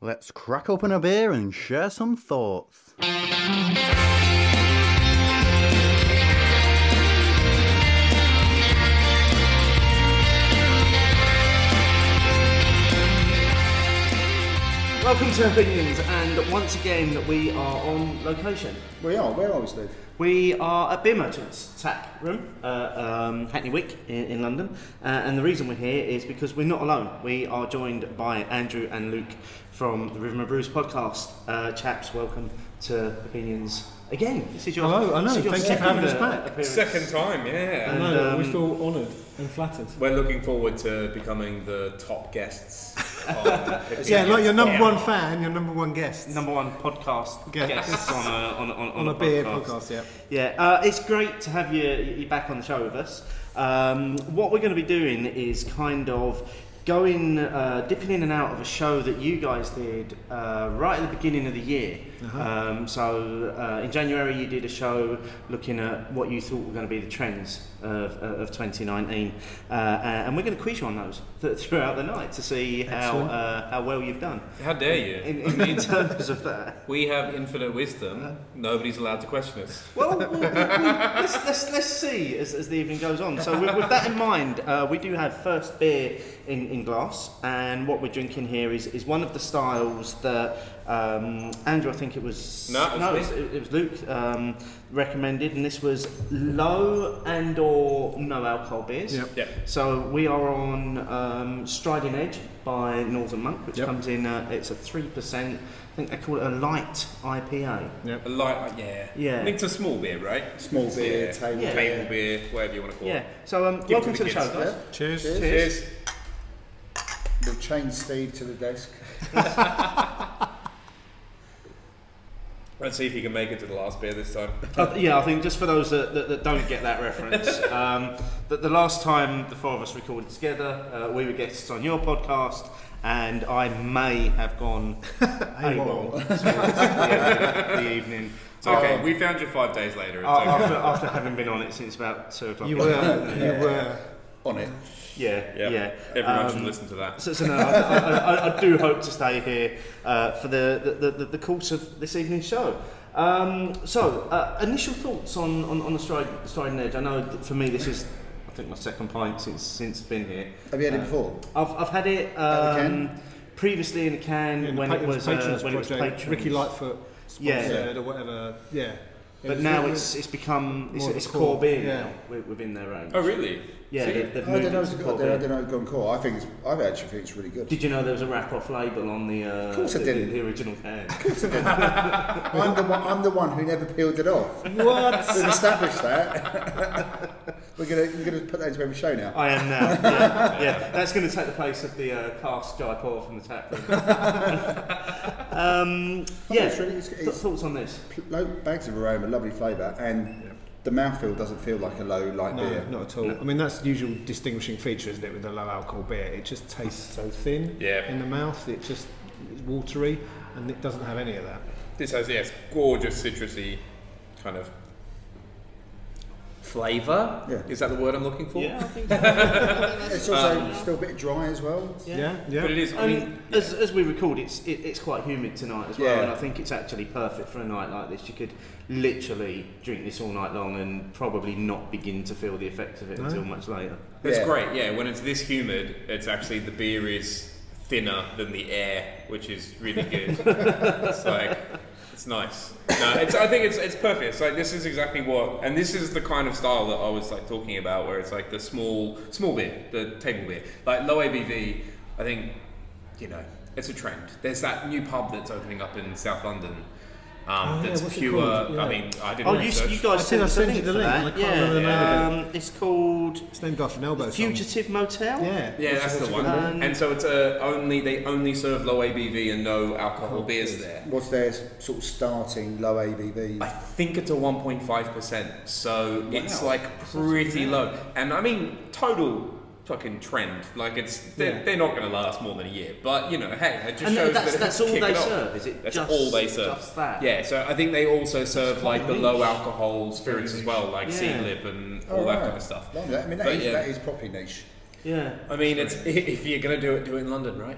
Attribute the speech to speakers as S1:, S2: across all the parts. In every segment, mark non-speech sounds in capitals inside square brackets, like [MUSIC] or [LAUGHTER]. S1: Let's crack open a beer and share some thoughts.
S2: Welcome to Opinions, and once again we are on location.
S3: We are. Where are we, Steve?
S2: We are at Beer Merchants Tap Room, uh, um, Hackney Wick in, in London, uh, and the reason we're here is because we're not alone. We are joined by Andrew and Luke from the Riverman Brews podcast. Uh, chaps, welcome to Opinions again. This is your
S4: Hello, I know.
S2: this is your
S4: Thank you for having us
S2: second, uh,
S4: back.
S2: appearance.
S5: Second time, yeah.
S2: And,
S4: No, we
S2: um,
S4: feel honoured and flattered.
S5: We're looking forward to becoming the top guests.
S2: [LAUGHS]
S5: on
S4: Yeah, like your number
S5: Yeah.
S4: one fan, your number one guest.
S2: Number one podcast
S4: Yeah.
S2: guests on a, on, a- on,
S4: on a beer podcast, yeah.
S2: Yeah, uh, it's great to have you, you back on the show with us. Um, what we're going to be doing is kind of going, uh, dipping in and out of a show that you guys did uh, right at the beginning of the year. Um, so uh, in January, you did a show looking at what you thought were going to be the trends of, of 2019, uh, and we're going to quiz you on those [LAUGHS] th- throughout the night to see how,
S4: Excellent.
S2: uh, how well you've done
S5: How dare you?
S2: in, in, in terms of that.
S5: We have infinite wisdom. Nobody's allowed to question us.
S2: Well, we- we- we- let's, let's, let's see as, as the evening goes on. So, with, with that in mind, uh, we do have first beer in, in glass, and what we're drinking here is, is one of the styles that um, Andrew, I think it was.
S5: No, it was
S2: it
S5: me.
S2: was, it, it was Luke um, recommended, and this was low and or no alcohol beers.
S4: Yep.
S5: Yeah.
S2: So we are on um, Striding Edge by Northern Monk, which
S4: Yep.
S2: comes in. Uh, it's a three percent. I think they call it a light IPA.
S5: A light, uh, yeah.
S2: Yeah.
S5: Linked to small beer, right?
S3: Small beer,
S5: Yeah.
S3: table
S2: Yeah.
S3: beer.
S5: Table beer, whatever you want to call
S2: Yeah.
S5: it.
S2: So um,
S5: Give it
S2: welcome
S5: to
S2: to the,
S5: the
S2: show,
S5: kids.
S2: guys.
S4: Cheers.
S2: Cheers.
S3: We've chained Steve to the desk.
S5: Let's see if you can make it to the last beer this time.
S2: Uh, yeah, I think just for those that, that, that don't get that
S5: [LAUGHS]
S2: reference, um, that the last time the four of us recorded together, uh, we were guests on your podcast, and I may have
S5: [LAUGHS]
S2: gone AWOL [LAUGHS] towards the, uh, the evening.
S5: It's okay. we found you five days later. It's
S2: Uh, after, after having been on it since about two o'clock.
S4: You were, you were.
S3: On it.
S2: Yeah,
S5: okay.
S2: yeah.
S5: Everyone should
S2: Um,
S5: listen to that.
S2: So, so no, I, I, I, I do hope to stay here uh, for the, the, the, the course of this evening's show. Um, so, uh, initial thoughts on, on, on the stride, striding edge. I know that for me this is, I think, my second pint since since been here.
S3: Have you had it before?
S2: I've, I've had it
S3: Out of the
S2: um, previously in a can
S4: in
S2: when,
S4: the
S2: it was,
S4: Patrons
S2: uh, when it was patrons.
S4: Ricky Lightfoot
S2: Yeah.
S4: sponsored or whatever. Yeah. It
S2: But
S4: was-
S2: now
S4: it was-
S2: it's it's become it's,
S4: more of a
S2: it's core
S4: core,
S2: beer
S4: yeah.
S2: now wi- within their range.
S5: Oh, really?
S2: Yeah,
S5: See?
S2: they, they've
S3: I
S2: moved
S3: don't know.
S2: into
S3: it's- I
S2: core
S3: don't
S2: beer.
S3: I don't know. It's gone core. I think it's. I actually think it's really good.
S2: Did you know there was a wrap off label on the uh,
S3: course
S2: the,
S3: I didn't.
S2: the original can?
S3: I'm the one. I'm the one who never peeled it off.
S4: What?
S3: We've established that. [LAUGHS] we're gonna. We're gonna put that into every show now.
S2: I am now. Yeah, yeah. that's going to take the place of the uh, cast Jaipur from the tap room. [LAUGHS] um,
S3: Oh,
S2: yeah.
S3: it's really- it's-
S2: Th- thoughts on this?
S3: Pl- Low bags of aroma, lovely flavour, and the mouthfeel doesn't feel like a low light
S4: No,
S3: beer.
S4: not at all. I mean, that's the usual distinguishing feature, isn't it, with a low alcohol beer? It just tastes so thin
S5: Yeah.
S4: in the mouth. It just it's watery, and it doesn't have any of that.
S5: This has, yes, gorgeous citrusy kind of flavour.
S3: Yeah.
S5: Is that the word I'm looking for?
S2: Yeah, I think so.
S3: It's also still a bit dry as well.
S4: Yeah, yeah.
S5: But it is.
S2: I mean, as, as we record, it's it, it's quite humid tonight as well,
S3: Yeah.
S2: and I think it's actually perfect for a night like this. You could literally drink this all night long and probably not begin to feel the effects of it until much later.
S5: It's
S3: Yeah.
S5: great, yeah. When it's this humid, it's actually the beer is thinner than the air, which is really good. it's like it's nice. No, it's, I think it's it's perfect. It's like this is exactly what, and this is the kind of style that I was like talking about, where it's like the small small beer, the table beer, like low ABV. I think you know it's a trend. There's that new pub that's opening up in South London. Um,
S4: yeah,
S5: that's
S4: what's it
S5: pure.
S4: called?
S5: I
S4: Yeah.
S5: mean, I didn't.
S2: Oh, you,
S5: research.
S2: you guys
S4: think
S2: sent
S4: I
S2: us a
S4: sent
S2: link
S4: you the
S2: for
S4: link,
S2: that.
S4: and I can't
S2: yeah,
S4: remember the name of
S2: um, it's called
S4: It's named after an elbow.
S2: Fugitive Motel.
S4: Song. Yeah.
S5: Yeah, that's the one.
S2: Um,
S5: and so it's uh, only they only serve low ABV and no alcohol beers there.
S3: What's their s- sort of starting low ABV?
S5: I think it's a 1.5%, so it's like pretty low. And I mean, total fucking trend. Like it's they're,
S4: Yeah.
S5: they're not going to last more than a year. But you know, hey, it just
S2: And
S5: shows
S2: that's-
S5: that
S2: that's all
S5: [LAUGHS] kick
S2: they
S5: it off.
S2: serve, is it?
S5: That's
S2: Just-
S5: all they serve.
S2: just that?
S5: Yeah. So I think they also serve like the
S2: niche.
S5: low alcohol spirits as well, like
S2: Yeah.
S5: sea lip and all
S3: Oh,
S5: that
S3: right.
S5: kind of stuff.
S3: Lovely. I mean, that
S5: But
S3: is-
S5: yeah.
S3: that is properly niche.
S2: Yeah.
S5: I mean, it's, [LAUGHS] i- if you're going to do it, do it in London, right?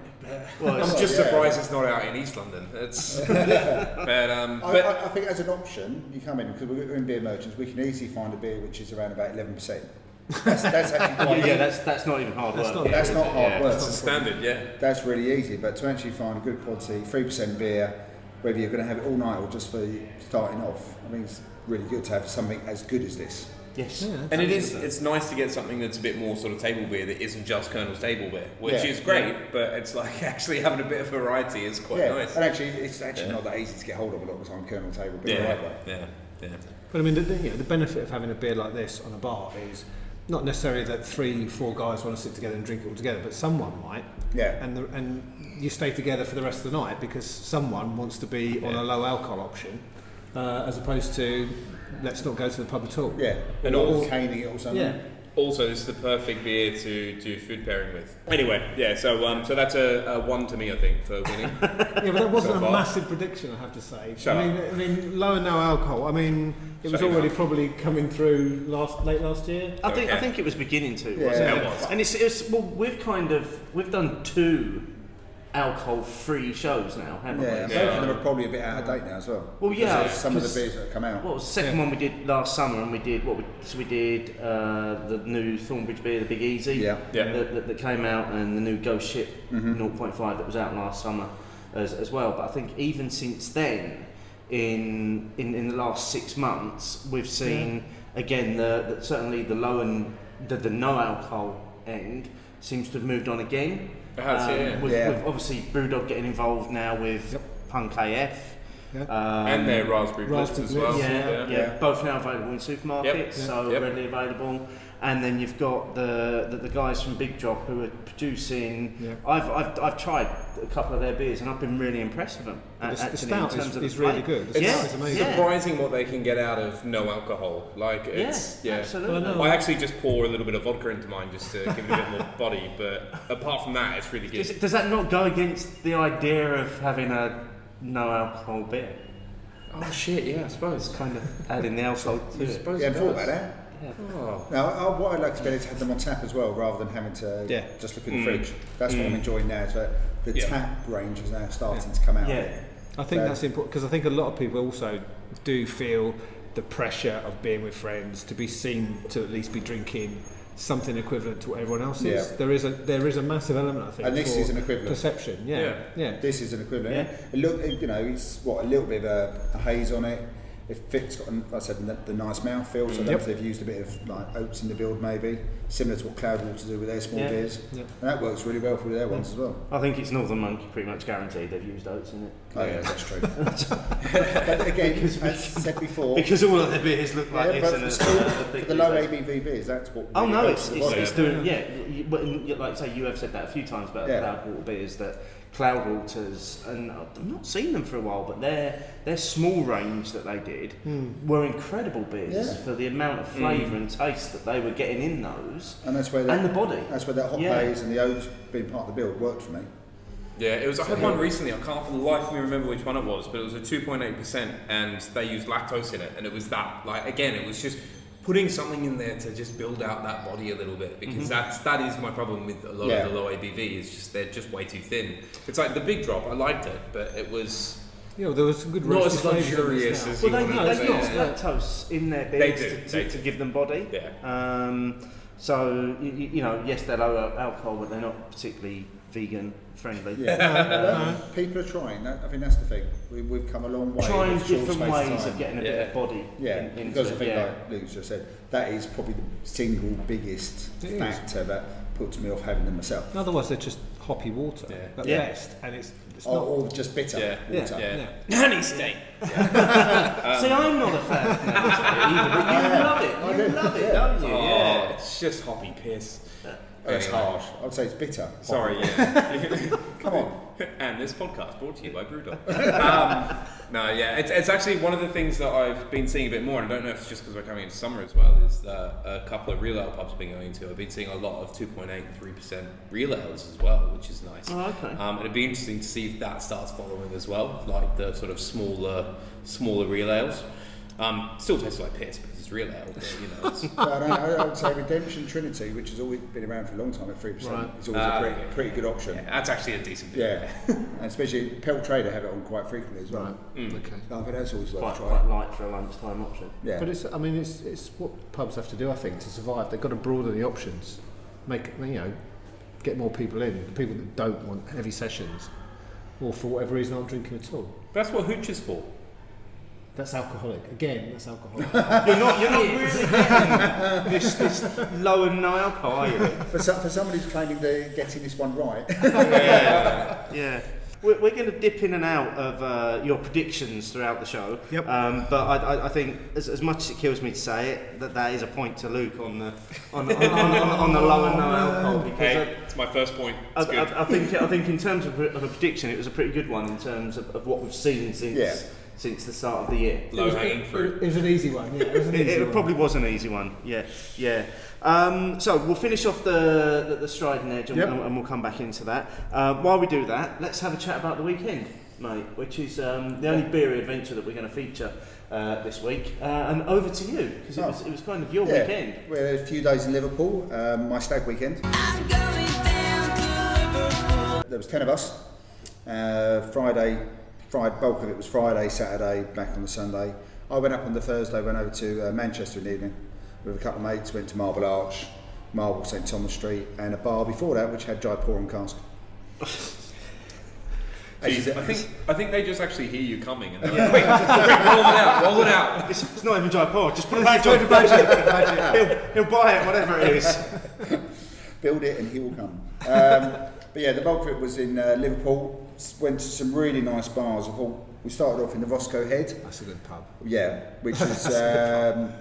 S2: Well,
S5: I'm
S4: [LAUGHS]
S2: it's- [LAUGHS]
S5: just
S3: yeah.
S5: surprised it's not out in East London. It's, but um,
S3: I,
S5: but
S3: I, I think as an option, you come in because we're in beer merchants. We can easily find a beer which is around about eleven percent. That's, that's actually
S2: [LAUGHS]
S3: quite.
S2: yeah, that's that's not even hard
S4: That's
S2: work.
S4: not-
S3: that's not hard
S5: yeah,
S3: work.
S5: it's a standard, yeah.
S3: That's really easy. But to actually find a good quality three percent beer, whether you're going to have it all night or just for starting off, I mean, it's really good to have something as good as this.
S2: yes.
S5: And it is, it's nice to get something that's a bit more sort of table beer that isn't just Colonel's table beer, which
S3: Yeah.
S5: is great, but it's like [LAUGHS] actually having a bit of variety is quite
S3: yeah,
S5: nice.
S3: and actually, it's actually not that easy to get hold of a lot of the time. Colonel Table beer,
S5: Yeah,
S3: either.
S5: yeah, yeah.
S4: But I mean, the, the, you know, the benefit of having a beer like this on a bar is not necessarily that three, four guys want to sit together and drink it all together, but someone might.
S3: Yeah.
S4: And the, and you stay together for the rest of the night because someone wants to be on a low alcohol option, uh, as opposed to let's not go to the pub at all.
S3: yeah,
S5: And
S3: or
S5: all-
S3: caning it or something.
S4: Yeah.
S5: Also, this is the perfect beer to do food pairing with. Anyway, yeah. So, um, so that's a, a one to me, I think, for winning.
S4: Yeah, but that wasn't
S5: So
S4: a
S5: far.
S4: massive prediction, I have to say.
S5: Shut
S4: I mean, I mean, low and no alcohol. I mean, it was
S5: Shut your
S4: already
S5: mouth.
S4: probably coming through last late last year.
S2: I think I
S5: Okay.
S2: think it was beginning to,
S3: Yeah.
S2: wasn't
S5: Yeah,
S2: it?
S5: it was.
S2: And it's, it's well, we've kind of we've done two alcohol-free shows now, haven't
S3: Yeah,
S2: we?
S3: both of them are probably a bit out of date now as well.
S2: Well, yeah,
S3: Because of some of the
S2: 'cause-
S3: beers that have come out.
S2: What was the second one we did last summer? And we did what we so we did uh, the new Thornbridge beer, the Big Easy,
S3: Yeah. Mm-hmm.
S5: Yeah.
S2: That, that, that came out, and the new Ghost Ship 0.5 that was out last summer as, as well. But I think even since then, in in, in the last six months, we've seen again the, the certainly the low and the, the no alcohol end seems to have moved on again. Um,
S5: It has, yeah.
S2: With,
S3: Yeah.
S2: with obviously Brewdog getting involved now with Punk AF.
S4: Yeah.
S2: Um,
S5: and their raspberry blitz
S4: raspberry
S5: as well.
S4: blitz,
S2: yeah, yeah,
S3: Yeah.
S2: both now available in supermarkets,
S5: Yep.
S2: so
S5: Yep.
S2: readily available. And then you've got the, the the guys from Big Drop who are producing.
S4: Yeah.
S2: I've, I've I've tried a couple of their beers and I've been really impressed with them. a-
S4: The s- the
S2: actually,
S4: stout
S2: in
S4: is-
S2: terms of
S4: is
S2: the
S4: really
S2: flavour.
S4: good. The
S2: yeah.
S4: stout is amazing.
S2: Yeah.
S5: Surprising what they can get out of no alcohol. Like
S2: Yeah,
S5: it's yeah.
S2: absolutely.
S4: Well, no.
S5: I actually just pour a little bit of vodka into mine just to give it a bit [LAUGHS] more body, but apart from that, it's really
S2: Does,
S5: good.
S2: it- does that not go against the idea of having a no alcohol beer?
S5: Oh shit! Yeah, I suppose.
S2: It's kind of adding the alcohol to
S5: I
S2: it.
S5: suppose
S3: yeah,
S5: it
S3: and thought
S5: does.
S3: about that. eh?
S5: Oh.
S3: Now, I, what I'd like to do is have them on tap as well, rather than having to
S4: Yeah.
S3: just look in the fridge. That's what I'm enjoying now. Is that the
S5: Mm. Yeah.
S3: tap range is now starting to come out.
S2: Yeah.
S3: A bit.
S4: I think
S3: So-
S4: that's important because I think a lot of people also do feel the pressure of being with friends to be seen to at least be drinking something equivalent to what everyone else is.
S3: Yeah.
S4: There is a there is a massive element I think.
S3: And this
S4: for
S3: is an equivalent.
S4: perception. Yeah,
S5: Yeah.
S4: yeah.
S3: This is an equivalent. It look, it- you know, it's what a little bit of a, a haze on it. If it's got, like I said, the, the nice mouthfeel, so I don't know
S4: Yep.
S3: if they've used a bit of like oats in the build, maybe similar to what Cloudwater do with their small
S2: Yeah.
S3: beers,
S4: Yep.
S3: and that works really well for their ones as well.
S2: I think it's Northern Monkey pretty much guaranteed they've used oats in it.
S3: Oh yeah, that's true. [LAUGHS] but again, as I said before,
S2: Because all of their beers look like
S3: yeah,
S2: this.
S3: but
S2: and
S3: for
S2: it's,
S3: still,
S2: uh,
S3: for
S2: they
S3: the
S2: use
S3: low
S2: oats.
S3: ABV beers, that's what.
S2: Oh
S3: really
S2: no,
S3: helps
S2: it's,
S3: the
S2: it's,
S3: body.
S2: it's doing yeah. You, but in- like say you have said that a few times about
S3: Yeah.
S2: Cloudwater beers that Cloudwaters and I've not seen them for a while, but their their small range that they did were incredible beers
S3: Hmm. Yeah.
S2: for the amount of flavour
S5: Hmm.
S2: and taste that they were getting in those
S3: And that's where that,
S2: and the body.
S3: that's where that hot
S2: Yeah.
S3: haze and the oats being part of the build worked for me.
S5: Yeah, it was. I had one recently. I can't for the life of me remember which one it was, but it was a 2.8 percent, and they used lactose in it, and it was that. Like again, it was just putting something in there to just build out that body a little bit because that's that is my problem with a lot
S3: Yeah.
S5: of the low ABV is just they're just way too thin. It's like the big drop. I liked it, but it was
S4: Yeah, well, there was some good
S5: not
S4: roasted
S5: as
S4: flavours in
S5: luxurious
S4: this
S5: as
S2: Well,
S5: you
S2: they,
S5: want
S2: they
S5: it to
S2: use
S5: be.
S2: lactose in their
S5: They
S2: beers
S5: do,
S2: to,
S5: they
S2: to, to
S5: do.
S2: give them body.
S5: Yeah.
S2: Um, so you, you know, yes, they're low alcohol, but they're not particularly vegan friendly.
S3: Yeah,
S2: [LAUGHS]
S3: But people are trying. That, I think that's the thing. We, we've come a long way.
S2: trying
S3: in a short
S2: different
S3: space
S2: ways
S3: time.
S2: of getting a bit of body.
S3: Yeah,
S2: in- into
S3: because I
S2: it,
S3: think,
S2: yeah.
S3: like Luke's just said, that is probably the single biggest
S4: It is.
S3: factor that puts me off having them myself.
S4: now. Otherwise, they're just hoppy water
S5: Yeah.
S4: at
S2: Yeah.
S4: best, and it's it's
S3: Or,
S4: not.
S3: or just bitter
S5: Yeah.
S3: water.
S5: Yeah.
S4: yeah.
S5: [LAUGHS] Nanny state.
S2: See, I'm not a fan of that either, but
S3: [LAUGHS]
S2: you love
S3: um, I
S2: it.
S3: do,
S2: You love
S3: yeah.
S2: it, don't you?
S5: Oh, it's just hoppy [LAUGHS] piss.
S3: Oh, That's
S5: Anyway.
S3: harsh. I would say it's bitter.
S5: Sorry, yeah.
S3: Come on.
S5: [LAUGHS] and this podcast brought to you by Brewdog. [LAUGHS] um, no, yeah, it's, it's actually one of the things that I've been seeing a bit more, and I don't know if it's just because we're coming into summer as well, is that a couple of real ale pubs I've been going to, I've been seeing a lot of 2.83% real ales as well, which is nice.
S2: Oh, okay.
S5: Um, and it'd be interesting to see if that starts following as well, like the sort of smaller, smaller real ales. Um, still tastes like piss because it's real ale, but you [LAUGHS] know. It's,
S3: But I, don't know, I would say Redemption Trinity, which has always been around for a long time at 3%,
S2: Right.
S3: is always
S5: Ah,
S3: a pretty,
S5: okay.
S3: pretty good option.
S5: yeah, that's actually a decent beer.
S3: Yeah, [LAUGHS] and especially Pelt Trader have it on quite frequently as well.
S4: Mm.
S6: Okay.
S3: I think that's always
S2: Quite,
S3: worth trying.
S2: quite light for a lunchtime option.
S3: Yeah,
S6: But it's, I mean, it's, it's what pubs have to do, I think, to survive. They've got to broaden the options, make, you know, get more people in. The people that don't want heavy sessions, or for whatever reason aren't drinking at all.
S5: That's what hooch is for.
S6: That's alcoholic. Again, that's
S3: [LAUGHS]
S6: alcoholic.
S2: You're not, you're not really getting this, this low and no alcohol, are you?
S3: for, some, for somebody who's claiming they're getting this one right,
S2: Yeah. We're, we're going to dip in and out of uh, your predictions throughout the show.
S4: Yep.
S2: Um, but I, I, I think, as, as much as it kills me to say it, that that is a point to Luke on the on, on, on, on, on the low
S5: [LAUGHS]
S2: and no alcohol because.
S5: Hey,
S2: I-
S5: it's my first point.
S2: I,
S5: It's good.
S2: I, I think I think in terms of, a- of a prediction, it was a pretty good one in terms of, of what we've seen since
S3: Yeah.
S2: since the start of the year.
S5: Low hanging fruit.
S6: it was an easy one. Yeah, it
S3: [LAUGHS]
S6: was an
S2: It,
S6: easy
S2: it
S6: one.
S2: probably was an easy one. Yeah, yeah. Um, so we'll finish off the the, the stride and edge, and,
S6: Yep.
S2: and, and we'll come back into that. Uh, while we do that, let's have a chat about the weekend, mate, which is um, the only beery adventure that we're going to feature uh, this week. Uh, and over to you because it
S3: Oh.
S2: was it was kind of your
S3: yeah, [LAUGHS]
S2: weekend.
S3: we had a few days in Liverpool, um, my stag weekend.
S7: I'm going down to Liverpool.
S3: There was ten of us. Uh, Friday, Friday bulk of it was Friday, Saturday, back on the Sunday. I went up on the Thursday, went over to uh, Manchester in the evening with a couple of mates. Went to Marble Arch, Marble St Thomas Street, and a bar before that which had Jaipur and cask. As you
S5: Jeez,
S3: said,
S5: I think I think they just actually hear you coming and they're like, quick, quick, roll it out, roll
S2: [LAUGHS]
S5: it out.
S2: It's, it's not even Jaipur. Just put it back on the [LAUGHS] budget. he'll, he'll buy it, whatever it is.
S3: build it and he will come. Um, but yeah, the bulk of it was in uh, Liverpool. S- Went to some really nice bars. I thought we started off in the Roscoe Head.
S4: That's a good pub.
S3: Yeah,
S4: [LAUGHS]
S3: which is um,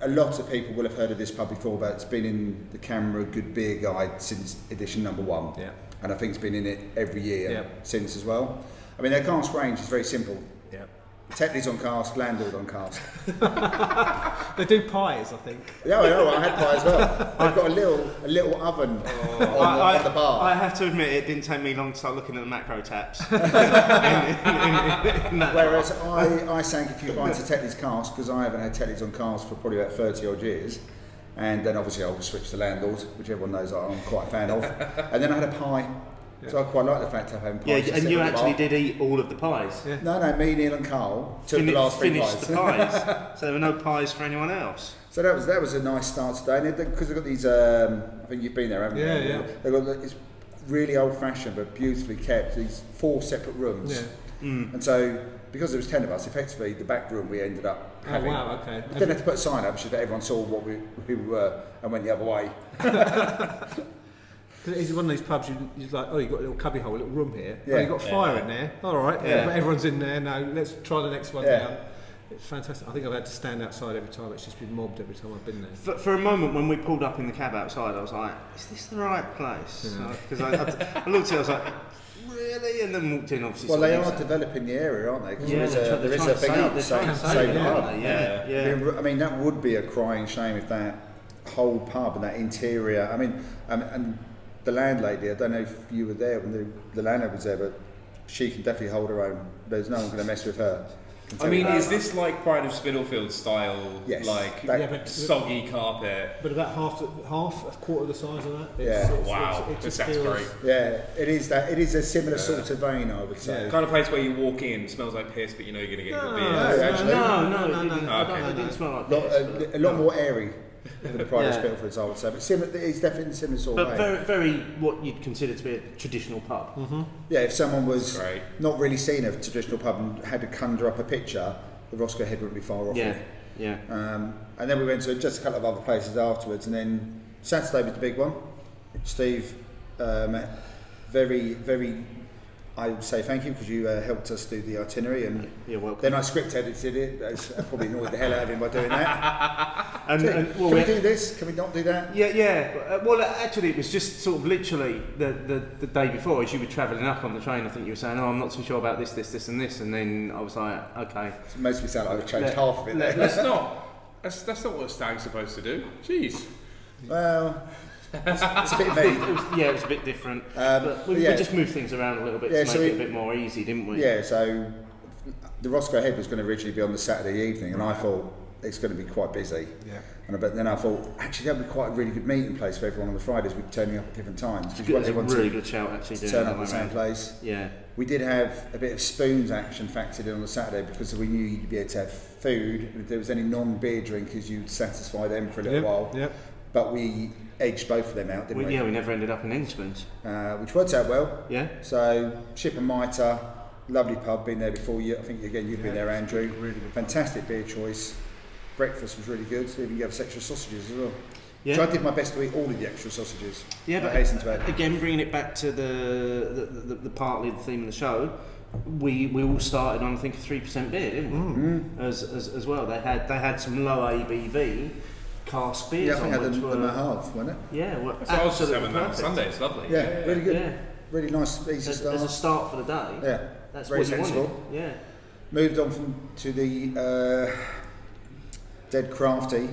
S3: a lot of people will have heard of this pub before, but it's been in the Camera Good Beer Guide since edition number one.
S4: Yeah.
S3: And I think it's been in it every year
S4: Yeah.
S3: since as well. I mean, their cask range is very simple.
S4: Yeah.
S3: Tetley's on cask, Landlord on cask.
S4: [LAUGHS] They do pies, I think.
S3: Yeah, I know, I had pie as well. They've got a little, a little oven
S4: Oh.
S3: on, the,
S2: I,
S3: on the bar.
S2: I have to admit, it didn't take me long to start looking at the macro taps. in, in, in, in that
S3: Whereas [LAUGHS] I, I sank a few pints of Tetley's cask because I haven't had Tetley's on cask for probably about 30 odd years. And then obviously I switched to Landlord, which everyone knows I'm quite a fan
S4: [LAUGHS]
S3: of. And then I had a pie. So I quite like the fact of having
S2: Yeah,
S3: pies. to
S2: and
S3: sit
S2: you
S3: at the
S2: actually
S3: bar.
S2: did eat all of the pies.
S4: Yeah.
S3: No, no, me, Neil and Carl took
S2: Fini-
S3: the last three
S2: finished
S3: pies.
S2: the pies. so there were no pies for anyone else.
S3: [LAUGHS] so that was that was a nice start today. And because they've got these, um, I think you've been there, haven't
S4: Yeah,
S3: you?
S4: yeah.
S3: They've got, the- it's really old fashioned but beautifully kept, these four separate rooms.
S4: Yeah.
S2: Mm.
S3: And so because there was 10 of us, effectively the back room we ended up
S4: Oh
S3: having
S4: wow. Okay.
S3: We didn't have to put a sign up, just that everyone saw what we, who we were and went the other way.
S4: 'Cause it's one of these pubs you, you're like, oh, you've got a little cubby hole, a little room here.
S3: Yeah.
S4: Oh, you've got a fire in there. All right.
S2: Yeah.
S4: But everyone's in there. No, let's try the next one
S3: Yeah.
S4: down. It's fantastic. I think I've had to stand outside every time. It's just been mobbed every time I've been there.
S2: For, for a moment, when we pulled up in the cab outside, I was like, "Is this the right place?" Because I, I, I looked at it, I was like, "Really?" And then walked in. Obviously,
S3: Well, they
S2: something
S3: are
S2: else.
S3: developing the area, aren't they? 'Cause
S2: Yeah, they're try-
S3: there
S2: they're
S3: is a,
S2: trying to
S3: there is a thing
S2: save-
S3: up,
S2: they're
S3: save,
S2: trying to
S3: save,
S2: save
S3: the
S2: it, aren't
S3: pub.
S2: they? Yeah,
S3: I
S2: yeah.
S3: mean, r- I mean, that would be a crying shame if that whole pub and that interior. I mean, um, and the landlady. I don't know if you were there when the, the landlady was there, but she can definitely hold her own. There's no one going to mess with her. Can
S5: I
S3: tell
S5: mean,
S3: you that.
S5: is this like Pride of Spitalfield style,
S3: Yes.
S5: like
S3: That-
S4: Yeah, but-
S5: soggy carpet?
S4: But about half, the, half, a quarter of the size of that.
S3: Yeah.
S5: Wow, that sounds great.
S3: yeah, it is that. It is a similar sort of vein, I would say.
S5: The kind of place where you walk in, smells like piss, but you know you're gonna get
S4: No,
S5: good
S3: no,
S5: beer.
S3: actually.
S2: No, no, no, no,
S5: no,
S2: no,
S5: no,
S2: It
S4: no.
S2: didn't smell like
S3: lot,
S2: piss,
S3: uh, a, a lot more airy than the Pride of
S2: Yeah.
S3: Spitalfields, I would say. But similar, it's definitely a similar sort
S2: but
S3: of way.
S2: very, very what you'd consider to be a traditional pub.
S3: Yeah, if someone was
S5: Right.
S3: not really seen a traditional pub and had to conjure up a picture, the Roscoe Head wouldn't be far off.
S2: Yeah,
S3: it.
S2: yeah.
S3: Um, and then we went to just a couple of other places afterwards. And then Saturday was the big one. Steve, um, very, very, I would say thank you because you uh, helped us do the itinerary. And
S2: You're welcome.
S3: then I script edited it. I probably annoyed the hell out of him by doing that.
S2: And, and [LAUGHS] well,
S3: Can
S2: we,
S3: we do this? Can we not do that?
S2: Yeah, yeah. Uh, Well, uh, actually, it was just sort of literally the, the, the day before, as you were travelling up on the train, I think you were saying, oh, I'm not so sure about this, this, this, and this. And then I was like, okay.
S3: It makes me sound like I've changed
S2: Let-
S3: half of it there.
S5: That's not. That's, that's not what a stag's supposed to do. Jeez.
S3: Well, it's a bit vague.
S2: It was, yeah, it was a bit different.
S3: [LAUGHS] Um,
S2: but we, we
S3: yeah.
S2: just moved things around a little bit
S3: Yeah,
S2: to make
S3: so
S2: it
S3: we-
S2: a bit more easy, didn't we?
S3: Yeah, so the Roscoe Head was going to originally be on the Saturday evening, and I thought it's going to be quite busy.
S4: Yeah.
S3: And I- but then I thought actually that would be quite a really good meeting place for everyone on the Fridays. We'd be turning up at different times. because
S2: Good, it's a
S3: everyone
S2: really good shout actually.
S3: to
S2: Doing
S3: turn
S2: it
S3: up at the
S2: that way
S3: same
S2: round.
S3: place.
S2: Yeah.
S3: We did have a bit of spoons action factored in on the Saturday because we knew you'd be able to have food. If there was any non-beer drinkers, you'd satisfy them for a little
S4: Yep,
S3: while.
S4: yep.
S3: But we edged both of them out, didn't
S2: We,
S3: we?
S2: yeah, we never ended up in Inchmans.
S3: Uh, which worked out well.
S2: Yeah.
S3: So Chip and Mitre, lovely pub. Been there before you. I think again you've been there, Andrew. Really good. Fantastic beer choice. Breakfast was really good. Even gave us extra sausages as well.
S2: Yeah.
S3: So I did my best to eat all of the extra sausages.
S2: Yeah,
S3: I
S2: but
S3: hasten to add.
S2: again, bringing it back to the the, the, the partly the theme of the show, we, we all started on I think a three percent beer, didn't we?
S3: Mm.
S2: As, as as well, they had they had some low ABV cask
S3: Yeah,
S2: beers
S3: I think
S2: on,
S3: I had
S2: which
S3: them
S2: were
S3: them at half, wasn't it?
S2: yeah, were
S5: So I was just
S2: absolutely
S5: having that on
S2: perfect.
S5: Sunday. It's lovely.
S3: Yeah, really good.
S2: Yeah,
S3: Really nice, easy
S2: as,
S3: start.
S2: as a start for the day.
S3: yeah,
S2: that's
S3: very
S2: what you
S3: sensible.
S2: wanted. Yeah,
S3: Moved on from to the uh, Dead Crafty,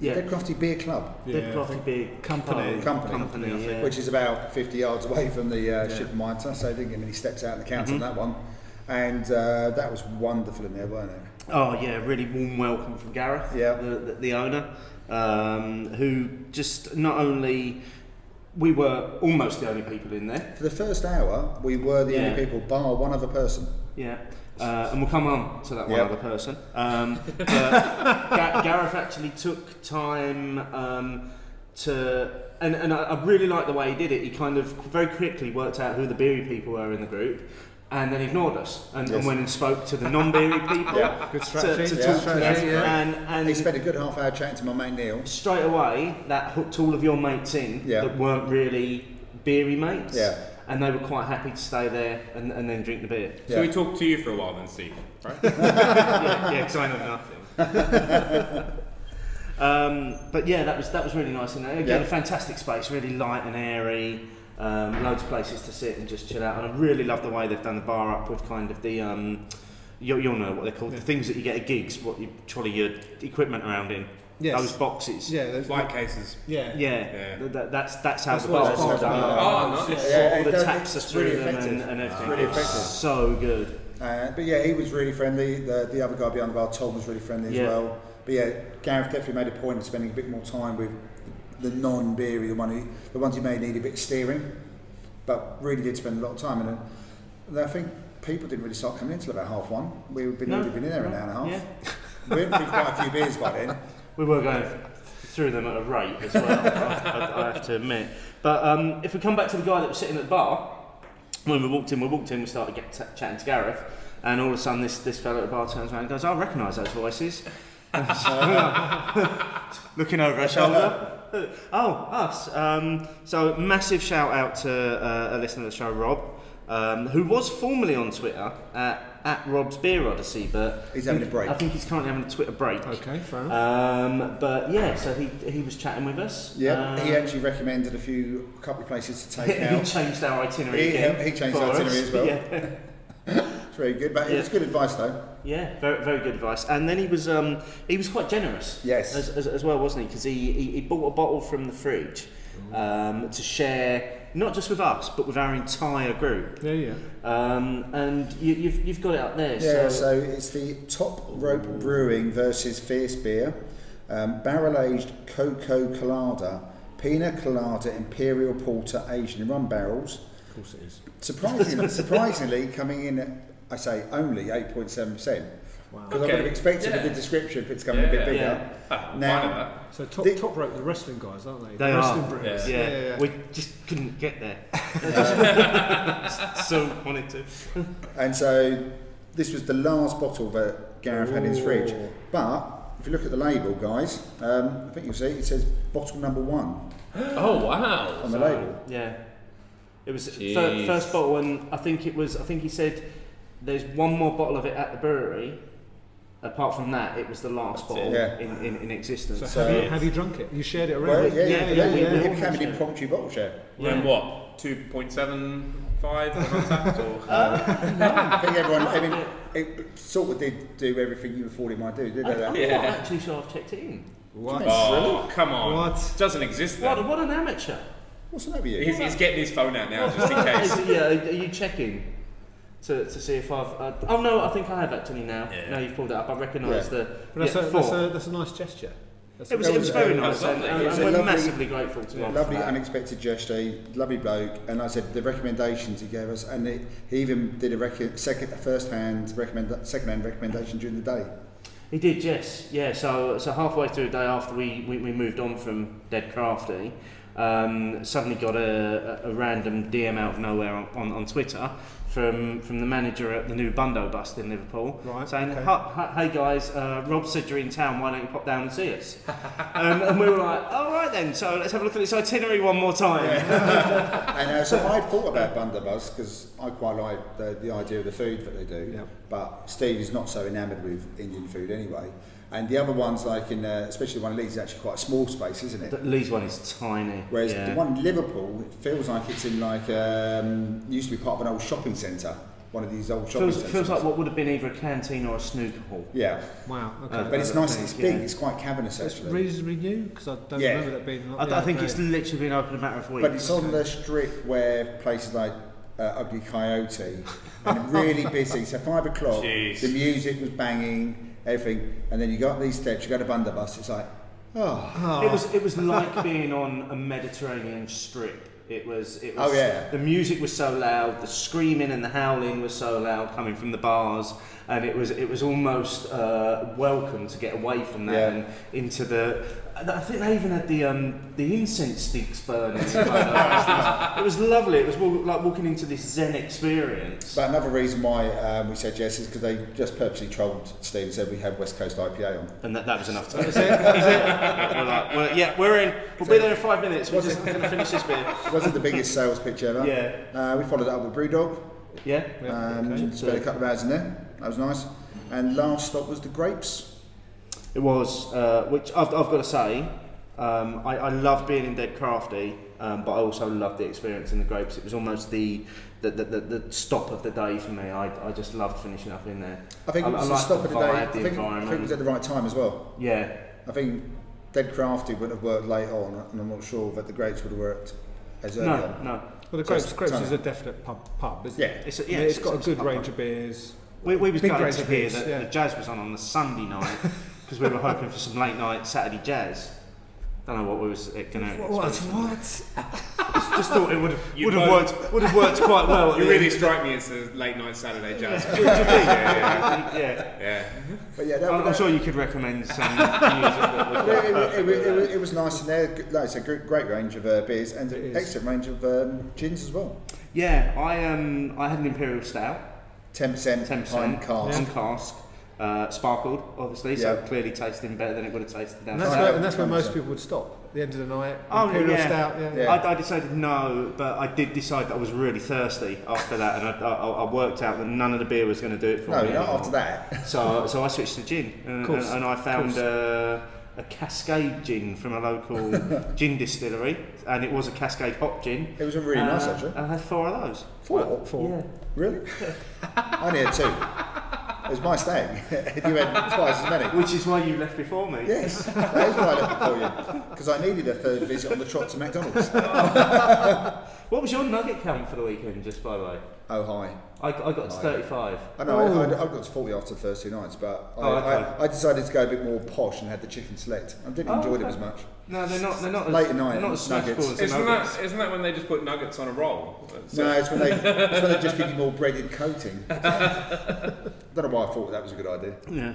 S2: yeah.
S3: Dead Crafty Beer Club,
S2: Dead Crafty Beer
S4: Company.
S3: Oh, Company.
S2: company, yeah.
S3: which is about 50 yards away from the uh, ship mitre, so I didn't get many steps out of the
S2: Mm-hmm.
S3: counter on that one. And uh, that was wonderful in there, weren't it?
S2: Oh yeah, really warm welcome from Gareth,
S3: Yeah.
S2: the, the, the owner, um, who just not only we were almost the only people in there,
S3: For the first hour, we were the
S2: Yeah.
S3: only people, bar one other person.
S2: yeah, uh, and we'll come on to that one
S3: Yeah.
S2: other person. Um, but [LAUGHS] Ga- Gareth actually took time um, to, and, and I, I really like the way he did it. He kind of very quickly worked out who the beery people were in the group. And then ignored us, and, and
S3: Yes.
S2: went and spoke to the non-beery people
S3: [LAUGHS] Yeah.
S4: Good
S2: to, to
S4: strategy.
S3: Yeah.
S2: talk to them.
S3: That's great.
S2: And, and
S3: He spent a good half hour chatting to my mate Neil.
S2: straight away that hooked all of your mates in
S3: Yeah.
S2: that weren't really beery mates.
S3: Yeah.
S2: And they were quite happy to stay there and, and then drink the
S3: [LAUGHS]
S2: beer.
S5: So
S3: Yeah.
S5: we talked to you for a while then, Steve.
S2: yeah, because I know nothing.
S3: [LAUGHS]
S2: um, but yeah, that was that was really nice. And again,
S3: Yeah.
S2: a fantastic space, really light and airy. Um, loads of places to sit and just chill out. And I really love the way they've done the bar up with kind of the. Um, you, you'll know what they're called. The things that you get at gigs, what you trolley your equipment around in.
S4: Yes.
S2: Those boxes.
S4: Yeah, those-
S5: Flight cases.
S4: yeah,
S2: Yeah,
S5: Yeah.
S2: Th- th- that's that's how
S4: That's
S2: the
S4: what
S2: bar
S4: it's
S2: was
S3: called.
S2: done.
S5: Oh, nice.
S3: uh, Yeah,
S2: all
S3: it
S2: the
S3: does-
S2: taps are
S3: it's
S2: through
S3: really
S2: them and,
S3: effective.
S2: and everything.
S3: really
S2: It's
S3: effective.
S2: So good.
S3: Uh, but yeah, he was really friendly. The, the other guy behind the bar, Tom, was really friendly
S2: Yeah.
S3: as well. But yeah, Gareth definitely made a point of spending a bit more time with the non-beery, the one who, the ones who may need a bit of steering, but really did spend a lot of time. And, uh, and I think people didn't really start coming in till about half one. We've been
S2: No,
S3: already been in there an
S2: no,
S3: hour and a half.
S2: yeah.
S3: [LAUGHS] we had been quite a few beers by then.
S2: We were going through them at a rate as well. [LAUGHS] I, I have to admit. But um, if we come back to the guy that was sitting at the bar, when we walked in, we walked in, we started get t- chatting to Gareth, and all of a sudden this this fellow at the bar turns around and goes, "I recognise those voices." Looking over her shoulder. [LAUGHS] Oh, us. Um, so massive shout out to uh, a listener of the show, Rob, um, who was formerly on Twitter at, at Rob's Beer Odyssey, but
S3: He's having a break.
S2: I think he's currently having a Twitter break.
S4: Okay, fair enough.
S2: Um, but yeah, so he he was chatting with us.
S3: Yeah,
S2: Um,
S3: he actually recommended a few, a couple of places to
S2: he,
S3: take
S2: he
S3: out.
S2: changed our itinerary.
S3: He-
S2: again
S3: he changed
S2: for
S3: our itinerary
S2: us.
S3: as well.
S2: [LAUGHS] Yeah,
S3: It's very good, but
S2: Yeah.
S3: it's good advice though.
S2: yeah, very, very good advice. And then he was um, he was quite generous.
S3: Yes.
S2: as, as, as well, wasn't he? Because he, he he bought a bottle from the fridge um, to share not just with us but with our entire group.
S4: yeah, yeah.
S2: Um, and you, you've you've got it up there. so,
S3: Yeah, so it's the Top Rope Brewing versus Fierce Beer, um, barrel aged Coco Colada, Pina Colada, Imperial Porter, aged in rum barrels.
S4: Of course it is.
S3: Surprisingly, surprisingly coming in at, I say, only 8.7%. Because I would have
S5: Okay.
S3: expected
S5: Yeah.
S3: with the description if it's coming a bit
S5: Yeah.
S3: bigger.
S2: Yeah.
S5: Ah,
S3: Now-
S5: fine with
S4: So top
S3: The-
S4: top rope, the wrestling guys, aren't they?
S2: They
S4: the wrestling
S2: are.
S4: Brits.
S2: yeah.
S4: yeah, yeah.
S2: we just couldn't get
S4: [LAUGHS]
S2: there. [LAUGHS] so wanted to.
S3: And so this was the last bottle that Gareth had in his fridge.
S4: Ooh.
S3: But if you look at the label, guys, um, I think you'll see it says bottle number one
S5: that. Oh, wow.
S3: on the label.
S2: Yeah. It was fir-
S5: Jeez.
S2: first bottle, and I think it was. I think he said, "There's one more bottle of it at the brewery." Apart from that, it was the last bottle
S3: Yeah.
S2: in, in, in existence.
S4: So,
S3: So-
S4: have, you, have you drunk it? You shared it
S3: Well,
S4: around.
S3: yeah, yeah,
S2: yeah,
S3: yeah.
S2: yeah, yeah.
S3: It became an impromptu bottle share.
S5: Yeah. And what? 2.75 on tap, or?
S3: I think everyone, I mean, it sort of did do everything you thought it might do, did
S2: I, I'm
S3: not it?
S2: not
S5: Yeah.
S2: actually sure I've checked it in.
S4: What?
S5: Oh, come on.
S4: What?
S5: Doesn't exist then.
S2: What, what an amateur!
S3: What's the matter with
S2: [LAUGHS]
S3: you?
S5: He's, he's getting his phone out now just in
S2: Is
S5: case.
S2: it- yeah, are you checking? to, to see if I've. Uh, oh no, I think I have actually now.
S5: Yeah.
S2: Now you've pulled it up, I recognise the.
S4: But that's,
S2: yeah,
S4: a,
S2: four.
S4: that's, a, that's a nice gesture. That's
S2: it was,
S4: a,
S2: it was very
S3: That
S2: nice,
S5: was
S2: and,
S5: lovely.
S2: and,
S5: It
S3: was
S2: and we're
S3: a lovely-
S2: massively grateful to Mark.
S3: Lovely
S2: for that.
S3: unexpected gesture, lovely bloke, and like I said the recommendations he gave us, and it, he even did a rec- second, first-hand recommend, second-hand recommendation during the day.
S2: He did, yes, yeah. So, so halfway through the day after we, we, we moved on from Dead Crafty, um, suddenly got a, a a random DM out of nowhere on, on, on Twitter from from the manager at the new Bundo Bust in Liverpool,
S4: Right,
S2: saying,
S4: okay.
S2: "Huh, huh, "Hey guys, uh, Rob said you're in town. Why don't you pop down and see us?" [LAUGHS] um, and we were like, "All right then. So let's have a look at this itinerary one more time." [LAUGHS]
S3: and uh, so I'd thought about Bundabuss because I quite like the, the idea of the food that they do.
S4: Yeah.
S3: But Steve is not so enamoured with Indian food anyway. And the other ones, like in, uh, especially the one in Leeds, is actually quite a small space, isn't it?
S2: The Lee's one is tiny.
S3: Whereas
S2: yeah.
S3: the one in Liverpool it feels like it's in like um, used to be part of an old shopping centre, one of these old shopping
S2: feels,
S3: centres.
S2: feels like what would have been either a canteen or a snooker hall.
S3: yeah,
S4: wow. Okay.
S2: Uh,
S3: but it's
S2: Another
S3: nice.
S2: thing,
S3: It's big.
S2: yeah.
S3: It's quite cavernous actually.
S4: reasonably new because I don't
S3: Yeah.
S4: remember that being.
S2: I, I
S4: yeah,
S2: think it's
S4: okay.
S2: literally been open a matter of weeks.
S3: But it's on the strip where places like uh, Ugly Coyote
S2: [LAUGHS]
S3: and really busy. So five o'clock,
S5: Jeez.
S3: the music was banging, everything, and then you go up these steps, you go to Bundabuss. It's like, oh,
S2: It was it was like being on a Mediterranean strip. It was it was
S3: Oh, yeah.
S2: the music was so loud, the screaming and the howling was so loud coming from the bars, and it was it was almost uh, welcome to get away from that
S3: Yeah.
S2: and into the. I think they even had the um, the incense sticks burning. Like that. it was lovely. It was wa- like walking into this Zen experience.
S3: but another reason why um, we said yes is because they just purposely trolled Steve and said we have West Coast IPA on.
S2: and that, that was enough time. [LAUGHS] we're like, well, yeah, we're in. We'll be there in five minutes. We're just going to finish this beer.
S3: It wasn't the biggest sales pitch ever.
S2: Yeah.
S3: Uh, we followed it up with Brewdog.
S2: Yeah.
S3: Um, Spent a couple of hours in there. That was nice. And last stop was the grapes.
S2: It was, uh, which I've, I've got to say, um, I, I love being in Dead Crafty, um, but I also loved the experience in the grapes. It was almost the the, the, the, the stop of the day for me. I, I just loved finishing up in there.
S3: I think it was the
S2: liked
S3: stop of the day. I
S2: vibe, the
S3: think, I think it was
S2: environment.
S3: at the right time as well.
S2: Yeah,
S3: I think Dead Crafty would have worked late on, and I'm not sure that the grapes would have worked as early
S2: no,
S3: on.
S2: no.
S4: Well, the
S3: Just
S4: Grapes, Grapes
S3: tell
S4: is
S3: me.
S4: a definite pub, pub isn't
S3: Yeah.
S4: it?
S2: It's a-
S4: I mean,
S2: yeah,
S4: it's
S2: it's-
S4: got
S2: it's
S4: a
S2: a
S4: good
S2: pub,
S4: range
S2: pub.
S4: of beers.
S2: We, we was
S4: Big
S2: going
S4: range
S2: to
S4: of
S2: hear
S4: beers,
S2: that
S4: yeah.
S2: the jazz was on on the Sunday night
S3: [LAUGHS]
S2: because we were hoping for some late night Saturday jazz. Don't know what we was going to.
S3: [LAUGHS]
S4: What?
S2: Just thought it would have
S5: You
S2: would have
S5: both-
S2: worked would have worked quite well. at
S5: [LAUGHS] You
S2: the
S5: really
S2: end.
S5: strike me as the late night Saturday jazz. [LAUGHS]
S2: yeah.
S5: yeah, yeah.
S3: But yeah,
S4: Oh,
S3: that,
S2: I'm, I'm
S3: that-
S2: sure you could recommend some music that
S4: [LAUGHS]
S2: would
S3: it, it, it, it, it, it was nice in there. Good- Like I said, great, great range of uh, beers and an excellent range of um, gins as well.
S2: Yeah, I um I had an imperial stout,
S3: 10%
S2: ten
S3: pine
S2: percent
S3: cast.
S2: on cask, uh, sparkled obviously, so
S3: Yeah.
S2: clearly tasting better than it would have tasted down.
S4: And that's,
S3: Right.
S4: where, and that's where
S3: Right.
S4: most people would stop. At the end of the night.
S2: Oh
S4: Imperial
S2: yeah.
S4: Stout, yeah.
S3: Yeah.
S2: I, I decided no, but I did decide that I was really thirsty after that, and I, I, I worked out that none of the beer was going to do it for me.
S3: No, not
S2: anymore.
S3: after that.
S2: So, so I switched to gin, and,
S4: Course,
S2: and, and I found
S4: course.
S2: uh, a Cascade gin from a
S3: [LAUGHS]
S2: local gin distillery, and it was a Cascade hop gin.
S3: It was a really
S2: Uh,
S3: nice actually.
S2: and I had four of those. Uh,
S3: Four?
S4: Four.
S2: [LAUGHS]
S3: Really? I only had two. It was my stag. [LAUGHS] you had twice as many.
S2: Which is why you left before me.
S3: Yes, that is why I left before you. Because I needed a third visit on the trot to McDonald's.
S2: What was your nugget count for the weekend, just by the way?
S3: Oh, hi.
S2: I, I got to 35.
S3: I know, I, I, I've got to 40 after Thursday nights, but I,
S2: Oh, okay.
S3: I, I decided to go a bit more posh and had the chicken select. I didn't
S2: Oh,
S3: enjoy
S2: okay.
S3: it as much.
S2: No, they're not. They're not.
S3: Late
S2: as,
S3: night
S2: they're not as smashable
S3: nuggets.
S2: as the
S5: Isn't
S2: nuggets.
S5: that, isn't that when they just put nuggets on a roll? It's-
S3: No, it's when they, it's when they just give you more breaded coating. [LAUGHS] don't know why I thought that was a good idea.
S2: Yeah.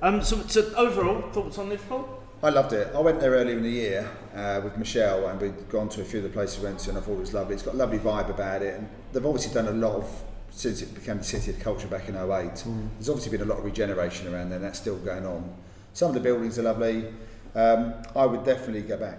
S2: Um. So, so overall thoughts on Liverpool?
S3: I loved it. I went there earlier in the year uh, with Michelle, and we'd gone to a few of the places we went to, and I thought it was lovely. It's got a lovely vibe about it, and they've obviously done a lot of since it became the city of culture back in 08. There's obviously been a lot of regeneration around there, and that's still going on. Some of the buildings are lovely. Um, I would definitely go back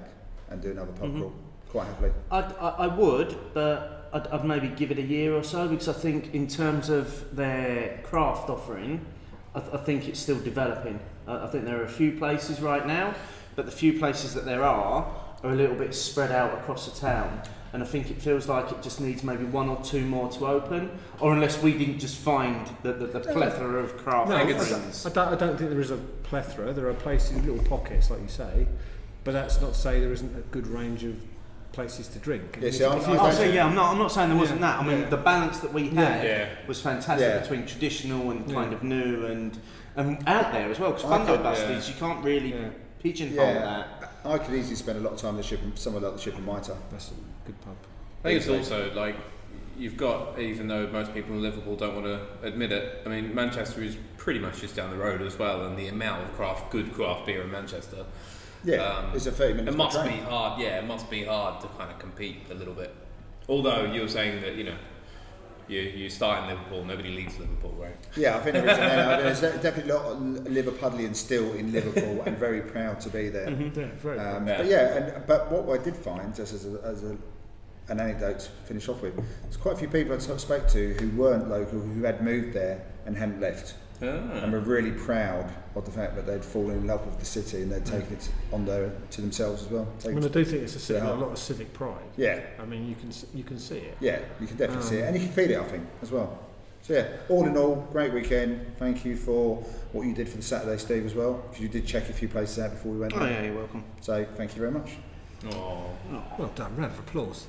S3: and do another pub crawl quite happily.
S2: I'd, I I would, but I'd, I'd maybe give it a year or so because I think in terms of their craft offering, I, th- I think it's still developing. I, I think there are a few places right now, but the few places that there are are a little bit spread out across the town. And I think it feels like it just needs maybe one or two more to open, or unless we didn't just find the, the, the plethora of craft
S4: No, I,
S2: offerings.
S4: don't, I don't- I don't think there is a plethora. There are places, little pockets, like you say, but that's not to say there isn't a good range of places to drink.
S3: Yeah,
S4: If
S3: see,
S4: you-
S3: I'm-
S4: if
S3: I'm
S4: you
S2: Oh,
S4: go
S3: going
S2: so
S4: to-
S2: yeah, I'm not. I'm not saying there wasn't
S4: Yeah.
S2: that. I mean,
S4: Yeah.
S2: the balance that we had
S5: Yeah.
S2: was fantastic
S3: Yeah.
S2: between traditional and
S4: Yeah.
S2: kind of new and and out there as well. Because
S3: I
S2: Fungo
S3: think-
S2: Busters, you can't really
S4: Yeah.
S2: pigeonhole
S3: Yeah,
S2: that.
S3: I could easily spend a lot of time in the ship and somewhere like the ship in Mitre.
S4: That's a good pub.
S5: I think it's also like you've got, even though most people in Liverpool don't want to admit it. I mean, Manchester is pretty much just down the road as well, and the amount of craft, good craft beer in Manchester.
S3: Yeah,
S5: Um,
S3: it's a 30 minute
S5: It must
S3: train.
S5: be hard, yeah. It must be hard to kind of compete a little bit. Although you were saying that you know, you you start in Liverpool, nobody leaves Liverpool, right?
S3: Yeah, I think there is an element. There's de- definitely a lot of Liverpudlians still in Liverpool and very proud to be there.
S4: Yeah, very
S3: Um,
S5: Yeah.
S3: But yeah, and, but what I did find, just as, a, as a, an anecdote to finish off with, there's quite a few people I sort of spoke to who weren't local, who had moved there and hadn't left. And were really proud of the fact that they'd fallen in love with the city and they'd taken it on their, to themselves as well.
S6: I
S3: Taken
S6: mean, I
S3: to-
S6: do think it's a city with a
S3: Yeah.
S6: lot of civic pride.
S3: yeah,
S6: I mean, you can s- you can see it.
S3: yeah, you can definitely see it. And you can feel it, I think, as well. So yeah, all in all, great weekend. Thank you for what you did for the Saturday, Steve, as well, because you did check a few places out before we went
S2: Oh
S3: there.
S2: yeah, you're welcome.
S3: So thank you very much.
S5: Oh,
S4: Well done, round of applause.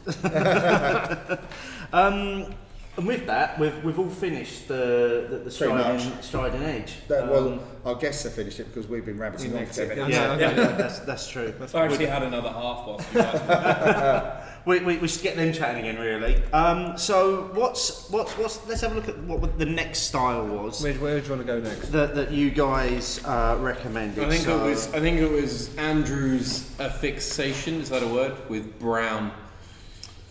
S2: Um, and with that, we've we've all finished the the, the
S3: Pretty much.
S2: striding striding edge.
S3: That,
S2: Um,
S3: well, our guests have finished it because we've been rabbiting on for 10 minutes.
S2: yeah,
S4: I know, I
S2: yeah,
S4: know.
S2: that's that's true.
S5: I actually had another half whilst you [LAUGHS] guys were
S2: We, we, we should get them chatting again, really. Um, so what's what's what's? Let's have a look at what the next style was.
S4: Where, where do you want to go next?
S2: that, that you guys uh, recommended.
S5: I think
S2: so-
S5: it was. I think it was Andrew's affixation. Is that a word with brown?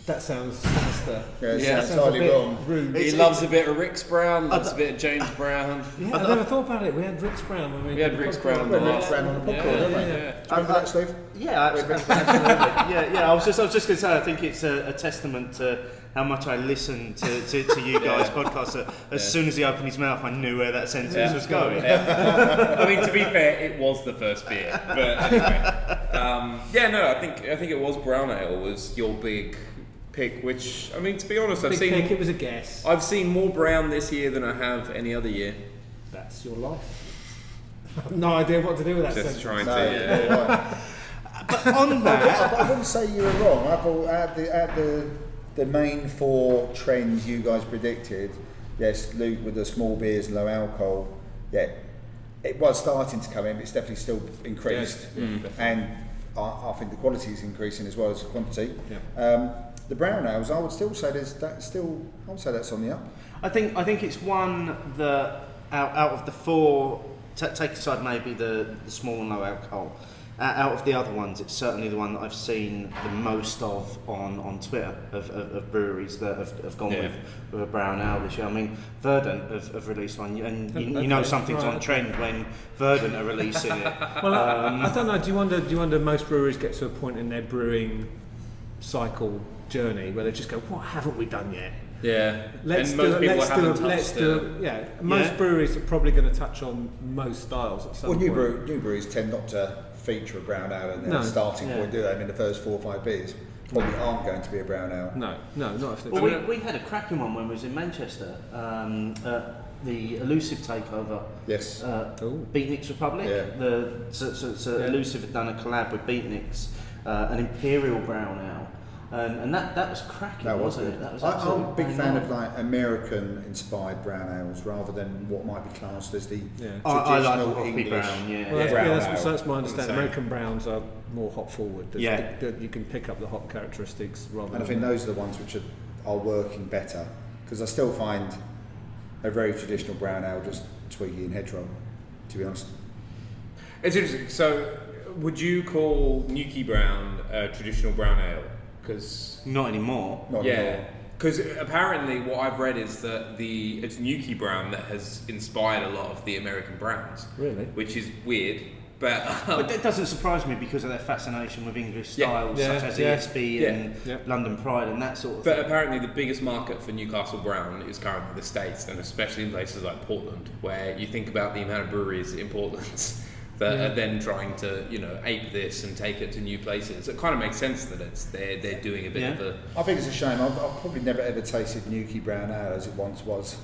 S4: That sounds sinister.
S3: Yeah, it's
S5: Yeah.
S3: yeah, entirely wrong.
S4: Rude.
S5: he
S2: It's-
S5: loves a bit of Rick's Brown. Loves a bit of James Brown.
S4: Yeah, I never thought about it. We had Rick's Brown when we,
S5: We had
S4: did
S5: Rick's
S4: podcast.
S5: Brown.
S3: Well,
S5: last-
S3: Rick's Brown on the popcorn,
S5: yeah,
S3: don't we? Do
S5: yeah, yeah.
S3: you remember that, Steve?
S2: Yeah, absolutely. [LAUGHS] absolutely. yeah, yeah. I was just, I was just going to say, I think it's a, a testament to how much I listened to, to, to you
S5: [LAUGHS]
S2: guys' podcast. That as soon as he opened his mouth, I knew where that sentence
S5: Yeah.
S2: was going.
S5: Yeah. [LAUGHS] I mean, to be fair, it was the first beer. But anyway, um, yeah, no, I think I think it was brown ale was your big pick. Which I mean, to be honest, I've
S4: Big
S5: seen
S4: pick, it was a guess.
S5: I've seen more brown this year than I have any other year.
S4: That's your life. [LAUGHS] no idea what to do with that
S5: Just
S4: sentence.
S5: trying
S3: No,
S5: to. Yeah.
S3: you're right.
S2: But
S5: [LAUGHS]
S2: on that,
S3: I, I wouldn't say you were wrong. I thought at the, at the, the main four trends you guys predicted, yes, Luke with the small beers, low alcohol, yeah, it was starting to come in, but it's definitely still increased.
S5: Mm.
S3: And I, I think the quality is increasing as well as the quantity. Um, the brown ales, I would still say there's that still, I would say that's on the up.
S2: I think I think it's one that out, out of the four, t- take aside maybe the, the small and low alcohol. Uh, out of the other ones, it's certainly the one that I've seen the most of on, on Twitter of, of, of breweries that have, have gone
S5: Yeah.
S2: with, with a brown ale this year. I mean, Verdant have, have released one,
S4: [LAUGHS]
S2: and you, you know
S4: Okay,
S2: something's
S4: right.
S2: on trend when Verdant are releasing
S4: [LAUGHS]
S2: it.
S4: Well, I-
S5: um,
S4: I, I don't know. Do you wonder? Do you wonder most breweries get to a point in their brewing cycle journey where they just go, "What haven't we done yet?"
S5: yeah.
S4: Let's
S5: and
S4: do
S5: most
S4: it.
S5: people
S4: Let's do
S5: haven't
S4: it.
S5: touched
S4: Let's
S5: it.
S4: do it. Yeah, most
S2: Yeah.
S4: breweries are probably going to touch on most styles at some
S3: Well, new,
S4: point.
S3: brew, new breweries tend not to feature a brown ale in their
S4: No.
S3: starting
S2: Yeah.
S3: point, do they? I mean, the first four or five beers probably aren't going to be a brown ale.
S4: No, no, not if they.
S2: Well, we, we had a cracking one when we was in Manchester, um, at the elusive takeover.
S3: Yes.
S2: Uh,
S4: Ooh.
S2: Beatniks Republic.
S3: Yeah.
S2: The so, so, so
S4: Yeah.
S2: elusive had done a collab with Beatniks, uh, an imperial brown ale, um, and that that was cracking,
S3: That was
S2: wasn't
S3: good.
S2: it? That was
S3: I, I'm a
S2: absolutely
S3: big
S2: bang
S3: fan
S2: on.
S3: of like American-inspired brown ales rather than what might be classed as the
S4: Yeah.
S2: I, I like the
S3: traditional
S2: hoppy
S3: English.
S2: brown. Yeah.
S4: Well, that's,
S5: Brown
S4: yeah, that's,
S5: ale,
S4: so that's my
S5: I'm the
S4: understanding.
S5: same.
S4: American browns are more hop forward. There's
S2: Yeah.
S4: the- the- you can pick up the hop characteristics rather.
S3: And I
S4: than
S3: think those are the ones which are, are working better because I still find a very traditional brown ale just twiggy and hedgerow, to be honest.
S5: It's interesting. So, would you call Nuki Brown a traditional brown ale? Because
S2: Not anymore.
S3: Not
S5: yeah,
S3: anymore.
S5: because apparently what I've read is that the it's Nuki Brown that has inspired a lot of the American browns.
S4: Really?
S5: Which is weird, but um,
S2: But that doesn't surprise me because of their fascination with English
S5: Yeah.
S2: styles
S4: Yeah,
S2: such as
S4: yeah,
S2: ESB
S5: yeah,
S2: and
S4: yeah.
S2: London Pride and that sort of
S5: but apparently the biggest market for Newcastle Brown is currently the states, and especially in places like Portland, where you think about the amount of breweries in Portland. [LAUGHS] That are then trying to, you know, ape this and take it to new places. It kind of makes sense that it's they're they're doing a bit
S2: Yeah.
S5: of a
S3: I think it's a shame. I've, I've probably never ever tasted Nuki brown ale as it once was.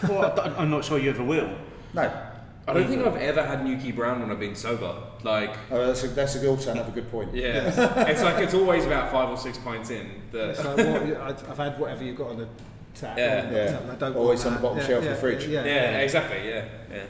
S2: thing. Well, I- I'm not sure you ever will.
S3: No,
S5: I don't think I've ever had Nuki Brown when I've been sober. Like,
S3: Oh, that's a, that's a good, also another good point.
S5: yeah, it's like it's always about five or six pints in.
S4: It's
S5: That,
S4: like, what, I've I've had whatever you've got on the tap.
S5: Yeah.
S3: Yeah.
S4: I don't
S3: Always
S4: want
S3: on the bottom
S4: that.
S3: shelf of the
S4: yeah,
S3: fridge.
S4: [LAUGHS] Yeah, yeah.
S5: yeah, exactly. Yeah, yeah.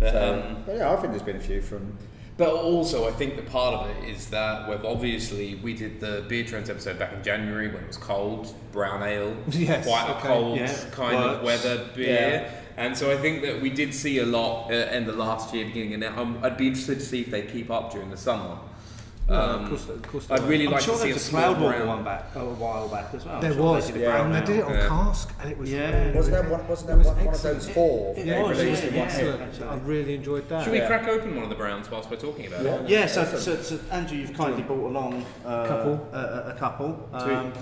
S5: But,
S3: So,
S5: um,
S3: but yeah, I think there's been a few from.
S5: But also, I think the part of it is that we've obviously we did the beer trends episode back in January when it was cold, brown
S2: [LAUGHS]
S5: ale,
S4: Yes,
S5: quite
S4: okay,
S5: a cold
S2: yeah,
S5: kind of
S2: works.
S5: weather beer. And so I think that we did see a lot uh, in the last year, beginning of now. Um, I'd be interested to see if they keep up during the summer.
S4: of Um, course- of course they
S5: um, I'd
S4: will.
S5: really
S2: I'm
S5: like
S2: sure
S5: to see
S2: there
S5: a
S2: was a
S5: small
S2: Cloud Walker
S5: brown
S2: one back a while back as well. I'm
S4: There
S2: sure
S4: was,
S2: they did a
S3: yeah,
S2: brown
S4: and they did it on
S5: Yeah.
S4: cask, and it was
S2: Yeah.
S4: really-
S3: Wasn't that one? Wasn't that one, one of
S4: excellent.
S3: those four?
S2: It- it
S4: Yeah,
S2: was,
S4: it
S2: yeah,
S4: was
S2: yeah,
S4: excellent.
S2: actually.
S4: I really enjoyed that.
S5: Should we crack open one of the browns whilst we're talking about it?
S2: Yeah, so, so, so Andrew, you've kindly brought along uh,
S4: Couple.
S2: A, a, a couple. Um,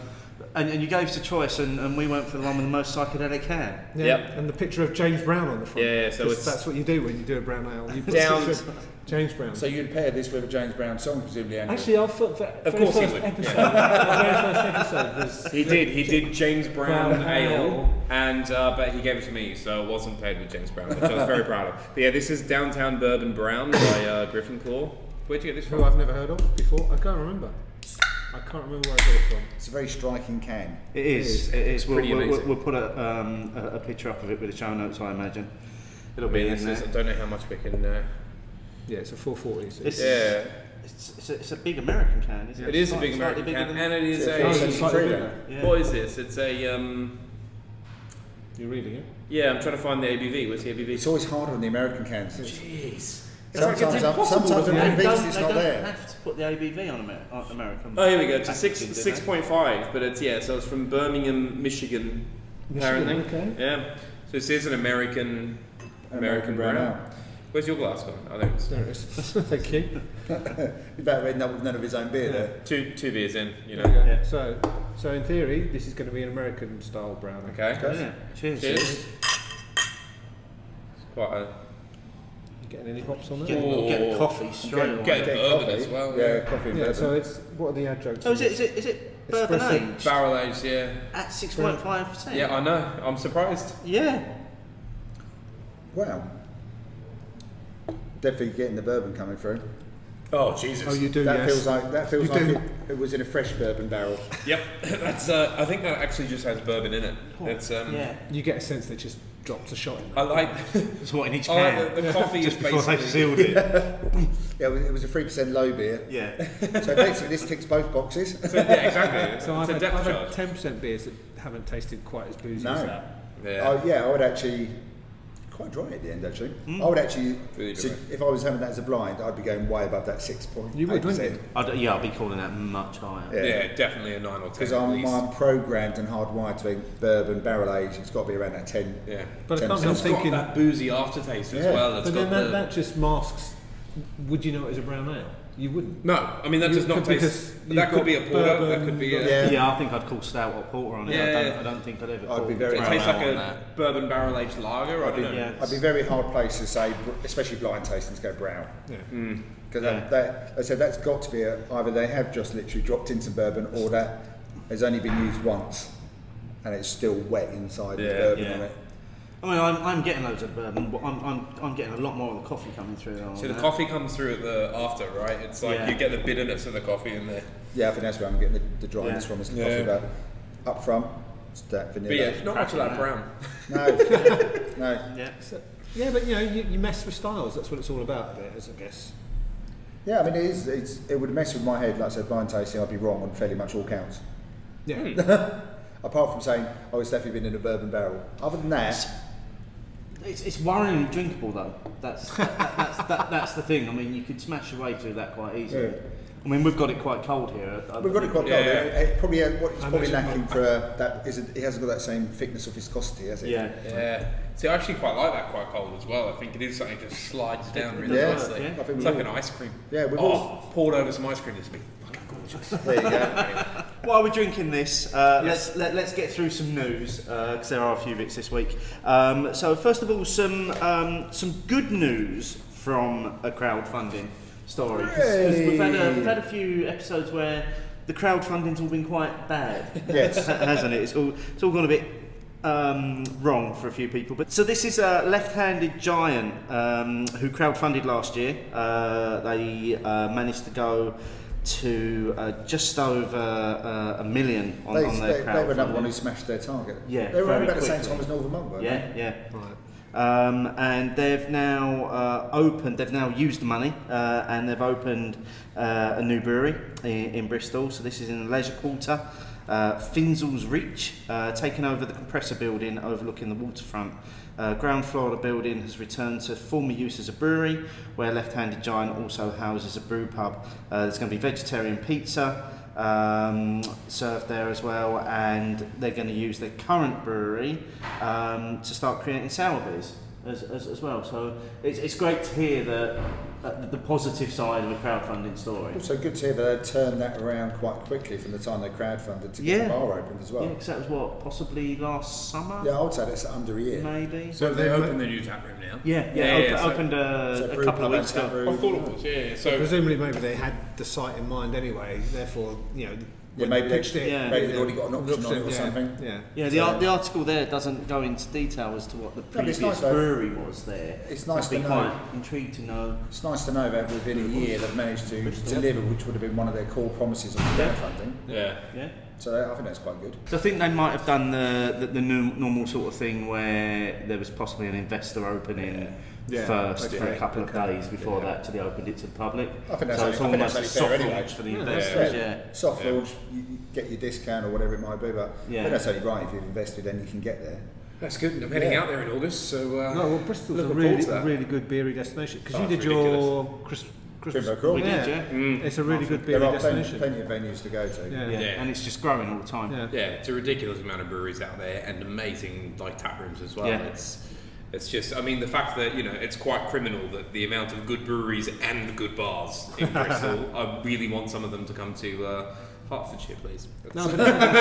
S2: and, and you gave us a choice, and, and we went for the one with the most psychedelic can.
S4: Yeah,
S5: Yep.
S4: and the picture of James Brown on the front.
S5: Yeah, yeah, so
S4: 'Cause
S5: it's-
S4: that's what you do when you do a brown ale. You put
S5: Down-
S4: a picture of James Brown.
S3: So you'd pair this with a James Brown song, presumably. Andrew.
S4: Actually, I thought that
S5: Of
S4: very
S5: course he
S4: first
S5: would,
S4: episode. the very first episode was.
S5: He did. He did James Brown,
S4: Brown
S5: Ale,
S4: Ale.
S5: and uh, but he gave it to me, so it wasn't paired with James Brown, which I was very proud of. But yeah, this is Downtown Bourbon Brown by uh, Gryffindor. Where'd you get this
S4: Who
S5: from?
S4: I've never heard of before. I can't remember. I can't remember where I got it from.
S3: it's a very striking can.
S2: It is. It is. We'll,
S5: pretty
S2: we'll, we'll,
S5: amazing.
S2: we'll put a, um, a, a picture up of it with the show notes, I imagine. It'll
S5: I
S2: be
S5: mean,
S2: in
S5: this is, I
S2: there.
S5: don't know how much we can. Uh,
S4: Yeah, it's a 440. So
S2: It's,
S5: yeah,
S2: it's, it's, a, it's a big American can, isn't it?
S5: it is a
S2: Slight-
S5: big American
S2: slightly
S5: can,
S2: bigger
S5: and it is
S3: Yeah,
S4: Oh,
S3: it's
S5: a.
S3: actually
S4: slightly
S3: free
S4: bigger.
S2: than-
S5: What is this? It's a. Um,
S4: You're reading it.
S5: yeah, I'm trying to find the ABV. Where's the
S3: It's
S5: ABV?
S3: always harder on the American cans.
S5: Jeez. It's like
S3: Sometimes,
S5: it's
S3: I'm,
S5: impossible
S3: sometimes
S5: with
S3: I'm
S5: that.
S2: They
S3: convinced
S2: don't,
S3: it's
S2: they
S3: not
S2: don't
S3: there.
S2: have to put the ABV on Amer- on American.
S5: Oh, here we go. It's a six
S2: packaging, do
S5: six
S2: they?
S5: point five, but it's yeah. So it's from Birmingham, Michigan. apparently. Yeah. So this is an American American,
S3: American brown
S5: brown.
S3: ale.
S5: Where's your glass gone? Oh, there it is.
S4: There it is. [LAUGHS] Thank you.
S3: He's about to end up with none of his own beer there.
S5: Two two beers in. You
S4: There we
S5: know.
S4: go.
S2: Yeah.
S4: So, so in theory, this is going to be an American style brown. ale.
S5: Okay.
S2: Yeah. Cheers.
S5: Cheers. It's quite a.
S4: You getting any hops on
S2: Get,
S4: that?
S5: Ooh.
S2: get coffee straight away.
S5: Get bourbon
S3: coffee.
S5: as well.
S3: Yeah,
S5: Yeah.
S3: coffee and
S4: Yeah.
S3: bourbon.
S4: So it's what are the adjuncts?
S2: Oh, is it, is it, is it bourbon
S4: Espresso.
S2: aged
S5: Barrel aged. Yeah.
S2: at 6.5%?
S5: Yeah, I know. I'm surprised.
S2: Yeah.
S3: wow. Definitely getting the bourbon coming through.
S5: Oh Jesus.
S4: Oh, you do.
S3: that
S4: yes.
S3: feels like that feels
S4: You
S3: like
S4: do.
S3: it, it was in a fresh bourbon barrel.
S5: [LAUGHS] Yep. That's. Uh, I think that actually just has bourbon in it. That's. Um,
S2: Yeah.
S4: You get a sense they just dropped a shot in.
S5: I like.
S2: It's what in each
S5: [LAUGHS] oh, I like the, the coffee is basically.
S2: sealed
S3: [LAUGHS]
S2: it.
S3: Yeah, it was- it was a three percent low beer.
S2: Yeah.
S3: So basically, this ticks both boxes.
S5: So, yeah, exactly.
S4: [LAUGHS] So
S5: it's
S4: I've
S5: a
S4: had,
S5: depth
S4: I've had
S5: charge.
S4: 10% beers that haven't tasted quite as
S3: [LAUGHS]
S4: boozy
S3: No.
S4: as that.
S5: yeah.
S3: Oh yeah, I would actually quite dry at the end actually. I would actually,
S5: Mm. Really
S3: so
S5: dry.
S3: if I was having that as a blind, I'd be going way above that six point.
S4: You would, wouldn't you?
S2: I'd, yeah, I'll be calling that much higher.
S3: Oh, Yeah.
S5: yeah. definitely a nine or ten.
S3: Because
S5: at
S3: I'm, um,
S5: least.
S3: I'm programmed and hardwired to think bourbon barrel age. It's got to be around that ten.
S5: Yeah.
S4: But I can't
S3: 10%.
S4: help
S5: It's
S4: thinking.
S5: got that boozy aftertaste as
S3: Yeah.
S5: well. It's
S4: But
S5: got
S4: then that,
S5: the,
S4: that just masks. Would you know it as a brown ale? You wouldn't.
S5: no, I mean that
S4: You-
S5: does not
S4: because
S5: taste.
S4: you've
S5: That could
S4: got
S5: be a porter. That
S4: bourbon,
S5: could be a.
S3: Yeah.
S2: Yeah, I think I'd call stout or porter on it. I,
S5: Yeah.
S2: don't, I don't think I'd ever.
S3: I'd
S2: call
S3: be very-
S5: It
S2: brown
S5: tastes like
S2: ale on
S5: a bourbon barrel aged lager. I don't know.
S2: Yeah.
S3: I'd be very hard placed to say, br- especially blind tasting, to go brown.
S4: Yeah.
S5: Mm.
S3: Because that, that, I said that's got to be a, either they have just literally dropped in some bourbon, or that has only been used once, and it's still wet inside with
S5: Yeah,
S3: bourbon
S2: yeah.
S3: on it.
S2: I mean, I'm, I'm getting loads of bourbon, but I'm, I'm, I'm getting a lot more of the coffee coming through. on
S5: So the
S2: that.
S5: coffee comes through at the after, right? It's like
S2: Yeah.
S5: you get the bitterness of the coffee in there.
S3: Yeah, I think that's where I'm getting the, the dryness
S2: Yeah.
S3: from. Is the
S5: Yeah.
S3: coffee about up front, it's that
S5: But
S3: vanilla.
S5: yeah, it's not much of that brown.
S3: No, no.
S2: Yeah.
S4: So, yeah, but you know, you, you mess with styles. That's what it's all about. There, is, I guess.
S3: Yeah, I mean, it is. It's, it would mess with my head. Like I said, blind tasting, I'd be wrong on fairly much all counts.
S4: Yeah.
S3: [LAUGHS] Apart from saying, oh, it's definitely been in a bourbon barrel. Other than that,
S2: It's, it's worryingly drinkable though. That's that, that- that's that, that's the thing. I mean, you could smash your way through that quite easily.
S3: Yeah.
S2: I mean, we've got it quite cold here. I- I
S3: we've got
S2: think-
S3: it quite cold.
S5: Yeah.
S3: It, it probably uh, what it's
S4: I
S3: probably
S4: imagine-
S3: lacking for uh, that is it, it hasn't got that same thickness or viscosity, has it?
S2: Yeah.
S5: Yeah. See, I actually quite like that quite cold as well. I think it is something that just slides down really
S3: Yeah.
S5: nicely.
S2: Yeah.
S3: I think
S5: It's
S3: we
S5: like
S3: will.
S5: an ice cream.
S3: Yeah, we've
S5: oh, poured over some ice cream this week.
S3: There you go.
S2: While we're drinking this, uh, let's let, let's get through some news because there are a few bits this week. Um, so first of all, some um, some good news from a crowdfunding story. 'Cause- 'cause we've, had a, we've had a few episodes where the crowdfunding's all been quite bad,
S3: [LAUGHS] Yes.
S2: hasn't it? It's all it's all gone a bit um, wrong for a few people. But so this is a left-handed giant um, who crowdfunded last year. Uh, they uh, managed to go to uh, just over uh, a million on,
S3: They,
S2: on
S3: they,
S2: their
S3: they were number
S2: crowdfunding.
S3: one who smashed their target.
S2: Yeah,
S3: they were around
S2: very
S3: about the same
S2: quickly.
S3: time as Northern Monk, weren't
S2: Yeah, yeah. Um, and they've now uh, opened, they've now used the money uh, and they've opened uh, a new brewery in, in Bristol. So this is in the leisure quarter, uh, Finzel's Reach, uh, taking over the compressor building overlooking the waterfront. Uh, ground floor of the building has returned to former use as a brewery, where Left Handed Giant also houses a brew pub. Uh, there's going to be vegetarian pizza um, served there as well, and they're going to use their current brewery um, to start creating sour beers as, as, as well. So it's, it's great to hear that uh, the positive side of a crowdfunding story.
S3: Also good to hear that they turned that around quite quickly from the time they crowdfunded to get
S2: Yeah.
S3: the bar opened as well.
S2: Yeah,
S3: Yeah,
S2: because that was what possibly last summer,
S3: I would say that's under a year.
S2: maybe.
S5: So they opened the new tap room now.
S2: yeah, yeah,
S5: yeah.
S2: open,
S5: yeah, so-
S2: opened
S3: So
S2: a, a
S3: brew
S2: couple of
S3: pub and
S2: weeks
S3: tap
S2: ago.
S3: room.
S5: I thought it was. Yeah. yeah. So
S4: Presumably, maybe they had the site in mind anyway. Therefore, you know, when
S3: maybe they-
S4: pitched it,
S2: yeah.
S3: Maybe they've already got an
S4: looked
S3: option on it
S4: at-
S3: or
S4: yeah,
S3: something.
S4: Yeah.
S2: Yeah, the, ar- the article there doesn't go into detail as to what the
S3: but it's
S2: previous
S3: nice though.
S2: brewery was there.
S3: It's nice
S2: I'd be
S3: to know.
S2: quite intrigued to know.
S3: It's nice to know that within a year they've managed to deliver, which would have been one of their core promises of the crowdfunding.
S5: yeah.
S2: Yeah.
S3: So I think that's quite good.
S2: So I think they might have done the the, the new, normal sort of thing where there was possibly an investor opening
S4: Yeah,
S2: first for a
S4: okay,
S2: couple of days before they actually opened it to the public.
S3: I think that's
S2: so
S3: only-
S2: it's almost
S3: I think that's
S2: a
S3: only
S2: soft
S3: fair anyway.
S2: launch for the investors. Yeah.
S3: Soft launch, you you get your discount or whatever it might be, but
S2: Yeah.
S3: but that's only right. If you've invested, then you can get there.
S5: That's good. and I'm heading
S3: Yeah.
S5: out there in August, so uh,
S4: No, well, Bristol's a
S5: looking
S4: really,
S5: forward to that.
S4: really good beery destination because
S5: Oh,
S4: you
S5: it's
S4: did your Chris, Chris,
S3: Crimbo Crawl.
S2: We did, yeah.
S4: It's a really good
S3: There
S4: beery
S3: are plenty,
S4: destination.
S3: plenty of venues to go to.
S4: Mm. Yeah.
S2: Yeah.
S5: Yeah.
S2: and it's just growing all the time.
S4: Yeah.
S5: Yeah, it's a ridiculous amount of breweries out there and amazing like tap rooms as well.
S2: Yeah.
S5: It's it's just I mean the fact that you know it's quite criminal that the amount of good breweries and good bars
S4: [LAUGHS]
S5: in Bristol. I really want some of them to come to uh, Hertfordshire, please.
S4: No, but,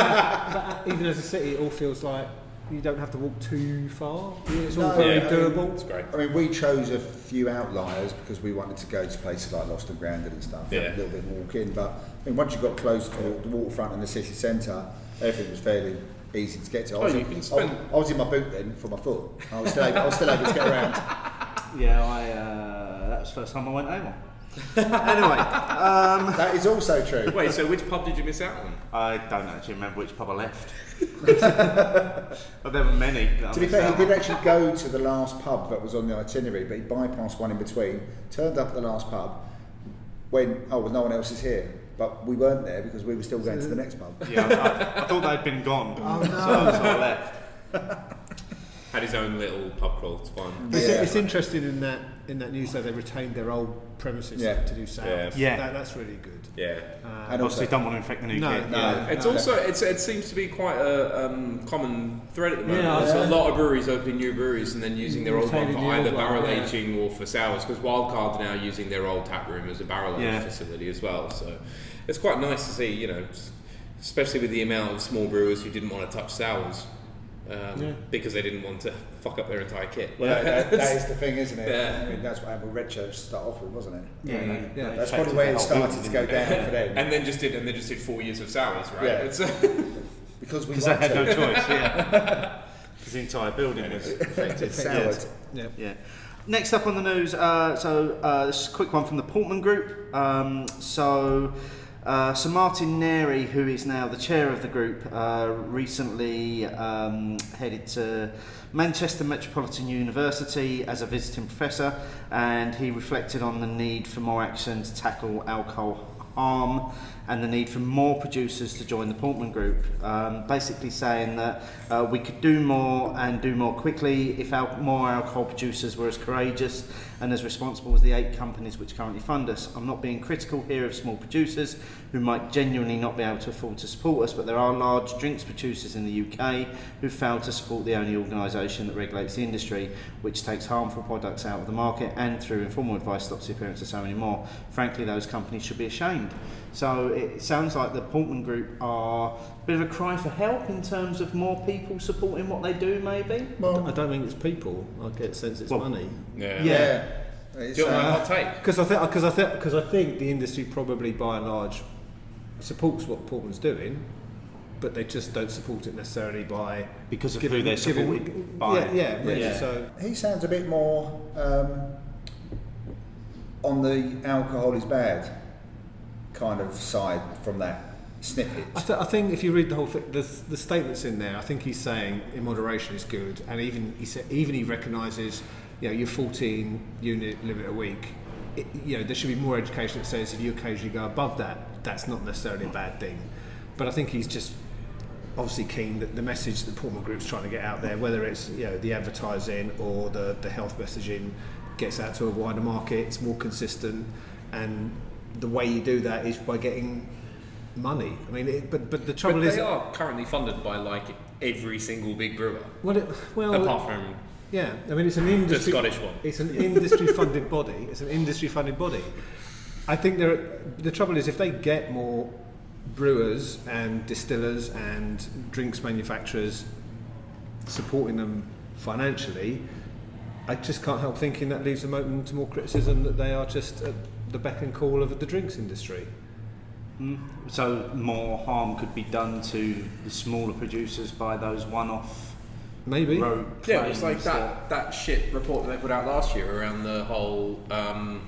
S4: but even as a city, it all feels like you don't have to walk too far. It's all
S3: No,
S4: very
S5: yeah.
S4: doable.
S5: it's great.
S3: I mean, we chose a few outliers because we wanted to go to places like Lost and Grounded and stuff,
S5: Yeah.
S3: a little bit more walk in. But I mean, once you got close to the waterfront and the city centre, everything was fairly easy to get to. I
S5: Oh,
S3: was,
S5: you
S3: in,
S5: can
S3: I was-
S5: spend-
S3: I was in my boot then for my foot. I was still able, I was still able to get around.
S2: Yeah, I uh, that was the first time I went AWOL. anyway,
S3: That is also true.
S5: Wait, so which pub did you miss out on?
S2: I don't actually remember which pub I
S3: [LAUGHS]
S2: left. but there were many. that I
S3: To be
S2: missed
S3: fair,
S2: out
S3: he
S2: on.
S3: did actually go to the last pub that was on the itinerary, but he bypassed one in between, turned up at the last pub, when oh, well, no one else is here. But we weren't there because we were still going to the next pub.
S2: Yeah, I, I thought they'd been gone,
S3: Oh,
S2: so, so I left.
S5: Had his own little pub crawl. It's fine.
S4: It's,
S3: Yeah.
S4: it's interesting in that in that news though they retained their old premises
S3: Yeah.
S4: to do sales.
S2: Yeah. Yeah.
S4: That, that's really good.
S5: Yeah.
S3: And also,
S2: Obviously, don't want to infect the new
S4: No,
S2: kid.
S4: no.
S3: no,
S5: It's also it's, it seems to be quite a um, common thread at the moment.
S4: Yeah,
S5: There's
S4: yeah.
S5: a lot of breweries opening new breweries and then using their old one
S4: Retaining
S5: for
S4: the old
S5: either
S4: one,
S5: barrel
S4: yeah.
S5: aging or for sours because Wildcard are now using their old tap room as a barrel aging
S2: Yeah.
S5: facility as well. So it's quite nice to see, you know, s- especially with the amount of small brewers who didn't want to touch sours um, because they didn't want to fuck up their entire kit.
S3: that- that- that is the thing, isn't it?
S5: Yeah.
S3: I mean, that's what Amber Redchurch started off with, wasn't it? Mm.
S2: Yeah, no,
S4: Yeah.
S2: they
S3: That's
S2: affected
S3: probably where
S2: the
S3: it
S2: whole
S3: started
S2: building,
S3: to go
S2: didn't
S3: down for them
S5: And then just did, and they just did four years of sours, right?
S3: Yeah.
S5: It's, [LAUGHS]
S3: because we
S2: Because they
S3: want
S2: had
S3: to.
S2: no choice, yeah. [LAUGHS] Because the entire building was affected.
S3: Soured.
S4: Yeah.
S2: Yeah. Next up on the news, uh, so uh, this is a quick one from the Portman Group. Um, so, uh, Sir Martin Neri, who is now the chair of the group, uh, recently um, headed to Manchester Metropolitan University as a visiting professor, and he reflected on the need for more action to tackle alcohol harm and the need for more producers to join the Portman Group. Um, basically, saying that uh, we could do more and do more quickly if al- more alcohol producers were as courageous and as responsible as the eight companies which currently fund us. I'm not being critical here of small producers who might genuinely not be able to afford to support us, but there are large drinks producers in the UK who fail to support the only organisation that regulates the industry, which takes harmful products out of the market and through informal advice stops the appearance of so many more. Frankly, those companies should be ashamed. So it sounds like the Portman Group are a bit of a cry for help in terms of more people supporting what they do, maybe.
S4: I don't think it's people. I get a sense it's
S2: Well,
S4: money.
S5: yeah.
S2: Yeah.
S3: Yeah. It's,
S5: Do you want my
S3: uh,
S5: hot take?
S4: Because I think because I think because I think the industry probably by and large supports what Portman's doing, but they just don't support it necessarily by
S2: Because of who they're supported by.
S4: Yeah, yeah, really.
S2: Yeah.
S4: So
S3: He sounds a bit more um, on the alcohol is bad kind of side from that snippet.
S4: I, th- I think if you read the whole thing, the, the statements in there, I think he's saying in moderation is good, and even he said, even he recognises, you know, your 14 unit limit a week. It, you know, there should be more education that says if you occasionally go above that, that's not necessarily a bad thing. But I think he's just obviously keen that the message that the Portman Group's trying to get out there, whether it's you know the advertising or the, the health messaging, gets out to a wider market. It's more consistent, and the way you do that is by getting money. I mean, it, but but the trouble
S5: But
S4: is,
S5: they are currently funded by like every single big brewer,
S4: well, it, well,
S5: apart from
S4: yeah. I mean, it's an industry.
S5: Scottish one.
S4: It's an industry funded [LAUGHS] body. It's an industry funded body. I think there. The trouble is, if they get more brewers and distillers and drinks manufacturers supporting them financially, I just can't help thinking that leaves them open to more criticism that they are just at the beck and call of the drinks industry.
S2: So more harm could be done to the smaller producers by those one-off
S4: Maybe.
S2: road
S5: Yeah, it's like
S2: claims
S5: that, that shit report that they put out last year around the whole um,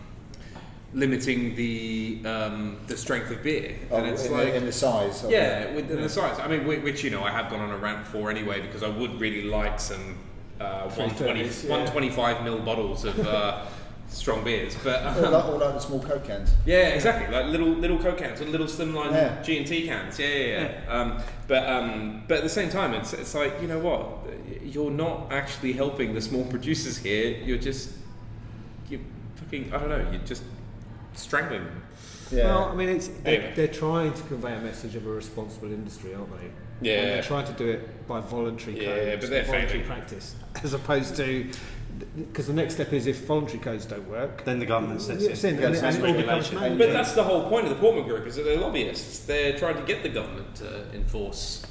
S5: limiting the um, the strength of beer,
S3: Oh,
S5: and it's
S3: in,
S5: like
S3: the, in the size. of it.
S5: yeah, with, and the size. I mean, whi- which you know I have gone on a rant for anyway because I would really like some uh, 120,
S4: 330s, yeah.
S5: 125 mil bottles of uh, [LAUGHS] strong beers, but.
S3: Or
S5: Um,
S3: like, or like the small coke cans.
S5: yeah, exactly. Like little little Coke cans or little slimline
S3: Yeah.
S5: G and T cans. Yeah, yeah, yeah. Um, but um, but at the same time, it's it's like you know what, you're not actually helping the small [LAUGHS] producers here. You're just you fucking I don't know. You're just strangling them.
S3: Yeah.
S4: Well, I mean, it's they're,
S5: Anyway.
S4: they're trying to convey a message of a responsible industry, aren't they?
S5: Yeah.
S4: And they're trying to do it by voluntary
S5: Yeah,
S4: codes,
S5: but they're
S4: voluntary
S5: failing.
S4: practice, as opposed to because the next step is if voluntary codes don't work,
S2: Then the government steps
S4: it's
S2: in.
S4: in, and, it- and it all becomes
S2: regulation.
S4: mandatory.
S5: But that's the whole point of the Portman Group is that they're lobbyists. They're trying to get the government to enforce.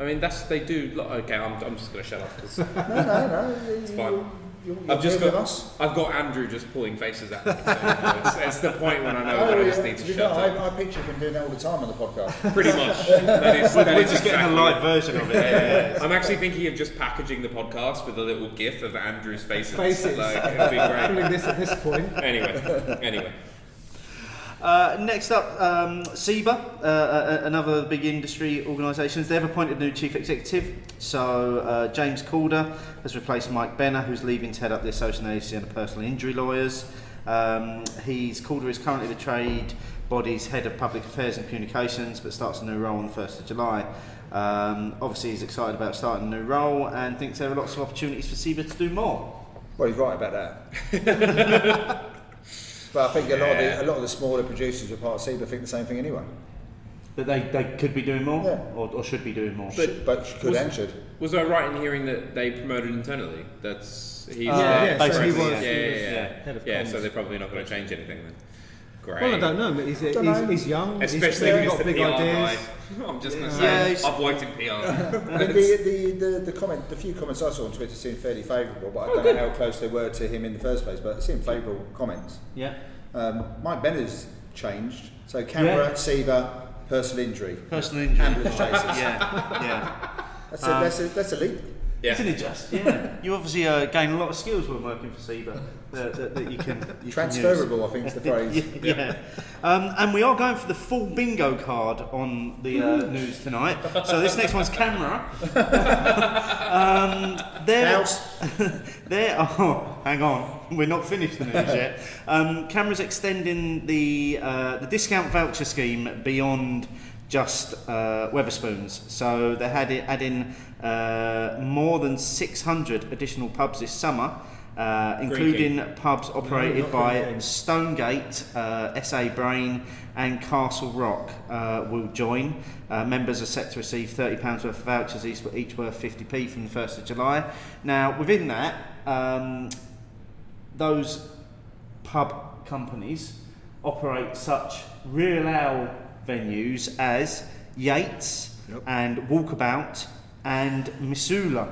S5: I mean, that's they do. lo- Okay, I'm, I'm just going to shut up 'cause [LAUGHS]
S3: no, no, no. It's
S5: fine.
S3: You're, you're
S5: I've just
S3: with
S5: got
S3: us.
S5: I've got Andrew just pulling faces at me. So
S4: [LAUGHS]
S5: it's, it's the point when I
S4: Oh,
S5: know that I just
S3: yeah,
S5: need
S3: to
S5: to
S3: be
S5: shut
S3: fair,
S5: up.
S3: I, I picture him doing that all the time on the podcast.
S5: Pretty much.
S4: [LAUGHS]
S5: That is, that
S2: We're
S5: is
S2: just getting a
S5: exactly-
S2: live version of it. yeah, yeah.
S5: I'm actually thinking of just packaging the podcast with a little GIF of Andrew's faces.
S4: Faces.
S5: Like, it'd be
S4: Pulling [LAUGHS]
S5: great.
S4: this at this point.
S5: Anyway, anyway,
S2: Uh, next up, um, SIBA, uh, uh, another big industry organisation. They've appointed a new chief executive. So uh, James Calder has replaced Mike Benner, who's leaving to head up the Association of Personal Injury Lawyers. Um, he's Calder is currently the trade body's head of public affairs and communications, but starts a new role on the 1st of July. Um, obviously, he's excited about starting a new role and thinks there are lots of opportunities for SIBA to do more.
S3: [LAUGHS] well, he's right about that. [LAUGHS] but I think a lot, of the, a lot of the smaller producers of Part C, but think the same thing anyway.
S2: That they, they could be doing more
S3: Yeah.
S2: or, or should be doing more.
S5: But-
S3: But could
S5: Was-
S3: and should.
S5: was I right in hearing that they promoted internally? That's
S4: Uh,
S5: he's
S2: yeah,
S5: there
S2: basically
S5: currently.
S2: he was-
S5: yeah,
S2: he
S5: yeah,
S2: was,
S5: yeah.
S2: yeah,
S4: head of
S5: Yeah, so
S4: comms.
S5: they're probably not going to change anything then. Great.
S4: Well, I don't know. But he's, he's,
S3: know.
S4: he's young.
S5: Especially
S4: he's
S5: if
S4: got
S5: it's the
S4: big
S5: PR guy.
S4: ideas.
S5: I'm just going to
S2: Yeah,
S5: say,
S2: he's-
S5: I've worked in
S4: [LAUGHS]
S5: PR.
S3: I mean, the, the, the, the comment, the few comments I saw on Twitter seemed fairly favourable,
S2: Oh,
S3: but I don't know how close they were to him in the first place. But it seemed favourable comments.
S2: yeah.
S3: Um, Mike Benner's changed, so camera,
S2: Yeah.
S3: Seba, personal injury,
S2: [LAUGHS] Personal injury.
S3: ambulance chases.
S2: yeah, yeah.
S3: That's a, that's a, that's a leap.
S5: yeah.
S2: Isn't it just? Yeah. you obviously uh, gain a lot of skills when working for SIBA that, that, that you can you can use.
S3: Transferable, I
S2: [LAUGHS]
S3: think, is the phrase. [LAUGHS]
S2: Yeah. Um, and we are going for the full bingo card on the uh, news tonight. So this next one's camera. um, there,
S3: House.
S2: [LAUGHS] there. Oh, hang on. We're not finished the news yet. Um, cameras extending the uh, the discount voucher scheme beyond just uh, Weatherspoons. So they had it adding uh, more than 600 additional pubs this summer. Uh, including pubs operated
S4: not
S2: by
S4: Green King.
S2: Stonegate, uh, SA Brain, and Castle Rock uh, will join. Uh, members are set to receive £30 worth of vouchers, each, each worth 50p from the 1st of July. Now, within that, um, those pub companies operate such real ale venues as Yates and Walkabout and Missoula.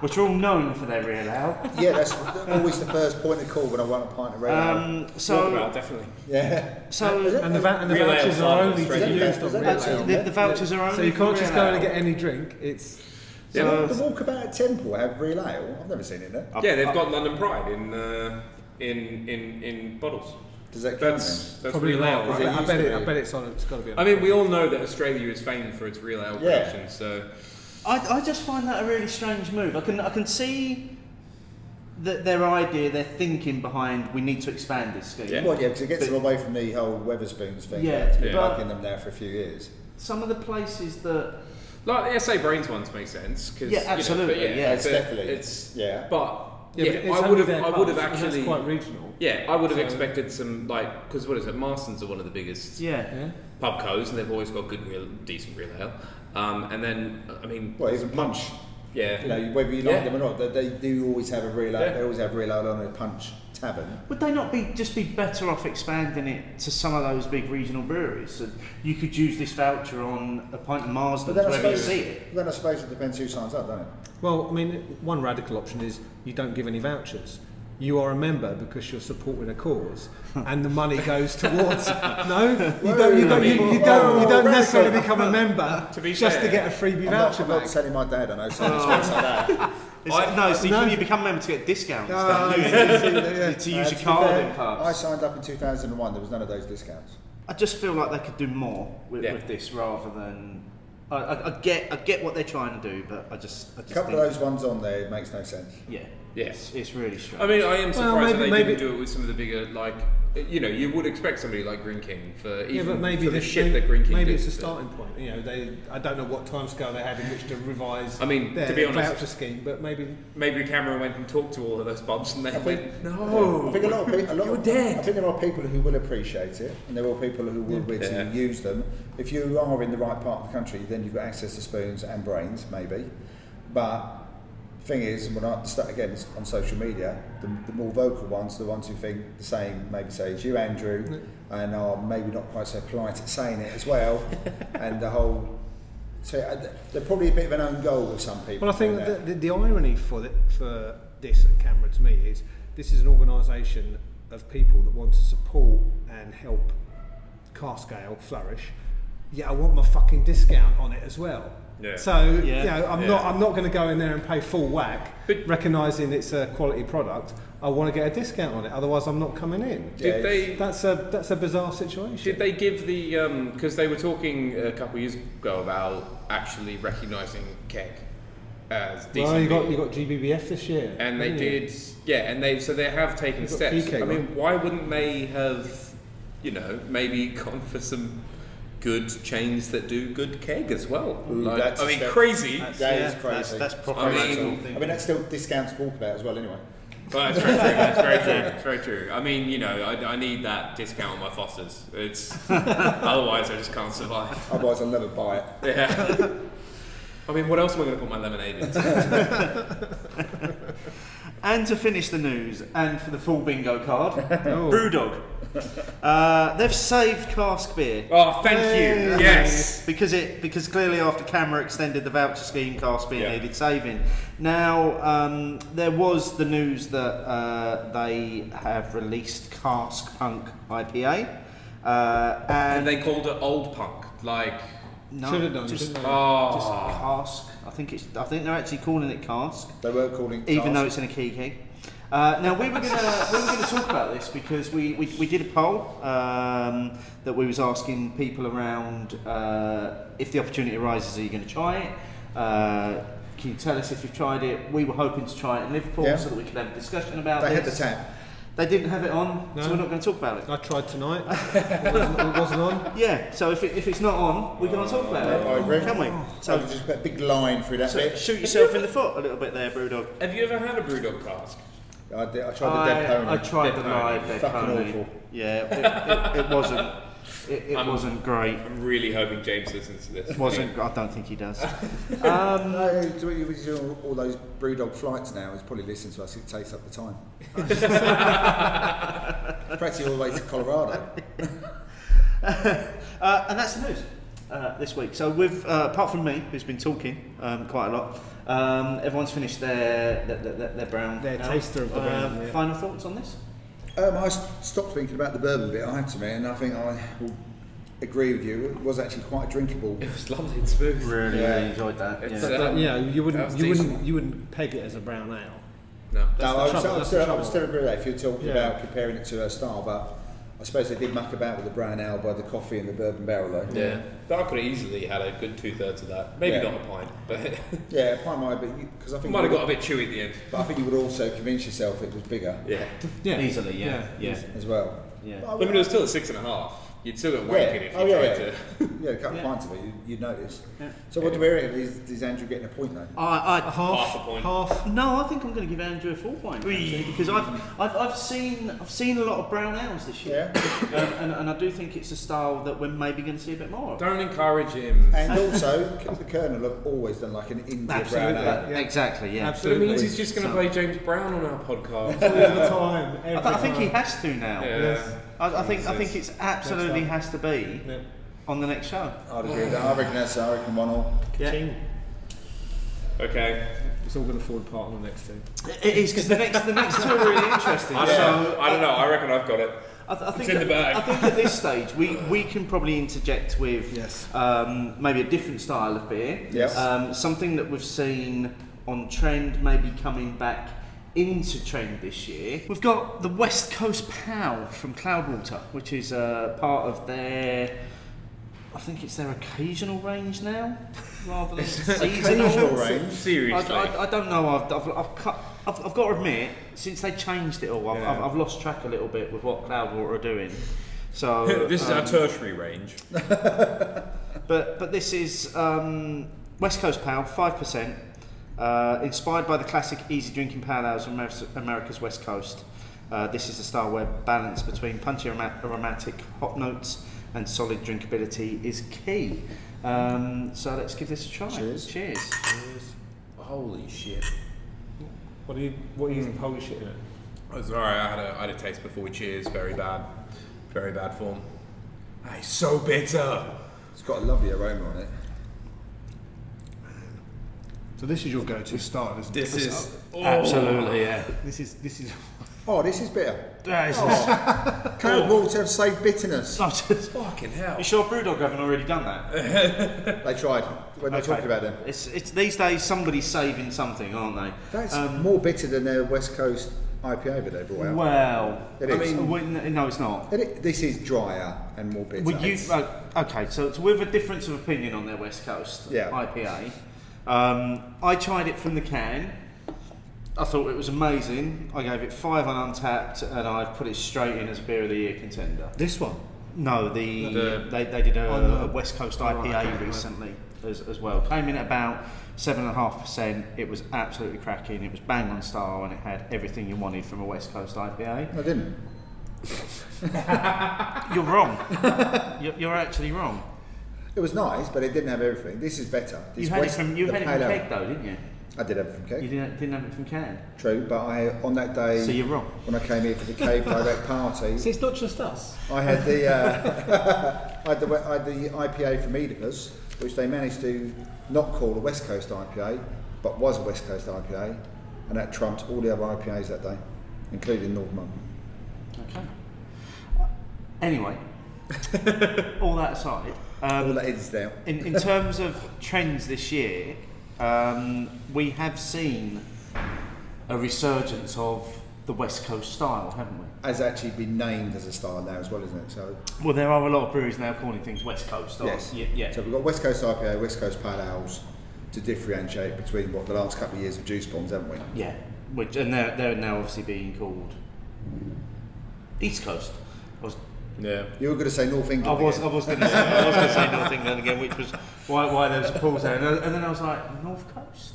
S2: which are all known for their real ale.
S3: Yeah, that's always the first point of call when I want a pint of red ale.
S2: Um, so,
S5: Walkabout, definitely.
S3: Yeah.
S2: so
S4: And the, va- and the
S5: Real ale
S4: vouchers
S5: samples
S4: are only
S5: straight
S4: to be
S3: in.
S4: used on
S3: Is that
S4: real
S3: actually-
S4: ale.
S2: the, the vouchers are only
S4: So you
S2: for
S4: can't just
S2: real
S4: go in and
S2: ale.
S4: get any drink. It's
S5: Yeah.
S3: The walkabout at Temple have real ale. I've never seen it there.
S5: Yeah, they've got London Pride in uh, in in in bottles.
S3: Does that count?
S5: That's that's
S4: probably
S5: real
S4: loud.
S5: ale.
S4: Right?
S5: isn't it?
S4: I
S3: used
S4: bet
S3: to
S4: it. I
S3: be.
S4: bet it's on. It's got to be. On
S5: I mean, we all know that Australia is famed for its real ale
S3: Yeah.
S5: production, so
S2: I, I just find that a really strange move. I can I can see that their idea, their thinking behind we need to expand this scheme.
S5: Yeah.
S3: Well, yeah, because it gets
S2: But-
S3: them away from the whole Weatherspoons thing.
S2: Yeah,
S3: it's been
S5: yeah.
S3: bugging them now for a few years.
S2: Some of the places that
S5: like the SA Brains ones make sense 'cause,
S2: Yeah,
S5: you know, but
S2: absolutely, yeah.
S5: it's,
S3: It's definitely-
S5: it's
S3: yeah.
S5: but
S4: Yeah,
S5: yeah,
S4: but it's
S5: I
S4: only
S5: would have
S4: their
S5: I would have
S4: pubs, and
S5: actually
S4: That's quite regional.
S5: yeah I would have
S4: So-
S5: expected some like because what is it Marston's are one of the biggest
S2: yeah.
S4: Yeah.
S5: pub co's and they've always got good real decent real ale, um, and then I mean
S3: Well, even punch.
S5: yeah
S3: You know, whether you like
S5: Yeah.
S3: them or not, they, they do always have a real ale.
S5: Yeah.
S3: They always have real ale on a punch tavern.
S2: Would they not be just be better off expanding it to some of those big regional breweries? So you could use this voucher on a pint of Marsden
S3: But then I
S2: wherever you
S3: suppose,
S2: see it.
S3: then I suppose it depends who signs up, doesn't it?
S4: Well, I mean, one radical option is you don't give any vouchers. You are a member because you're supporting a
S5: [LAUGHS]
S4: cause, and the money goes towards. no, you don't. You don't. You, you don't. You don't necessarily become a member
S5: [LAUGHS] To be
S4: just to
S5: fair,
S4: get a freebie
S3: I'm not,
S4: voucher
S3: I'm not
S4: back.
S3: telling my dad, I know, so it's like that.
S2: It's like- no, so you, can- you become a member to get discounts. [LAUGHS]
S4: Ah,
S2: don't you?
S4: I see,
S2: [LAUGHS] to
S3: Uh,
S4: yeah.
S2: use
S3: to
S2: your
S3: be
S2: card
S3: fair,
S2: in
S3: I
S2: pubs.
S3: signed up in 2001, there was none of those discounts.
S2: I just feel like they could do more with,
S5: Yeah.
S2: with this rather than. I, I, I get I get what they're trying to do, but I just I just
S3: A couple
S2: think,
S3: of those ones on there, it makes no sense.
S2: Yeah,
S5: yes.
S2: it's, it's really strange.
S5: I mean, I am surprised
S4: maybe-
S5: that they
S4: maybe-
S5: didn't do it with some of the bigger, like, you know, you would expect somebody like Green King for
S4: Yeah,
S5: even
S4: but maybe
S5: for the
S4: this-
S5: shit
S4: maybe,
S5: that Green King
S4: maybe
S5: did,
S4: it's a
S5: but-
S4: starting point. You know, they. I don't know what timescale they had in which to revise.
S5: I mean, to
S4: their
S5: be honest-
S4: voucher scheme, but maybe
S5: Maybe Cameron went and talked to all of those pubs and they
S3: think-
S5: went, no,
S3: I think a lot of people, a lot
S5: you're
S3: of, I
S5: dead.
S3: think there are people who will appreciate it, and there are people who will be to
S5: Yeah.
S3: use them. If you are in the right part of the country, then you've got access to spoons and brains, maybe. But thing is, when I start again it's on social media, the, the more vocal ones, the ones who think the same, maybe say as you, Andrew, and are maybe not quite so polite at saying it as [LAUGHS] well, and the whole. So uh, they're probably a bit of an own goal with some people.
S4: Well, I think
S3: doing
S4: that the, the irony for the, for this and Canberra to me is this is an organisation of people that want to support and help Carscale flourish. Yeah, I want my fucking discount on it as well.
S5: Yeah.
S4: So
S2: Yeah.
S4: you know, I'm
S5: Yeah.
S4: not I'm not going to go in there and pay full whack,
S5: But-
S4: recognising it's a quality product. I want to get a discount on it, otherwise I'm not coming in.
S3: Yeah,
S5: Did they
S4: That's a that's a bizarre situation.
S5: Did they give the because they were talking a couple of years ago about actually recognising keg as decent?
S4: well, you got
S5: beer.
S4: you got GBBF this year,
S5: and they
S4: didn't you?
S5: did yeah and they so they have taken
S4: They've got
S5: steps
S4: PK,
S5: i mean
S4: right?
S5: why wouldn't they have you know maybe [LAUGHS] gone for some good chains that do good keg as well
S3: Ooh,
S5: Like,
S3: that's
S5: i
S3: a
S5: mean
S3: step.
S5: crazy
S3: That That is crazy.
S2: That's, that's proper
S5: I mean-
S2: radical
S3: I
S2: thinking.
S3: mean, that still discounts walkabout as well, anyway.
S5: Well, that's [LAUGHS] very true that's very true that's very true i mean you know i, I need that discount on my fosters [LAUGHS] it's otherwise i just can't survive
S3: Otherwise, I'll never buy it.
S5: yeah [LAUGHS] I mean, what else am I going to put my lemonade in?
S2: And to finish the news, and for the full bingo
S5: [LAUGHS]
S2: card,
S4: Oh.
S2: Brewdog. Uh, they've saved cask beer.
S5: [LAUGHS] Oh, thank you. Yes.
S2: Because it because clearly after Camera extended the voucher scheme, cask beer
S5: Yeah.
S2: needed saving. Now um, there was the news that uh, they have released Cask Punk IPA, uh,
S5: And
S2: and
S5: they called it old punk. Like,
S2: no,
S4: Should have done,
S2: just, just
S4: shouldn't they?
S5: oh.
S2: cask. I think it's I think they're actually calling it cask.
S3: They were calling.
S2: even though it's in a key keg. Uh, now we were gonna we were gonna talk about this because we, we, we did a poll um, that we was asking people around uh, if the opportunity arises are you going to try it. Uh, can you tell us if you've tried it? We were hoping to try it in Liverpool
S3: Yeah.
S2: so that we could have a discussion about
S3: they had the
S2: this.
S3: tap.
S2: They didn't have it on, so
S4: No.
S2: we're not going to talk about it.
S4: I tried [LAUGHS] tonight. it, wasn't, it wasn't on.
S2: Yeah, so if, it, if it's not on, we can't talk about
S3: I agree.
S2: it, can we?
S3: So
S2: So,
S3: you just put a big line through that
S2: so
S3: bit.
S2: shoot yourself in the foot a little bit there, Brewdog.
S5: Have you ever had a Brewdog cask?
S3: I, did, I tried the dead
S2: I-
S3: pony.
S2: I tried
S5: Dead
S2: the
S5: pony.
S2: live dead
S3: Fucking
S2: pony.
S3: awful.
S2: Yeah, it, it, it wasn't. It, it
S5: I'm-
S2: wasn't great.
S5: I'm really hoping James listens to this.
S2: It wasn't. I don't think he does.
S3: No, do you- you do all those brewdog flights now. He's probably listening to us. It takes up
S2: [LAUGHS]
S3: the time. It's practically all the way to Colorado.
S2: Uh, and that's the news. uh, this week. So with uh, apart from me, who's been talking um, quite a lot, um, everyone's finished their their, their, their brown.
S4: Their
S2: ale.
S4: taster of the brown, yeah.
S2: Final thoughts on this?
S3: Um, I s- stopped thinking about the bourbon bit I had to me, and I think I will agree with you. It was actually quite drinkable.
S5: It was lovely and smooth.
S1: Really,
S3: Yeah.
S1: really enjoyed that.
S5: It's,
S1: yeah.
S5: uh,
S4: But, you know, you
S5: That
S4: wouldn't,
S5: was
S4: you wouldn't,
S5: decent.
S4: you wouldn't peg it as a brown ale.
S5: No.
S3: No, I
S4: the
S3: was,
S4: trouble,
S3: I was
S4: that's the
S3: still, I
S4: trouble.
S3: was still agree with that if you're talking
S4: Yeah.
S3: about comparing it to a style, but I suppose they did muck about with the brown ale by the coffee and the bourbon barrel though.
S5: Yeah. But I could have easily had a good two thirds of that. Maybe
S3: Yeah.
S5: not a pint, but [LAUGHS] it
S3: Yeah, it might might be because I think
S5: might
S3: you
S5: have got a
S3: would-
S5: bit chewy at the end.
S3: But I think you would also convince yourself it was bigger
S5: Yeah.
S4: Yeah.
S1: Easily, yeah. Yeah.
S3: as well.
S1: Yeah.
S3: But I
S5: I
S3: would-
S5: mean, it was still at six and a half. You'd still get
S3: yeah.
S5: wanking if you
S3: oh,
S5: tried
S3: yeah, yeah.
S5: to.
S3: [LAUGHS] yeah, a couple
S2: Yeah.
S3: of pints of it, you, you'd notice.
S2: Yeah.
S3: So what do we reckon? Is, is Andrew getting a point though?
S2: I, I
S5: Half a point.
S4: Half.
S2: No, I think I'm going to give Andrew a full point actually, because I've, I've, I've seen I've seen a lot of brown owls this year, um, and, and I do think it's a style that we're maybe going to see a bit more. of.
S5: Don't encourage him.
S3: [LAUGHS] And also, the Colonel have always done like an India
S4: Absolutely.
S3: brown ale.
S4: Yeah.
S1: Exactly, yeah.
S5: But it
S4: Absolutely.
S5: means he's just going to play James Brown on our podcast.
S4: all the time. Every
S2: I, th- I think he
S4: time.
S2: has to now.
S5: yeah.
S2: I, I think I think it's absolutely
S4: up.
S2: has to be
S4: Yeah.
S2: on the next show.
S3: I'd agree with that. I reckon that's I reckon one all.
S2: Yeah.
S4: Ching.
S5: Okay.
S4: It's all going to fall apart on the next thing.
S2: It is because the next the next two are really interesting.
S5: I don't know. I don't know. I reckon I've got it.
S2: I, th- I think
S5: in the bag.
S2: I think at this stage we, we can probably interject with
S4: Yes.
S2: um, maybe a different style of beer.
S3: Yes.
S2: Um, something that we've seen on trend, maybe coming back into trend this year. We've got the West Coast Pow from Cloudwater, which is uh, part of their. I think it's their occasional range now, rather than seasonal
S5: [LAUGHS]
S3: Occasional range.
S2: I,
S5: Seriously. [LAUGHS]
S2: I, I don't know. I've, I've, I've, cut, I've, I've got to admit, since they changed it all, I've, I've, I've lost track a little bit with what Cloudwater are doing. So,
S5: [LAUGHS] this is
S2: um,
S5: our tertiary range.
S2: but but this is um, West Coast Pale, five percent, uh, inspired by the classic easy drinking pale ales from Amer- America's West Coast. Uh, this is a style where balance between punchy aroma- aromatic hot notes and solid drinkability is key. Um, so let's give this a try.
S3: Cheers.
S2: Cheers.
S5: Holy shit.
S4: What are you? What are you holy shit in it?
S5: I was alright. I had a, I had a taste before. Cheers. Very bad. Very bad form. That is so bitter.
S3: It's got a lovely aroma on it.
S4: So this is your go-to style, isn't
S5: This
S4: it?
S5: is
S2: Absolutely, yeah.
S4: This is this is.
S3: Oh, this is bitter.
S2: That is
S3: Cold water have saved bitterness.
S5: fucking hell.
S2: [LAUGHS] You sure Brewdog haven't already done that?
S3: They tried when they're Uh, talking about them.
S2: It's, it's these days somebody's saving something, aren't they? Uh,
S3: That's more bitter than their West Coast IPA that they brought out.
S2: Um, Well,
S3: It
S2: I
S3: is.
S2: mean, when- no, it's not.
S3: And it- this is drier and more bitter.
S2: Would you?
S3: It's-
S2: oh, okay, so it's with a difference of opinion on their West Coast
S3: Yeah.
S2: IPA. Um, I tried it from the can. I thought it was amazing. I gave it five on Untapped, and I've put it straight in as a beer of the year contender.
S4: This one.
S2: No, the,
S5: The-
S2: they, they did
S4: On
S2: a,
S4: the-
S2: West Coast
S4: Oh, right,
S2: IPA
S4: okay.
S2: recently as, as well. Came in at about seven and a half percent. It was absolutely cracking. It was bang on style, and it had everything you wanted from a West Coast IPA.
S3: I didn't.
S2: You're
S4: [LAUGHS]
S2: wrong. you're, you're actually wrong.
S3: It was nice, but it didn't have everything. This is better. This
S2: You had
S3: West-
S2: it from you
S3: the
S2: had it from
S3: pale ale-
S2: keg though, didn't you?
S3: I did have it from
S2: You
S3: cake.
S2: didn't, didn't have it from can.
S3: True, but I on that day
S2: So you're wrong.
S3: when I came here for
S2: [LAUGHS]
S3: the Cave Direct party,
S4: So it's not just us.
S3: I had the uh, [LAUGHS] I, had the I had the IPA from Oedipus, which they managed to not call a West Coast IPA, but was a West Coast IPA, and that trumped all the other IPAs that day, including Northmont.
S2: Okay.
S4: [LAUGHS]
S2: Anyway, all that aside. Um,
S3: All that is now.
S2: In, in terms of trends this year, um, we have seen a resurgence of the West Coast style, haven't we?
S3: Has actually been named as a style now as well, isn't it? So
S2: Well, there are a lot of breweries now calling things West Coast style.
S3: yes,
S2: Oh, Yeah. yeah.
S3: So we've got West Coast IPA, West Coast Pale Ales to differentiate between what the last couple of years of juice bombs, haven't we?
S2: Yeah. Which, and they're, they're now obviously being called East Coast. I was,
S5: Yeah.
S3: You were going to say North England.
S2: I was, I
S3: again.
S2: was going to say, I was going to say North England again, which was why, why there was a pause there. And, and then I was like, North [LAUGHS] Coast?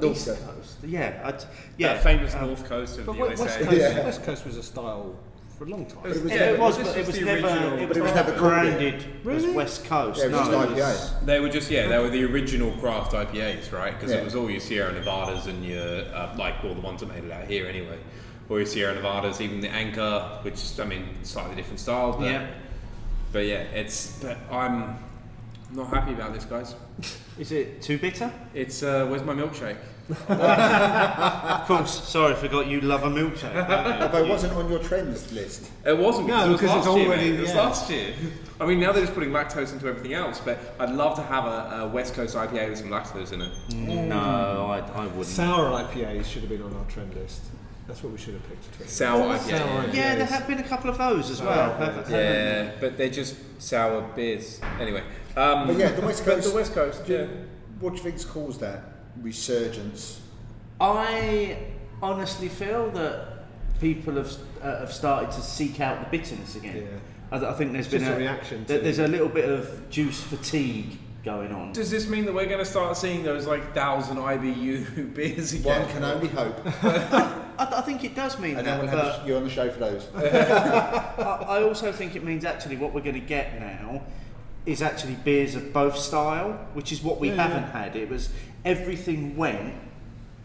S3: North
S2: East
S3: Coast.
S2: Coast? Yeah. I'd,
S5: Yeah.
S2: yeah.
S5: That famous North Coast of the
S4: But West,
S5: USA.
S4: Coast,
S3: Yeah.
S4: West Coast was a style for a long time.
S5: It was-
S2: Yeah, it was,
S5: this
S2: but it was
S5: the
S2: never.
S5: original-
S2: It was,
S3: But it was
S2: never
S3: never called it.
S2: branded as West Coast.
S3: Yeah, it was
S2: no,
S3: just an IPA.
S5: They were just yeah, they were the original craft IPAs, right? Because
S3: Yeah.
S5: it was all your Sierra Nevadas and your uh, like all the ones that made it out here anyway. All your Sierra Nevadas, even the Anchor, which I mean, slightly different style. But,
S2: Yeah.
S5: But yeah, it's but I'm Not happy about this, guys.
S2: Is it too bitter?
S5: It's uh, where's my milkshake?
S2: Of course. Sorry, I forgot you love a milkshake. don't you?
S3: [LAUGHS] Although it wasn't on your trends list.
S5: It wasn't because,
S4: No,
S5: it was
S4: because
S5: last
S4: it's
S5: year.
S4: already-
S5: mate. It was
S4: yeah.
S5: last year. [LAUGHS] I mean, now they're just putting lactose into everything else, but I'd love to have a, a West Coast IPA with some lactose in it. Mm.
S2: No, I, I wouldn't.
S4: Sour IPAs should have been on our trend list. That's what we should have picked. for trend.
S5: Sour IPA.
S4: Sour IPAs.
S2: yeah, there have been a couple of those as well. haven't-
S5: Yeah,
S2: haven't
S5: but they're just sour beers. Anyway. Um,
S3: But yeah, the West
S5: but
S3: Coast-
S5: the West Coast, yeah.
S3: What do you think's caused that resurgence?
S2: I honestly feel that people have uh, have started to seek out the bitterness again. I, th- I think there's
S4: Just
S2: been
S4: a reaction
S2: there-
S4: to-
S2: there's a little bit of juice fatigue going on.
S5: Does this mean that we're going to start seeing those like thousand IBU [LAUGHS] beers again?
S3: One can only hope,
S2: I, th- I think it does mean
S3: and then
S2: that,
S3: we'll
S2: but
S3: have you on the show for those.
S2: I, I also think it means actually what we're going to get now is actually beers of both style, which is what we haven't had. It was everything went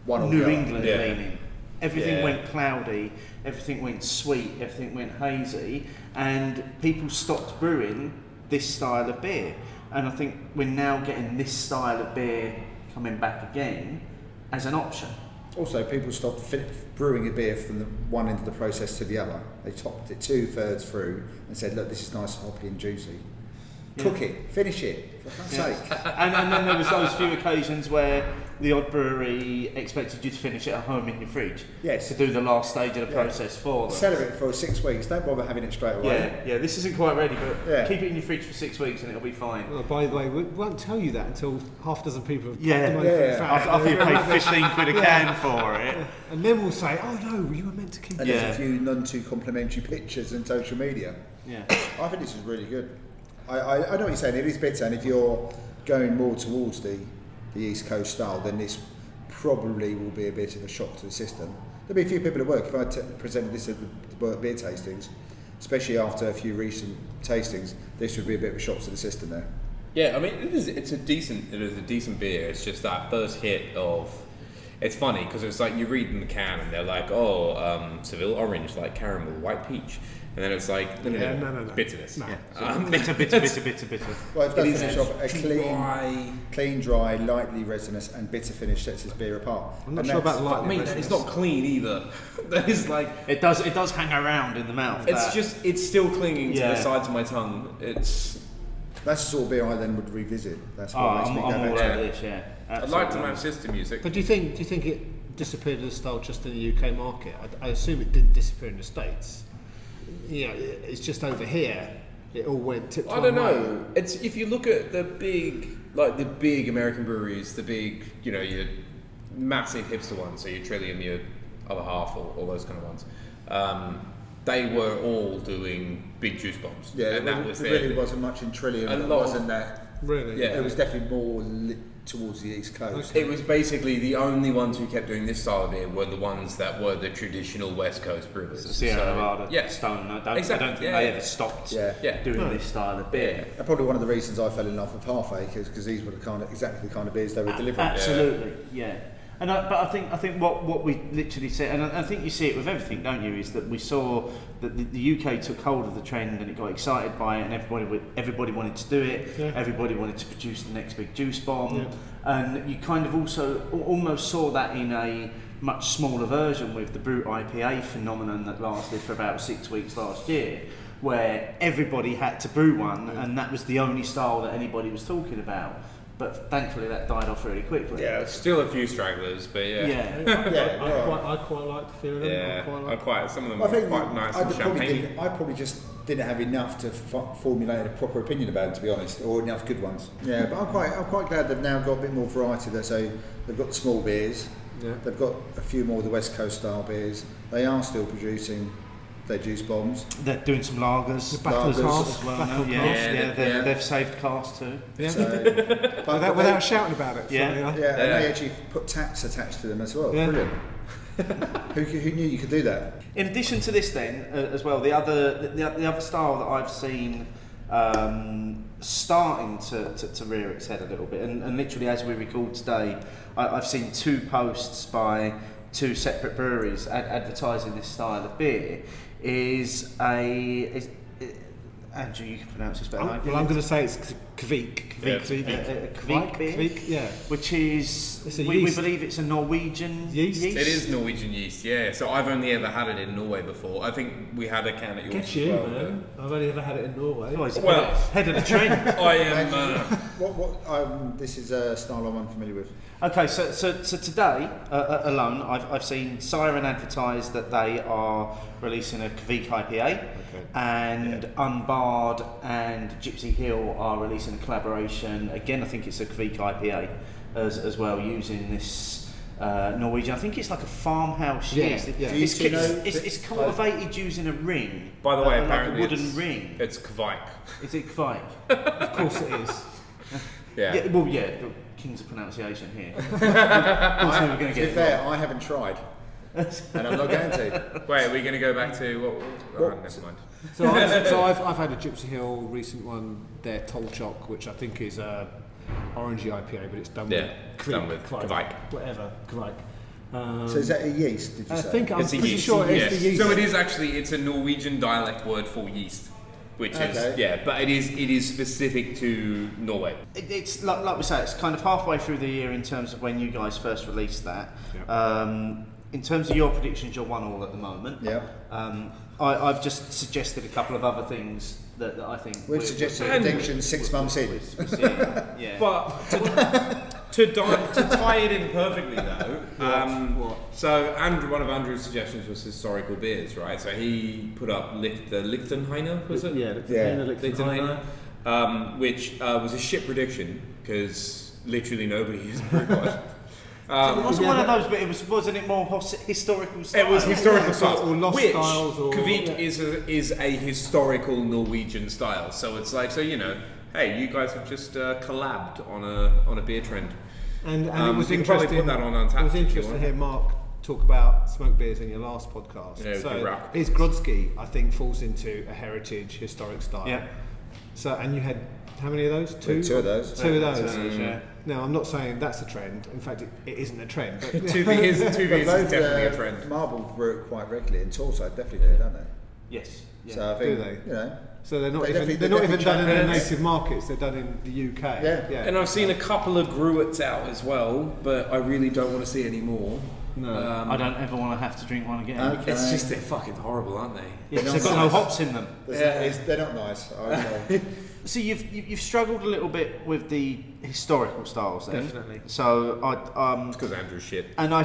S3: One or the
S2: New
S3: other.
S2: England
S5: Yeah.
S2: leaning. Everything
S5: Yeah.
S2: went cloudy, everything went sweet, everything went hazy, and people stopped brewing this style of beer. And I think we're now getting this style of beer coming back again as an option.
S3: Also, people stopped fi- brewing a beer from the one end of the process to the other. They topped it two thirds through and said, "Look, this is nice, hoppy and juicy. Cook it, finish it, for fuck's
S2: Yeah.
S3: sake."
S2: and, and then there was those few occasions where the odd brewery expected you to finish it at home in your fridge.
S3: Yes.
S2: To do the last stage of the
S3: Yeah.
S2: process for them.
S3: Celebrate for six weeks. Don't bother having it straight away.
S2: yeah, yeah, this isn't quite ready, but
S3: Yeah.
S2: keep it in your fridge for six weeks and it'll be fine.
S4: Well, by the way, we won't tell you that until half a dozen people have
S2: Yeah,
S4: popped them
S3: yeah,
S4: over
S3: yeah.
S4: the
S2: After, after you paid 15 quid a can for it.
S4: And then we'll say, oh no, you were meant to keep
S3: And
S2: Yeah.
S3: there's a few none too complimentary pictures and social media.
S2: Yeah.
S3: I think this is really good. I, I, I know what you're saying. It is bitter, and if you're going more towards the the East Coast style, then this probably will be a bit of a shock to the system. There'll be a few people at work if I t- presented this at the work beer tastings, especially after a few recent tastings. This would be a bit of a shock to the system there.
S5: Yeah, I mean, it is, it's a decent, it is a decent beer. It's just that first hit of, it's funny because it's like you read in the can and they're like, oh, um, Seville orange, like caramel, white peach, and then it's like, no, no,
S4: Yeah,
S5: no,
S4: no, no, no.
S5: bitterness.
S4: No.
S5: Um,
S2: Bitter, bitter, bitter, bitter, bitter.
S3: Well, it
S5: it
S3: does
S5: is
S3: finish off a clean,
S5: dry-
S3: clean, dry, lightly resinous and bitter finish sets this beer apart.
S4: I'm not
S3: And
S4: sure
S3: that's-
S4: about
S5: But I
S4: lightning.
S5: mean,
S4: but
S5: it's not clean either. [LAUGHS] that is like,
S2: It does, it does hang around in the mouth.
S5: it's
S2: that-
S5: just, it's still clinging to
S2: Yeah.
S5: the sides of my tongue. It's,
S3: That's the sort of beer I then would revisit. That's
S2: Oh,
S3: what makes
S2: I'm,
S3: me
S2: I'm
S3: go
S2: all
S3: back
S2: over
S3: to it.
S2: this, yeah.
S5: I'd like to
S2: Absolutely.
S5: match this to music.
S6: But do you think do you think it disappeared as a style just in the UK market? I, I assume it didn't disappear in the states. You know, it- it's just over here. It all went tip.
S5: I don't know. It's if you look at the big, like the big American breweries, the big, you know, your massive hipster ones, so your Trillium, your other half, or all those kind of ones. Um, they were all doing big juice bombs.
S3: Yeah,
S5: and
S3: there
S5: that
S3: really-
S5: was
S3: there
S5: their
S3: really
S5: thing.
S3: wasn't much in Trillium.
S5: A
S3: It
S5: lot
S3: wasn't
S5: of-
S3: there.
S4: Really?
S5: Yeah.
S3: It was definitely more lit towards the east coast.
S5: It was basically the only ones who kept doing this style of beer were the ones that were the traditional West Coast brewers.
S2: Sierra
S5: So,
S2: Nevada,
S5: yeah.
S2: Stone. I don't,
S5: Exactly,
S2: I don't think
S5: yeah,
S2: they
S5: yeah.
S2: ever stopped
S3: Yeah.
S5: Yeah.
S2: doing this style of beer.
S3: And probably one of the reasons I fell in love with Half Acre is because these were the kind of exactly the kind of beers they were delivering.
S2: Absolutely, yeah. And I, but I think I think what, what we literally see, and I, I think you see it with everything, don't you? Is that we saw that the, the UK took hold of the trend and it got excited by it, and everybody would, everybody wanted to do it. Everybody wanted to produce the next big juice bomb, and you kind of also al- almost saw that in a much smaller version with the brute IPA phenomenon that lasted for about six weeks last year, where everybody had to brew one, and that was the only style that anybody was talking about. But thankfully, that died off really quickly.
S5: Yeah, still a few stragglers, but yeah.
S2: Yeah.
S3: Yeah,
S4: I,
S3: yeah.
S4: quite, I quite like the feeling.
S5: Yeah,
S4: I quite
S5: I
S4: like.
S5: quite, some of them
S3: I
S5: were
S3: think
S5: quite nice
S3: I,
S5: and
S3: probably
S5: champagne.
S3: didn't, I probably just didn't have enough to f- formulate a proper opinion about it, to be honest, or enough good ones. Yeah, but I'm quite I'm quite glad they've now got a bit more variety there. So they've got the small beers,
S4: Yeah.
S3: they've got a few more of the West Coast style beers. They are still producing their juice bombs.
S2: [LAUGHS] They're doing some lagers.
S4: Battle
S3: Lagers.
S4: cast
S2: as well now.
S4: battle
S2: Yeah,
S4: cast.
S2: yeah,
S5: Yeah,
S2: they're-
S5: yeah.
S2: they've saved cast too.
S3: [LAUGHS]
S4: Yeah.
S3: So, but- but
S4: without,
S3: they-
S4: without shouting about it.
S2: Yeah.
S4: funnily enough.
S3: Yeah, and they
S5: Yeah.
S3: actually put taps attached to them as well. [LAUGHS]
S4: Yeah.
S3: Brilliant. who, who knew you could do that?
S2: In addition to this, then uh, as well, the other the, the other style that I've seen um, starting to, to, to rear its head a little bit, and, and literally as we record today, I, I've seen two posts by two separate breweries ad- advertising this style of beer. Is a is, uh, Andrew, you can pronounce this better. than
S4: I'm,
S2: I
S4: well, I'm going to say it's K- Kvik.
S5: Yeah.
S4: Kvik.
S2: Uh, uh,
S4: Kvik.
S2: Kvik beer?
S4: Kvik. Yeah.
S2: Which is
S4: It's a
S2: we, we
S4: yeast.
S2: believe it's a Norwegian
S4: Yeast.
S2: yeast.
S5: It is Norwegian yeast, yeah. So I've only ever had it in Norway before. I think we had a can at yours
S4: Get
S5: as
S4: you,
S5: well,
S4: man. I've only ever had it in Norway.
S2: Oh, it's a bit
S5: Well-
S2: head of the trend.
S5: [LAUGHS] but- I am. Uh,
S3: What, what, um, this is a style I'm unfamiliar with.
S2: Okay, so, so, so today uh, uh, alone, I've, I've seen Siren advertise that they are releasing a Kvik IPA, and Unbarred and Gypsy Hill are releasing a collaboration. Again, I think it's a Kvik IPA as, as well, using this uh, Norwegian. I think it's like a farmhouse
S4: Yeah,
S2: yeast.
S4: yeah.
S3: Do you-
S2: It's,
S3: do you
S2: it's,
S3: know
S2: it's,
S3: that-
S2: it's cultivated using a ring.
S5: by the way,
S2: uh,
S5: apparently
S2: like a wooden
S5: it's,
S2: ring.
S5: It's Kvike.
S2: Is it [LAUGHS] Kvik?
S4: Of course it is.
S5: Yeah.
S2: Yeah, well, yeah, the kings of pronunciation [LAUGHS] here. That's how we're going
S3: to
S2: to
S3: be
S2: get.
S3: fair, I haven't tried, and I'm not going to.
S5: Wait, we're going to go back to what? Oh, never mind. [LAUGHS]
S4: So, I've, so I've, I've had a Gypsy Hill recent one, their Tolchok, which I think is a orangey IPA, but it's done
S5: Yeah,
S4: with
S5: it's done with Kvike.
S4: whatever, Kvike. Um,
S3: So is that a yeast? Did you
S4: I
S3: say?
S4: think I'm
S5: it's a
S4: pretty
S5: yeast.
S4: sure it's
S5: yeah.
S4: the yeast.
S5: So it is actually it's a Norwegian dialect word for yeast, which
S3: Okay.
S5: is yeah, but it is it is specific to Norway.
S2: It, it's like, like we say, it's kind of halfway through the year in terms of when you guys first released that.
S4: Yep.
S2: Um, in terms of your predictions, you're one all at the moment.
S3: Yeah.
S2: Um, I, I've just suggested a couple of other things that, that I think
S3: We've
S2: we're-
S3: suggested
S2: we're-
S3: addiction six months in.
S2: we're seeing, yeah.
S5: But to, to, di- to tie it in perfectly though, um, so Andrew, one of Andrew's suggestions was historical beers, right? So he put up Licht, the Lichtenhainer, was it?
S6: Yeah,
S3: Yeah.
S5: Lichtenhainer, um, which uh, was a shit prediction because literally nobody has brewed
S4: [LAUGHS]
S5: one. Um,
S2: it wasn't one of those, [LAUGHS] but it was wasn't it more hos- historical style?
S5: It was historical styles,
S4: or lost
S5: which
S4: styles or-
S5: Kvik
S4: yeah.
S5: is a, is a historical Norwegian style. So it's like, so you know, hey, you guys have just uh, collabed on a on a beer trend.
S4: And, and
S5: Um,
S4: it was
S5: you can probably
S4: interesting.
S5: put that on
S4: it
S5: Untappd
S4: was
S5: if you
S4: interesting to
S5: want.
S4: hear Mark talk about smoke beers in your last podcast.
S5: Yeah, we
S4: so
S5: could wrap.
S4: his Grodzki, I think, falls into a heritage historic style.
S2: Yeah.
S4: So and you had how many of those? Two.
S3: two of those.
S4: Two of those.
S2: yeah.
S4: Now I'm not saying that's a trend. In fact, it, it isn't a trend.
S2: [LAUGHS]
S4: But
S5: Two beers,
S4: [LAUGHS]
S5: two
S3: But
S5: beers is
S3: both
S5: definitely
S3: uh,
S5: a trend.
S3: Marble brew it quite regularly, and Torso definitely do, don't they?
S2: Yes. Yeah.
S3: So I think
S4: Do they?
S3: you know.
S4: so they're not
S3: They definitely-
S4: even
S3: they
S4: they're not
S3: definitely
S4: even done in their
S5: change.
S4: native markets. They're done in the UK.
S3: Yeah.
S4: Yeah.
S5: And I've seen a couple of gruets out as well, but I really don't want to see any more.
S4: No.
S5: Um,
S2: I don't ever want to have to drink one again.
S3: Okay.
S5: It's just they're fucking horrible, aren't they?
S2: Yeah, 'cause they've got no hops in them.
S3: There's no- it's- they're not nice. I uh, would say.
S2: So you've you- you've struggled a little bit with the historical styles, then. Definitely. So I um
S5: Because Andrew's shit.
S2: and I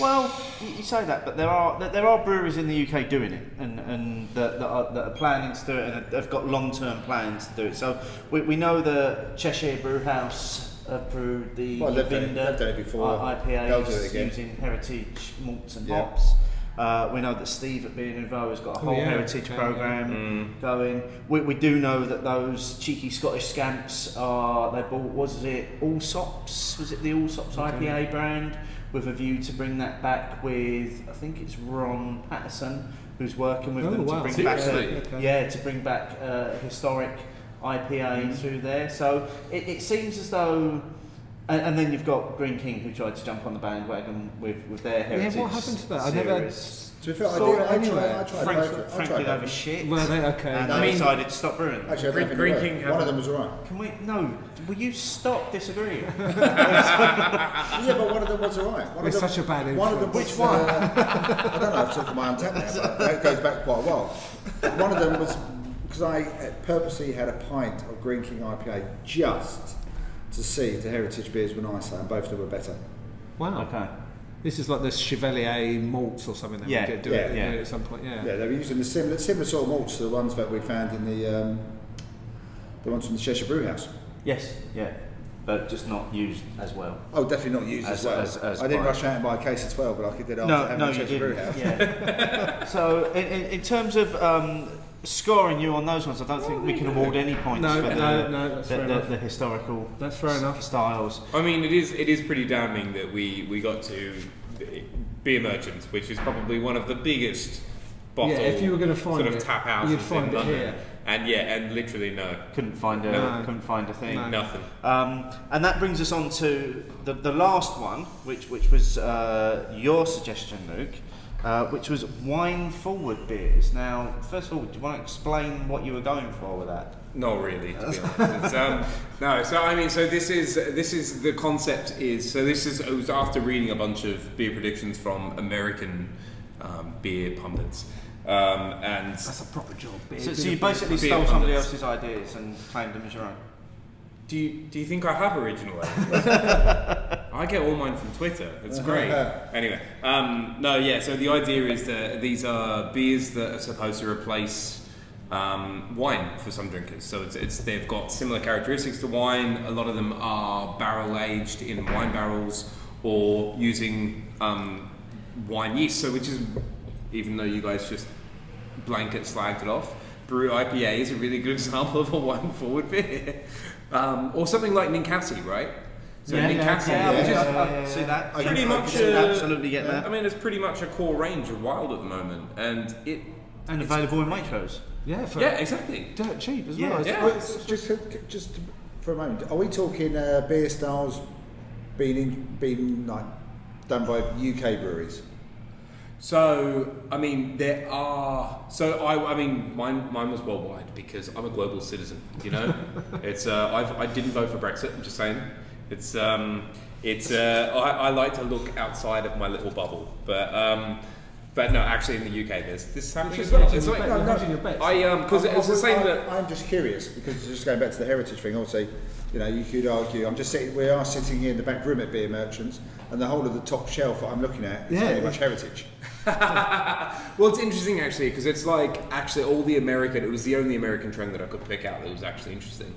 S2: well you, you say that, but there are there- there are breweries in the UK doing it and and that that are, that are planning to do it and have got long term plans to do it. So we, we know the Cheshire Brew House. have brewed the
S3: Well, they've done it-
S2: Lavinda
S3: they've done it before.
S2: I- IPAs
S3: They'll do it again.
S2: using heritage malts and
S3: Yeah. Oh,
S2: hops. Uh, we know that Steve at Beer Nouveau has got a whole
S4: yeah.
S2: heritage
S4: Yeah, yeah.
S2: program Um,
S4: Mm.
S2: going. We, we do know that those cheeky Scottish scamps are they bought was it Allsops? Was it the Allsops IPA brand with a view to bring that back with I think it's Ron Patterson who's working with
S4: Oh,
S2: them
S4: wow.
S2: to bring
S5: Seriously?
S2: back a,
S4: Okay.
S2: yeah to bring back a historic IPA
S4: Mm.
S2: through there. So it, it seems as though. And, and then you've got Green King who tried to jump on the bandwagon with, with their
S4: yeah.
S2: heritage.
S4: What happened to that? I never. Had,
S2: series.
S3: To be fair, I,
S4: Saw
S3: did,
S4: it
S3: I tried.
S4: anywhere.
S3: I tried.
S2: Frank,
S3: both- I
S2: Frank
S3: tried
S2: did
S3: both.
S2: over shit.
S4: well, they, okay.
S2: and
S3: No.
S2: they decided to stop brewing. them.
S3: Actually, I
S5: Green-
S3: think
S5: Green
S3: they were.
S5: King
S3: One of
S5: haven't-
S3: them was alright.
S2: Can we? No. Will you stop disagreeing?
S3: Yeah, but one of them was alright. One
S4: We're
S3: of them,
S4: such a bad
S3: One of them,
S2: influence. Which
S3: was,
S2: one?
S3: Uh, I don't know. I've talked to my own tech now, but that goes back quite a while. But one of them was because I uh, purposely had a pint of Green King IPA just to see if the heritage beers were nicer, and both of them were better.
S4: Wow.
S2: okay.
S4: This is like the Chevalier malts or something that
S2: Yeah,
S4: we could do
S3: yeah,
S4: it,
S2: yeah.
S4: at some point. Yeah.
S3: Yeah, they were using the similar similar sort of malts to the ones that we found in the um, the ones from the Cheshire Brew House.
S2: Yes. Yeah. But just not used as well.
S3: Oh, definitely not used as,
S2: As-
S3: well.
S2: as- as
S3: I didn't
S2: by-
S3: rush out and buy a case as well, but like I did after
S2: No,
S3: having
S2: no,
S3: the
S2: you
S3: Cheshire Brew House.
S2: didn't. Yeah.
S4: [LAUGHS]
S2: so, in, in, in terms of um, scoring you on those ones, I don't think we can award any points
S4: No,
S2: for the,
S4: no, no, that's
S2: the,
S4: fair
S2: the,
S4: enough.
S2: the historical
S4: That's fair enough.
S2: styles.
S5: I mean, it is it is pretty damning that we we got to beer merchants, which is probably one of the biggest bottle
S4: Yeah, if you were gonna find
S5: sort of
S4: it,
S5: tap houses
S4: you'd find
S5: in
S4: it
S5: London,
S4: here.
S5: and yeah, and literally no,
S2: Couldn't find a
S4: No.
S2: couldn't find a thing.
S4: No.
S5: nothing.
S2: Um, and that brings us on to the, the last one, which, which was uh, your suggestion, Luke, uh, which was wine forward beers. Now, first of all, do you want to explain what you were going for with that?
S5: Not really, to be honest. It's, um, no, so I mean, so this is this is the concept is so this is it was after reading a bunch of beer predictions from American um, beer pundits, um, and
S4: That's a proper job, beer.
S2: So, so you basically
S5: beer
S2: stole somebody
S5: pundits.
S2: else's ideas and claimed them as your own.
S5: do you do you think I have original ideas? I get all mine from Twitter. It's great. anyway, um, no, yeah. So the idea is that these are beers that are supposed to replace um, wine for some drinkers. So it's, it's they've got similar characteristics to wine. A lot of them are barrel aged in wine barrels or using um, wine yeast. So which is even though you guys just blanket slagged it off. Brew IPA is a really good [LAUGHS] example of a wine forward beer, um, or something like Ninkasi, right? So Ninkasi, which is
S2: I, I see that.
S3: I
S5: pretty
S3: can- I
S5: much uh,
S2: can
S5: a-
S2: absolutely get that.
S5: I mean, it's pretty much a core range of wild at the moment, and it.
S2: And available in Waitrose.
S4: Yeah, for
S5: Yeah, exactly.
S4: dirt cheap as
S2: Yeah,
S4: well.
S5: Yeah.
S3: Well, it's just just for a moment, are we talking uh, beer styles being in, being like done by UK breweries?
S5: So I mean, there are. So I, I mean, mine, mine was worldwide because I'm a global citizen. You know, it's. Uh, I've, I didn't vote for Brexit. I'm just saying. It's. Um, it's. Uh, I, I like to look outside of my little bubble, but. Um, but no, actually, in the UK, there's this happening
S4: just
S5: as well.
S4: hedging
S5: It's
S4: your
S5: like,
S4: bet,
S5: no,
S4: you're
S5: no,
S4: hedging your bets.
S5: I um, because
S3: I-
S5: it's
S3: I-
S5: the same
S3: I-
S5: that.
S3: I'm just curious because just going back to the heritage thing. Obviously, you know, you could argue. I'm just sitting. We are sitting here in the back room at Beer Merchants, and the whole of the top shelf that I'm looking at is
S4: Yeah.
S3: very much heritage.
S5: Well, it's interesting actually because it's like actually all the American. It was the only American trend that I could pick out that was actually interesting.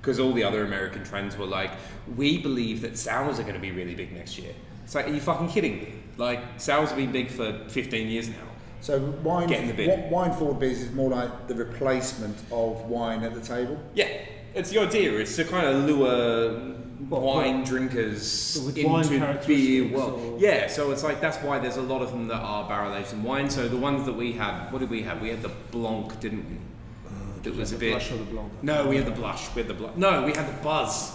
S5: Because all the other American trends were like, we believe that sours are going to be really big next year. It's like, are you fucking kidding me? Like, sours have been big for 15 years now.
S3: So wine,
S5: Get in the bin.
S3: wi- wine forward beers is more like the replacement of wine at the table.
S5: Yeah, it's the idea. It's to kind of lure wine drinkers
S4: with wine
S5: into
S4: characteristics
S5: beer world.
S4: or-
S5: Yeah, so it's like that's why there's a lot of them that are barrel aged in wine. So the ones that we had, what did we have? We had the Blanc, didn't we? That was a bit.
S4: blush or the blonde.
S5: No, we had the blush. We had the blush. No, we had the buzz.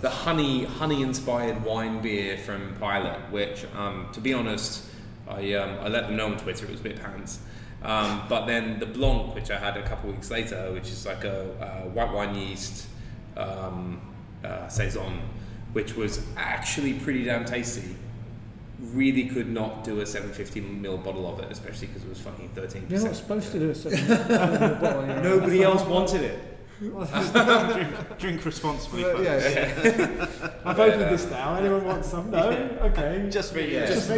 S5: The honey, honey-inspired wine beer from Pilot, which, um, to be honest, I, um, I let them know on Twitter it was a bit pants. Um, but then the blanc, which I had a couple weeks later, which is like a, uh white wine yeast um, uh, saison, which was actually pretty damn tasty. Really could not do a 750 ml bottle of it, especially because it was fucking 13%.
S6: You're not supposed to do a seven.
S5: Nobody else wanted it.
S2: drink, drink responsibly. folks.
S6: I've opened this now. Anyone want some? No. Okay.
S2: Just me.
S5: Yeah.
S2: Just
S3: me.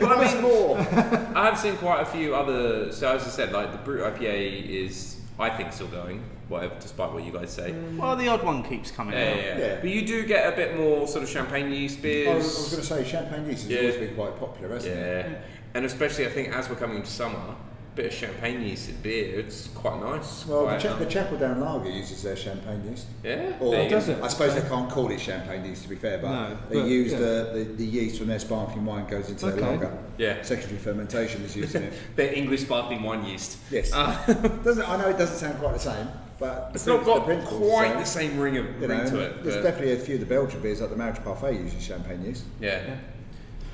S5: But I mean, more. I have seen quite a few other. So as I said, like the Brute IPA is, I think, still going. Whatever, despite what you guys say.
S2: Well, the odd one keeps coming
S5: Yeah,
S2: out.
S5: yeah, yeah.
S3: Yeah.
S5: But you do get a bit more sort of champagne yeast beers.
S3: I was, I was going to say champagne yeast has
S5: Yeah.
S3: always been quite popular, hasn't it?
S5: yeah. And especially, I think as we're coming into summer, a bit of champagne yeasted beer. It's quite nice.
S3: Well, the,
S5: quite,
S3: cha-
S5: um,
S3: the Chapel Down Lager uses their champagne yeast.
S5: yeah.
S3: Or
S5: there you go.
S6: does it?
S3: I suppose they can't call it champagne yeast to be fair, but
S4: No,
S3: they
S4: but,
S3: use
S4: yeah.
S3: the, the, the yeast from their sparkling wine goes into
S4: Okay.
S3: their lager.
S5: Yeah.
S3: Secondary fermentation is using
S5: [LAUGHS]
S3: it.
S5: The English sparkling wine yeast.
S3: Yes. doesn't I know it doesn't sound quite the same, but
S5: Uh. It's
S3: the
S5: not
S3: prin-
S5: got
S3: principle's
S5: quite
S3: same.
S5: the same ring of
S3: You
S5: ring
S3: know,
S5: to it.
S3: there's
S5: but-
S3: definitely a few of the Belgian beers like the Marriage Parfait uses champagne yeast.
S5: yeah.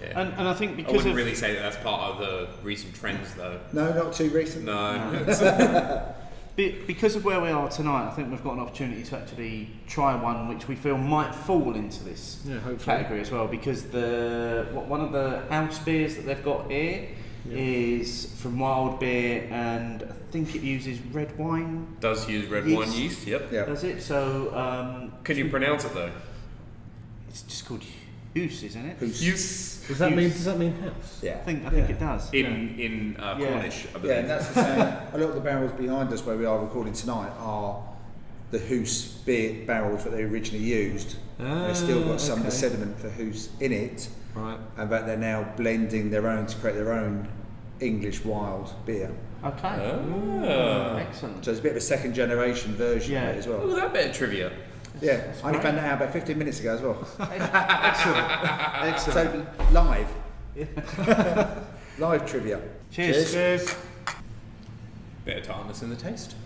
S5: Yeah.
S2: And, and I think
S5: I
S2: because
S5: wouldn't
S2: of
S5: really say that that's part of the recent trends, though.
S3: No, not too recent.
S5: No. [LAUGHS]
S2: Be- because of where we are tonight, I think we've got an opportunity to actually try one which we feel might fall into this
S6: Yeah, hopefully.
S2: category as well. Because the what, one of the house beers that they've got here is from Wild Beer, and I think it uses red wine.
S5: Does use red
S2: Yeast.
S5: wine yeast, yep.
S3: Yeah.
S2: Does it? So um,
S5: Can you pronounce it though?
S2: it's just called Hoos, isn't it?
S5: Yeast.
S6: Does that mean? Does that mean house?
S2: I
S3: Yeah.
S2: think I think it does.
S5: In, in uh,
S2: Yeah.
S5: Cornish, I
S3: Yeah,
S5: believe.
S3: and that's the
S2: [LAUGHS]
S3: same. a lot of the barrels behind us where we are recording tonight are the Hoos beer barrels that they originally used.
S4: Ah,
S3: They've still got some of the
S4: okay.
S3: sediment for Hoos in it,
S4: Right.
S3: and that they're now blending their own to create their own English wild beer.
S2: Okay.
S5: Ah.
S2: Excellent.
S3: So it's a bit of a second generation version
S2: Yeah.
S3: of it as well.
S5: Look at that bit of trivia.
S3: Yeah, I only found that out about 15 minutes ago
S2: [LAUGHS]
S3: as well.
S2: Excellent.
S3: so live. [LAUGHS] live trivia.
S2: Cheers.
S5: Bit of tartness in the taste.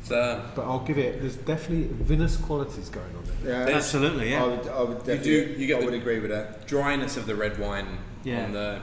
S5: It's, uh,
S4: But I'll give it. There's definitely vinous qualities going on there.
S3: Yeah,
S2: Absolutely. Yeah.
S3: I would, I would
S5: You
S3: definitely,
S5: do- you get
S3: I
S5: the-
S3: would agree with that.
S5: dryness of the red wine
S2: Yeah.
S5: on the.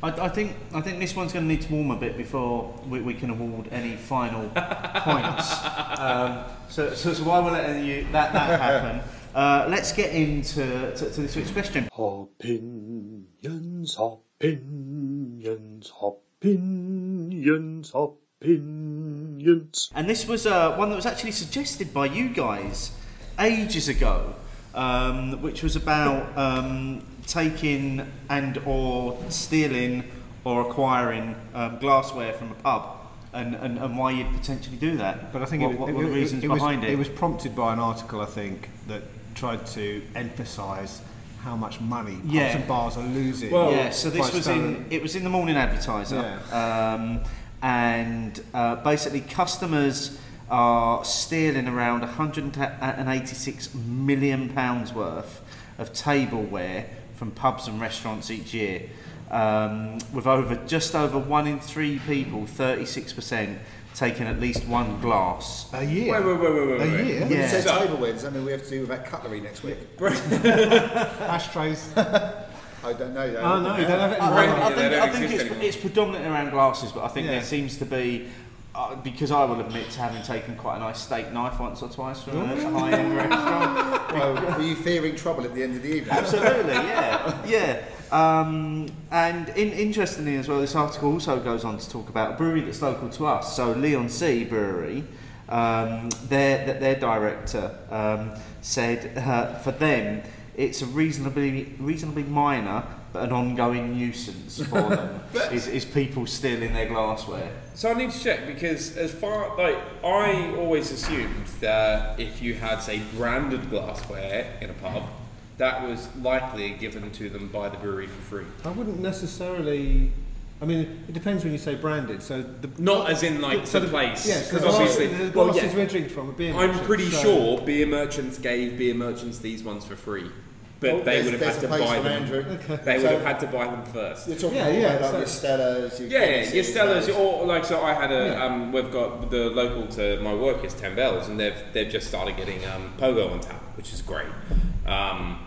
S2: I, I think I think this one's going to need to warm a bit before we, we can award any final points. Um, so, so, so while we're letting you that that happen, uh, let's get into to, to this week's question.
S8: Opinions, opinions, opinions, opinions.
S2: And this was uh, one that was actually suggested by you guys ages ago, um, which was about um, taking and or stealing or acquiring um, glassware from a pub. And, and, and why you'd potentially do that.
S4: But I think
S2: what,
S4: it, was-
S2: what were
S4: it-
S2: the
S4: it-
S2: reasons
S4: it was,
S2: behind it?
S4: It was prompted by an article, I think, that tried to emphasise how much money pubs
S2: Yeah.
S4: and bars are losing.
S2: yeah, so this
S4: by
S2: was in it was in the morning advertiser, um, and uh, basically customers are stealing around 186 uh, million pounds worth of tableware from pubs and restaurants each year, um, with over just over one in three people, 36 percent, taking at least one glass.
S4: a year.
S5: Wait, wait, wait, wait, wait,
S4: a
S5: wait.
S4: year.
S3: When you say
S5: So-
S3: tableware, does that mean we have to do without cutlery next week?
S4: Ashtrays.
S3: I don't know. though.
S4: oh no, you don't have it.
S2: I, I- I
S5: Yeah, they
S2: think,
S5: don't
S2: I think
S5: exist
S2: it's,
S5: anymore.
S2: it's predominantly around glasses, but I think
S4: Yeah.
S2: there seems to be. Uh, because I will admit to having taken quite a nice steak knife once or twice from a high-end
S5: [LAUGHS]
S2: restaurant.
S3: Well, were you fearing trouble at the end of the evening?
S2: Absolutely, yeah, yeah. Um, and in, interestingly as well, this article also goes on to talk about a brewery that's local to us. So Leon C Brewery, um, their th- their director um, said uh, for them it's a reasonably reasonably minor but an ongoing nuisance for them is, is people stealing their glassware.
S5: So I need to check because as far like I always assumed that if you had say branded glassware in a pub, that was likely given to them by the brewery for free.
S4: I wouldn't necessarily. I mean, it depends when you say branded. So the
S5: Not as in like the,
S4: the-
S5: place,
S4: Yeah,
S5: because
S4: because
S5: obviously,
S4: the
S5: well,
S4: glasses
S5: yeah.
S4: we're drinking from are beer.
S5: I'm
S4: merchants,
S5: pretty
S4: so-
S5: sure beer merchants gave beer merchants these ones for free, but
S3: Oh,
S5: they
S3: there's-
S5: would have
S3: there's
S5: had
S3: a
S5: to
S3: place
S5: buy
S3: for
S5: them.
S3: Andrew.
S5: [LAUGHS] They would
S3: So-
S5: have had to buy them first.
S3: You're talking
S4: Yeah,
S3: about
S4: yeah,
S3: like
S4: so-
S3: your Stellas, your
S5: Yeah, yeah,
S3: Guinnesses,
S5: your Stellas,
S3: those.
S5: or like so. I had a
S4: Yeah.
S5: um, we've got the local to my work is Ten Bells, and they've they've just started getting um, Pogo on tap, which is great. Um,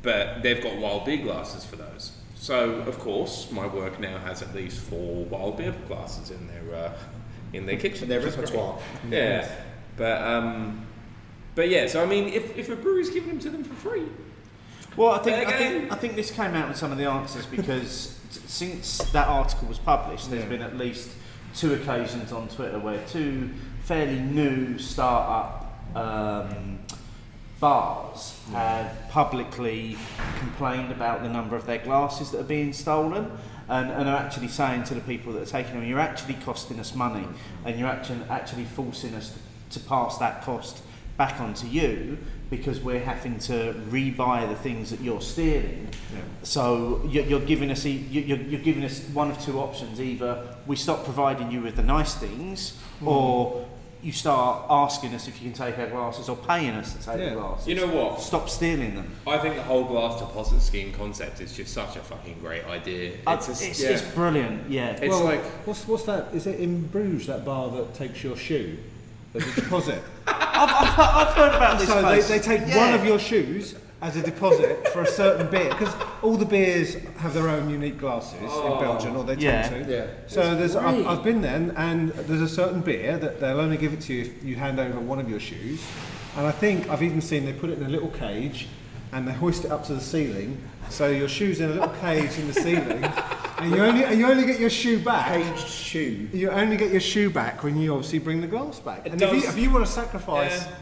S5: but they've got wild beer glasses for those. So of course, my work now has at least four wild beer glasses in their uh, in their kitchen.
S3: In their
S5: which is great.
S3: repertoire.
S5: Yeah, but um, but yeah. So I mean, if if a brewery's giving them to them for free,
S2: Well, I think,
S5: Say
S2: I
S5: again.
S2: think I think this came out in some of the answers because t- since that article was published, there's been at least two occasions on Twitter where two fairly new startup um, bars have publicly complained about the number of their glasses that are being stolen. And, and are actually saying to the people that are taking them, you're actually costing us money, and you're actually actually forcing us to pass that cost back onto you because we're having to rebuy the things that you're stealing. So you're, you're giving us e- you- you're, you're giving us one of two options: either we stop providing you with the nice things, or you start asking us if you can take our glasses or paying us to take
S4: Yeah.
S2: the glasses.
S5: you know what?
S2: stop stealing them.
S5: I think the whole glass deposit scheme concept is just such a fucking great idea.
S2: Uh,
S5: It's,
S2: It's,
S5: a s-
S2: it's,
S5: yeah.
S2: brilliant. Yeah.
S5: It's
S4: well,
S5: like
S4: what's what's that? Is it in Bruges that bar that takes your shoe? As a deposit.
S2: I've, I've, I've heard about this.
S4: so they,
S2: place.
S4: they take
S2: Yeah.
S4: one of your shoes as a deposit for a certain beer because all the beers have their own unique glasses in Belgium, or they
S2: Yeah.
S4: tend to.
S3: Yeah.
S4: So there's, I've, I've been there, and there's a certain beer that they'll only give it to you if you hand over one of your shoes. And I think I've even seen they put it in a little cage, and they hoist it up to the ceiling. So your shoes in a little cage in the ceiling, and you only and you only get your shoe back.
S3: Aged shoe.
S4: You only get your shoe back when you obviously bring the glass back.
S5: It
S4: and if you,
S5: does-
S4: if you want to sacrifice
S5: Yeah.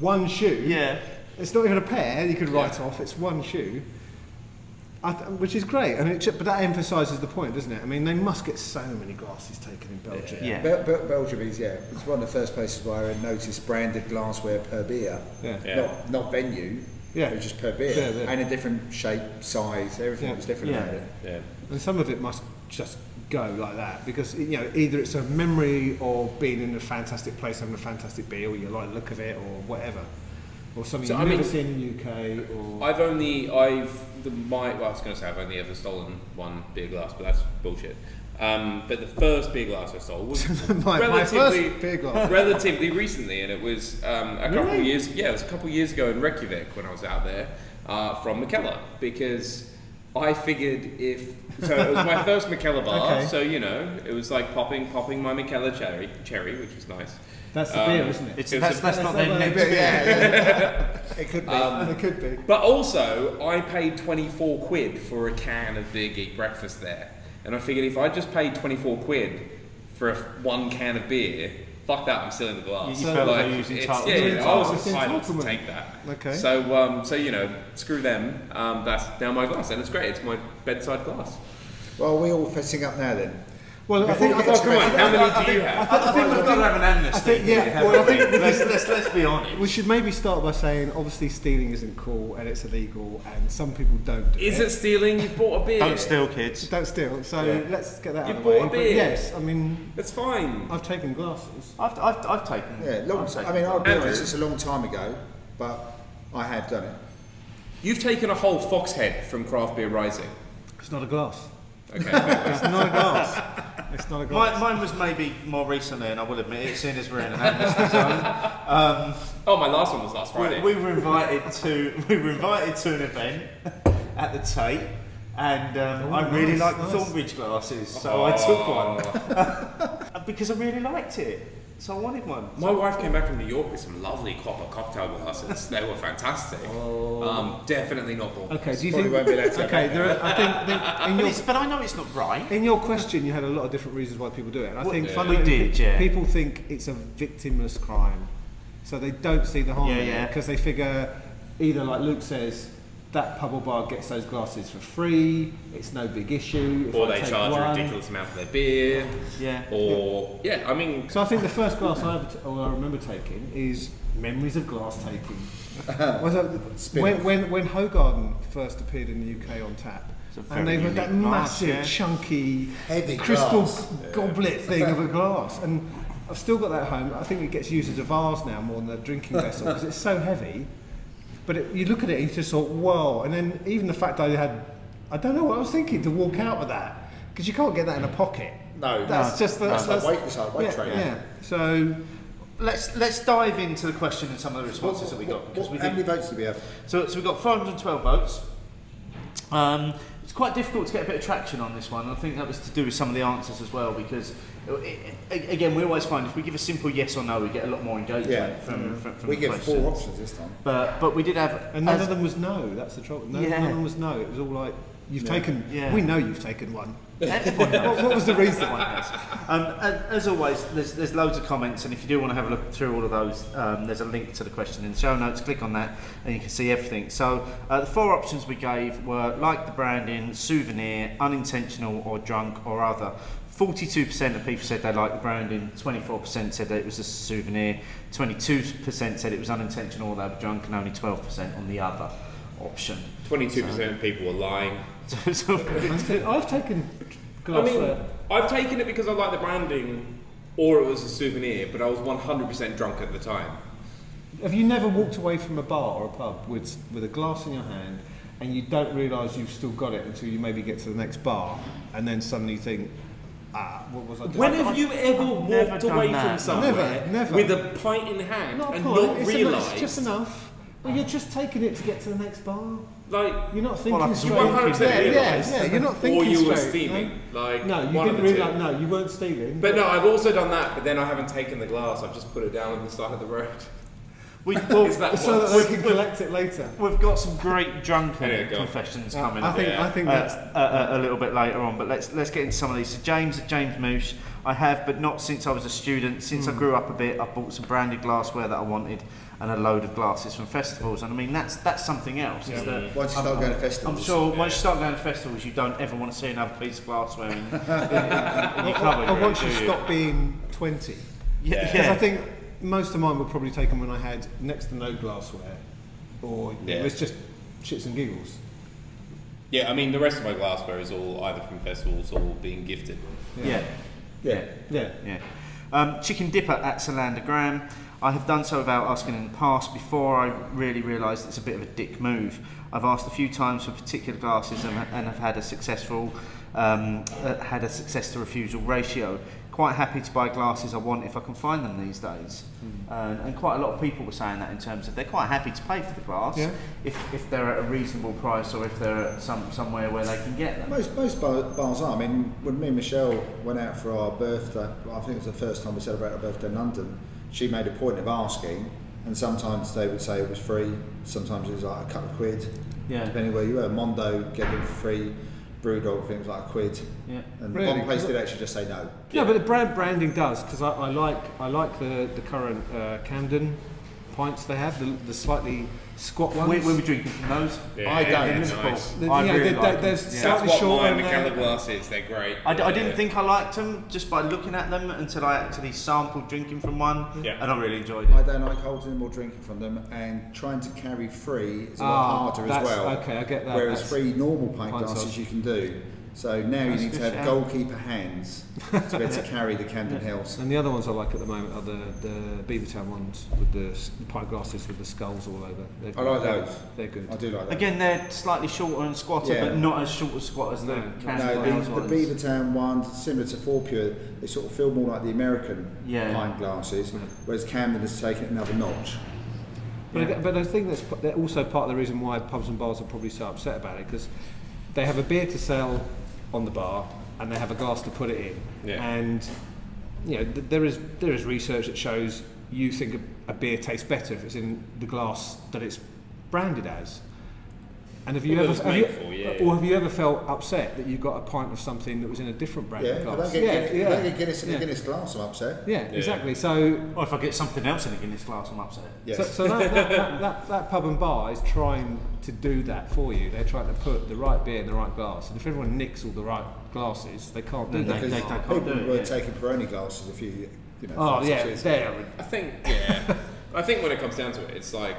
S4: one shoe,
S2: Yeah.
S4: it's not even a pair you could write off, it's one shoe. I th- which is great, and it, ju- but that emphasises the point, doesn't it? I mean, they must get so many glasses taken in Belgium.
S2: Yeah.
S3: Bel- Bel- Belgium is yeah. It's one of the first places where I noticed branded glassware per beer.
S4: Yeah.
S5: Yeah.
S3: Not not venue.
S4: Yeah.
S3: It was just per beer
S4: Yeah, yeah.
S3: and a different shape, size. Everything
S4: Yeah.
S3: was different
S2: Yeah.
S3: about it.
S5: yeah.
S4: And some of it must just go like that because you know either it's a memory of being in a fantastic place having a fantastic beer, or you like the look of it, or whatever, or something
S5: So,
S4: you've
S5: I
S4: never
S5: mean-
S4: seen in the UK. Or
S5: I've only I've the my well, I was going to say I've only ever stolen one beer glass, but that's bullshit. Um, but the first beer glass I stole was
S4: [LAUGHS] My- my
S5: relatively
S4: first beer
S5: [LAUGHS]
S4: glass.
S5: relatively recently, and it was um, a couple of years. Yeah, it was a couple of years ago in Reykjavik when I was out there uh, from McKellar because I figured if so, it was my
S4: [LAUGHS]
S5: first Michela bar,
S4: Okay.
S5: so you know, it was like popping, popping my Michela cherry, cherry, which was nice.
S4: That's the
S5: Um,
S4: beer, isn't it?
S2: It's,
S5: It
S2: that's,
S5: was a-
S2: that's not their next
S3: Yeah,
S2: beer.
S3: yeah, yeah. it could be.
S4: it could be.
S5: But also, I paid 24 quid for a can of Beer Geek breakfast there. And I figured if I just paid 24 quid for a, one can of beer, fuck that, I'm still in the glass.
S2: You- you felt like you was
S5: it's-
S2: entitled.
S5: yeah,
S2: You were
S5: yeah, I was
S4: entitled.
S5: entitled to
S4: Entitlement.
S5: take that.
S4: Okay.
S5: So, um, so you know, screw them. Um, that's now my glass. And it's great, it's my bedside glass.
S3: well, we're all fitting up now then.
S4: Well, I think, I
S3: Before
S4: think,
S3: we get
S5: Come on,
S3: to
S5: how
S3: Manchester-
S5: many do you have?
S2: I think we've got to have an amnesty.
S4: yeah,
S2: Well, I think let's, let's, let's be honest.
S4: we should maybe start by saying obviously stealing isn't cool and it's illegal and some people don't do
S5: Is
S4: it.
S5: it stealing? You bought a beer.
S2: Don't steal, kids.
S4: Don't steal. So
S2: Yeah.
S4: let's get that
S5: You
S4: out of the
S5: bought
S4: way.
S5: a
S4: But
S5: beer.
S4: Yes, I mean,
S5: That's fine.
S4: I've taken glasses.
S2: I've, I've, I've taken.
S3: Yeah, long
S2: I've
S3: time.
S2: taken
S3: I mean, I'll be
S5: Andrew.
S3: honest, it's a long time ago, but I have done it.
S5: You've taken a whole fox head from Craft Beer Rising.
S4: It's not a glass.
S5: Okay. [LAUGHS]
S4: It's not a glass. It's not a glass.
S2: Mine, mine was maybe more recently, and I will admit it, seeing as we're in an amnesty zone.
S5: oh, my last one was last Friday.
S2: We, we were invited to [LAUGHS] we were invited to an event [LAUGHS] at the Tate, and um,
S3: Oh,
S2: I really
S4: nice,
S2: liked
S4: nice.
S2: the Thornbridge glasses, so I took one [LAUGHS] because I really liked it, so I wanted one.
S5: My wife came back from New York with some lovely copper cocktail glasses. they were fantastic. Um, definitely not bourbon.
S4: Oh. Okay, do you
S3: Probably
S4: think?
S3: won't be let out.
S4: okay, there are, I think there, in
S2: Uh, But,
S4: your
S2: it's, but I know it's not right.
S4: in your question you had a lot of different reasons why people do it. And I
S2: Well,
S4: think
S2: yeah.
S4: fundamentally
S2: We did, yeah.
S4: people think it's a victimless crime, so they don't see the harm
S2: Yeah,
S4: in
S2: yeah.
S4: it because they figure either like Luke says. That pub or bar gets those glasses for free. It's no big issue. If
S5: Or
S4: I
S5: they
S4: take
S5: charge a
S4: one-
S5: ridiculous amount for their beer.
S2: Yeah.
S5: Or yeah, I mean,
S4: So I think the first glass I, ever t- or I remember taking is memories of glass
S3: [LAUGHS]
S4: taking. Was that, when, when, when Hogarden first appeared in the UK on tap,
S2: It's a
S4: and
S2: very
S4: they had that
S2: unique glass,
S4: massive,
S2: yeah.
S4: chunky,
S3: Heavy
S4: crystal
S3: glass.
S4: goblet thing of a glass, and I've still got that at home. I think it gets used as a vase now more than a drinking vessel because it's so heavy. But it, you look at it, and you just thought, "Whoa!" And then even the fact I had, I don't know what I was thinking to walk out with that because you can't get that in a pocket.
S3: No,
S4: That's just the,
S3: That's
S4: that's,
S3: like weight- it's like weight
S4: yeah,
S3: training.
S4: Yeah. So
S2: Let's let's dive into the question and some of the responses that we got because we
S3: how many
S2: did,
S3: votes did we have?
S2: so so we got 512 votes. Um, it's quite difficult to get a bit of traction on this one. I think that was to do with some of the answers as well because it, it, again we always find if we give a simple yes or no we get a lot more engagement
S3: Yeah. Mm.
S2: from, from, from
S3: We
S2: the
S3: get
S2: question.
S3: four options this time.
S2: But but we did have
S4: and none
S2: as-
S4: of them was no. That's the trouble. No,
S2: Yeah.
S4: None of them was no. It was all like you've taken.
S2: Yeah.
S4: We know you've taken one.
S2: [LAUGHS] Everyone knows.
S4: What was the reason?
S2: Everyone knows. Um, as, as always, there's, there's loads of comments, and if you do want to have a look through all of those, um, there's a link to the question in the show notes. Click on that, and you can see everything. So uh, the four options we gave were like the branding, souvenir, unintentional, or drunk, or other. 42% of people said they liked the branding, 24% said that it was a souvenir, 22% said it was unintentional or they were drunk, and only 12% on the other option. [LAUGHS]
S5: 22% of people were lying.
S2: So, so
S4: I've taken- I've taken
S5: I
S4: glass.
S5: mean,
S4: uh,
S5: I've taken it because I like the branding, or it was a souvenir, but I was 100% drunk at the time.
S4: have you never walked away from a bar or a pub with with a glass in your hand? And you don't realise you've still got it until you maybe get to the next bar, and then suddenly think, "Ah, what was I doing?"
S5: When have you ever
S2: never
S5: walked
S2: done
S5: away
S2: that.
S5: from somewhere
S4: Never, never.
S5: with a pint in hand
S4: Not a
S5: and
S4: point.
S5: not
S4: it's, enough- it's
S5: realised?
S4: just enough. Well, you're just taking it to get to the next bar.
S5: Like,
S4: You're not
S2: Well,
S4: thinking
S2: like,
S4: straight.
S2: you 100%
S4: yeah,
S5: realised.
S4: yeah, yeah, you're not thinking
S5: or you were
S4: straight, Mm-hmm.
S5: steaming.
S4: No,
S5: Like,
S4: no you
S5: one
S4: didn't
S5: of the
S4: really
S5: two.
S4: like, no, you weren't stealing.
S5: But no, I've also done that, but then I haven't taken the glass, I've just put it down on the side of the road.
S2: we, well,
S5: [LAUGHS] Is that
S4: [LAUGHS] so
S5: what-
S4: that we can collect it later.
S2: We've got some great drunken
S5: Yeah, go on.
S2: confessions coming
S4: Uh, I
S2: up
S4: think, I think that's.
S2: uh, uh, a little bit later on, but let's let's get into some of these. So James at James Moosh, I have, but not since I was a student. Since
S4: Hmm.
S2: I grew up a bit, I bought some branded glassware that I wanted and a load of glasses from festivals. And I mean, that's that's something else. Is that
S3: Once you start going to
S2: I'm
S3: festivals,
S2: sure once you start going to festivals, you don't ever want to see another piece of glassware in, in, in your
S4: [LAUGHS]
S2: cupboard.
S4: And once you
S2: really, do
S4: stop being 20.
S2: yeah,
S4: Because
S2: yeah.
S4: I think most of mine were probably taken when I had next to no glassware, or
S5: Yeah.
S4: it was just shits and giggles.
S5: [LAUGHS] Yeah, I mean, the rest of my glassware is all either from festivals or being gifted.
S2: yeah.
S3: Yeah.
S4: Yeah.
S2: Yeah. Um, chicken dipper at Solander Graham. I have done so without asking in the past before I really realised it's a bit of a dick move. I've asked a few times for particular glasses and, and have had a successful um, uh, had a success to refusal ratio. quite happy to buy glasses I want if I can find them these days.
S4: Hmm.
S2: And, and quite a lot of people were saying that in terms of they're quite happy to pay for the glass
S4: Yeah.
S2: if, if they're at a reasonable price or if they're at some, somewhere where they can get them.
S3: Most most bar- bars are. I mean, when me and Michelle went out for our birthday, I think it was the first time we celebrated our birthday in London. She made a point of asking, and sometimes they would say it was free. Sometimes it was like a couple of quid.
S2: Yeah.
S3: Depending where you were, Mondo gave them free. Brewdog things like a quid.
S2: Yeah.
S3: And
S4: Really?
S3: one place did actually just say no.
S4: Yeah, but the brand branding does because I, I like I like the the current uh, Camden pints they have the, the slightly squat ones.
S2: We, we were drinking from those.
S5: Yeah,
S2: I don't.
S5: yeah,
S2: In
S5: nice.
S2: Liverpool.
S4: The-
S2: I
S4: yeah,
S2: really
S4: they-
S2: like
S4: they-
S2: them.
S4: they're
S2: Yeah.
S5: That's
S4: Slightly
S5: what
S4: shorter
S5: my
S4: than
S5: Macallan
S4: that.
S5: glass is. They're great.
S2: I, d- I didn't
S5: Yeah.
S2: think I liked them just by looking at them until I actually sampled drinking from one,
S5: Yeah.
S2: and I really enjoyed it.
S3: I don't like holding them or drinking from them, and trying to carry free is a
S4: Ah,
S3: lot harder as
S4: that's-
S3: well.
S4: okay, I get that.
S3: Whereas
S4: That's-
S3: free normal pint
S4: Pints
S3: glasses
S4: of-
S3: you can do. So now you need to
S2: good
S3: have
S2: shout.
S3: goalkeeper
S4: [LAUGHS]
S3: hands to be able to carry the Camden Hills.
S4: And the other ones I like at the moment are the, the Beavertown ones with the, s- the pie glasses with the skulls all over. They've
S3: I like those.
S4: They're good.
S3: I do like that.
S2: Again, they're slightly shorter and squatter,
S3: Yeah.
S2: but not as short as squat as the
S4: No,
S2: Camden
S3: No,
S2: Hills
S3: the, the
S2: ones.
S3: Beaver Town ones, similar to Four Pure, they sort of feel more like the American
S2: Yeah.
S3: pint glasses, whereas Camden has taken it another notch.
S4: But, I, but I think that's p- that also part of the reason why pubs and bars are probably so upset about it because they have a beer to sell on the bar and they have a glass to put it in.
S5: Yeah.
S4: And you know th- there is there is research that shows you think a, a beer tastes better if it's in the glass that it's branded as. And have you
S5: Or that
S4: ever
S5: it's
S4: have
S5: made
S4: you,
S5: for, yeah, yeah.
S4: or have you ever felt upset that you got a pint of something that was in a different brand
S3: Yeah,
S4: of
S3: if I
S4: glass?
S3: don't get, Guinness, if I don't get Guinness in
S4: yeah.
S3: a Guinness glass, I'm upset.
S4: Yeah, exactly. So
S2: Or if I get something else in a Guinness glass, I'm upset.
S3: Yes.
S4: So, so that,
S5: [LAUGHS]
S4: that, that, that, that pub and bar is trying to do that for you. They're trying to put the right beer in the right glass. And if everyone nicks all the right glasses, they can't do that.
S2: they-
S3: because
S2: they can't
S3: people
S2: do it,
S3: were
S2: yeah.
S3: taking Peroni glasses a few, you know,
S4: Oh,
S3: five, six
S4: yeah,
S3: years ago.
S4: there.
S5: I think,
S4: [LAUGHS]
S5: yeah. I think when it comes down to it, it's like,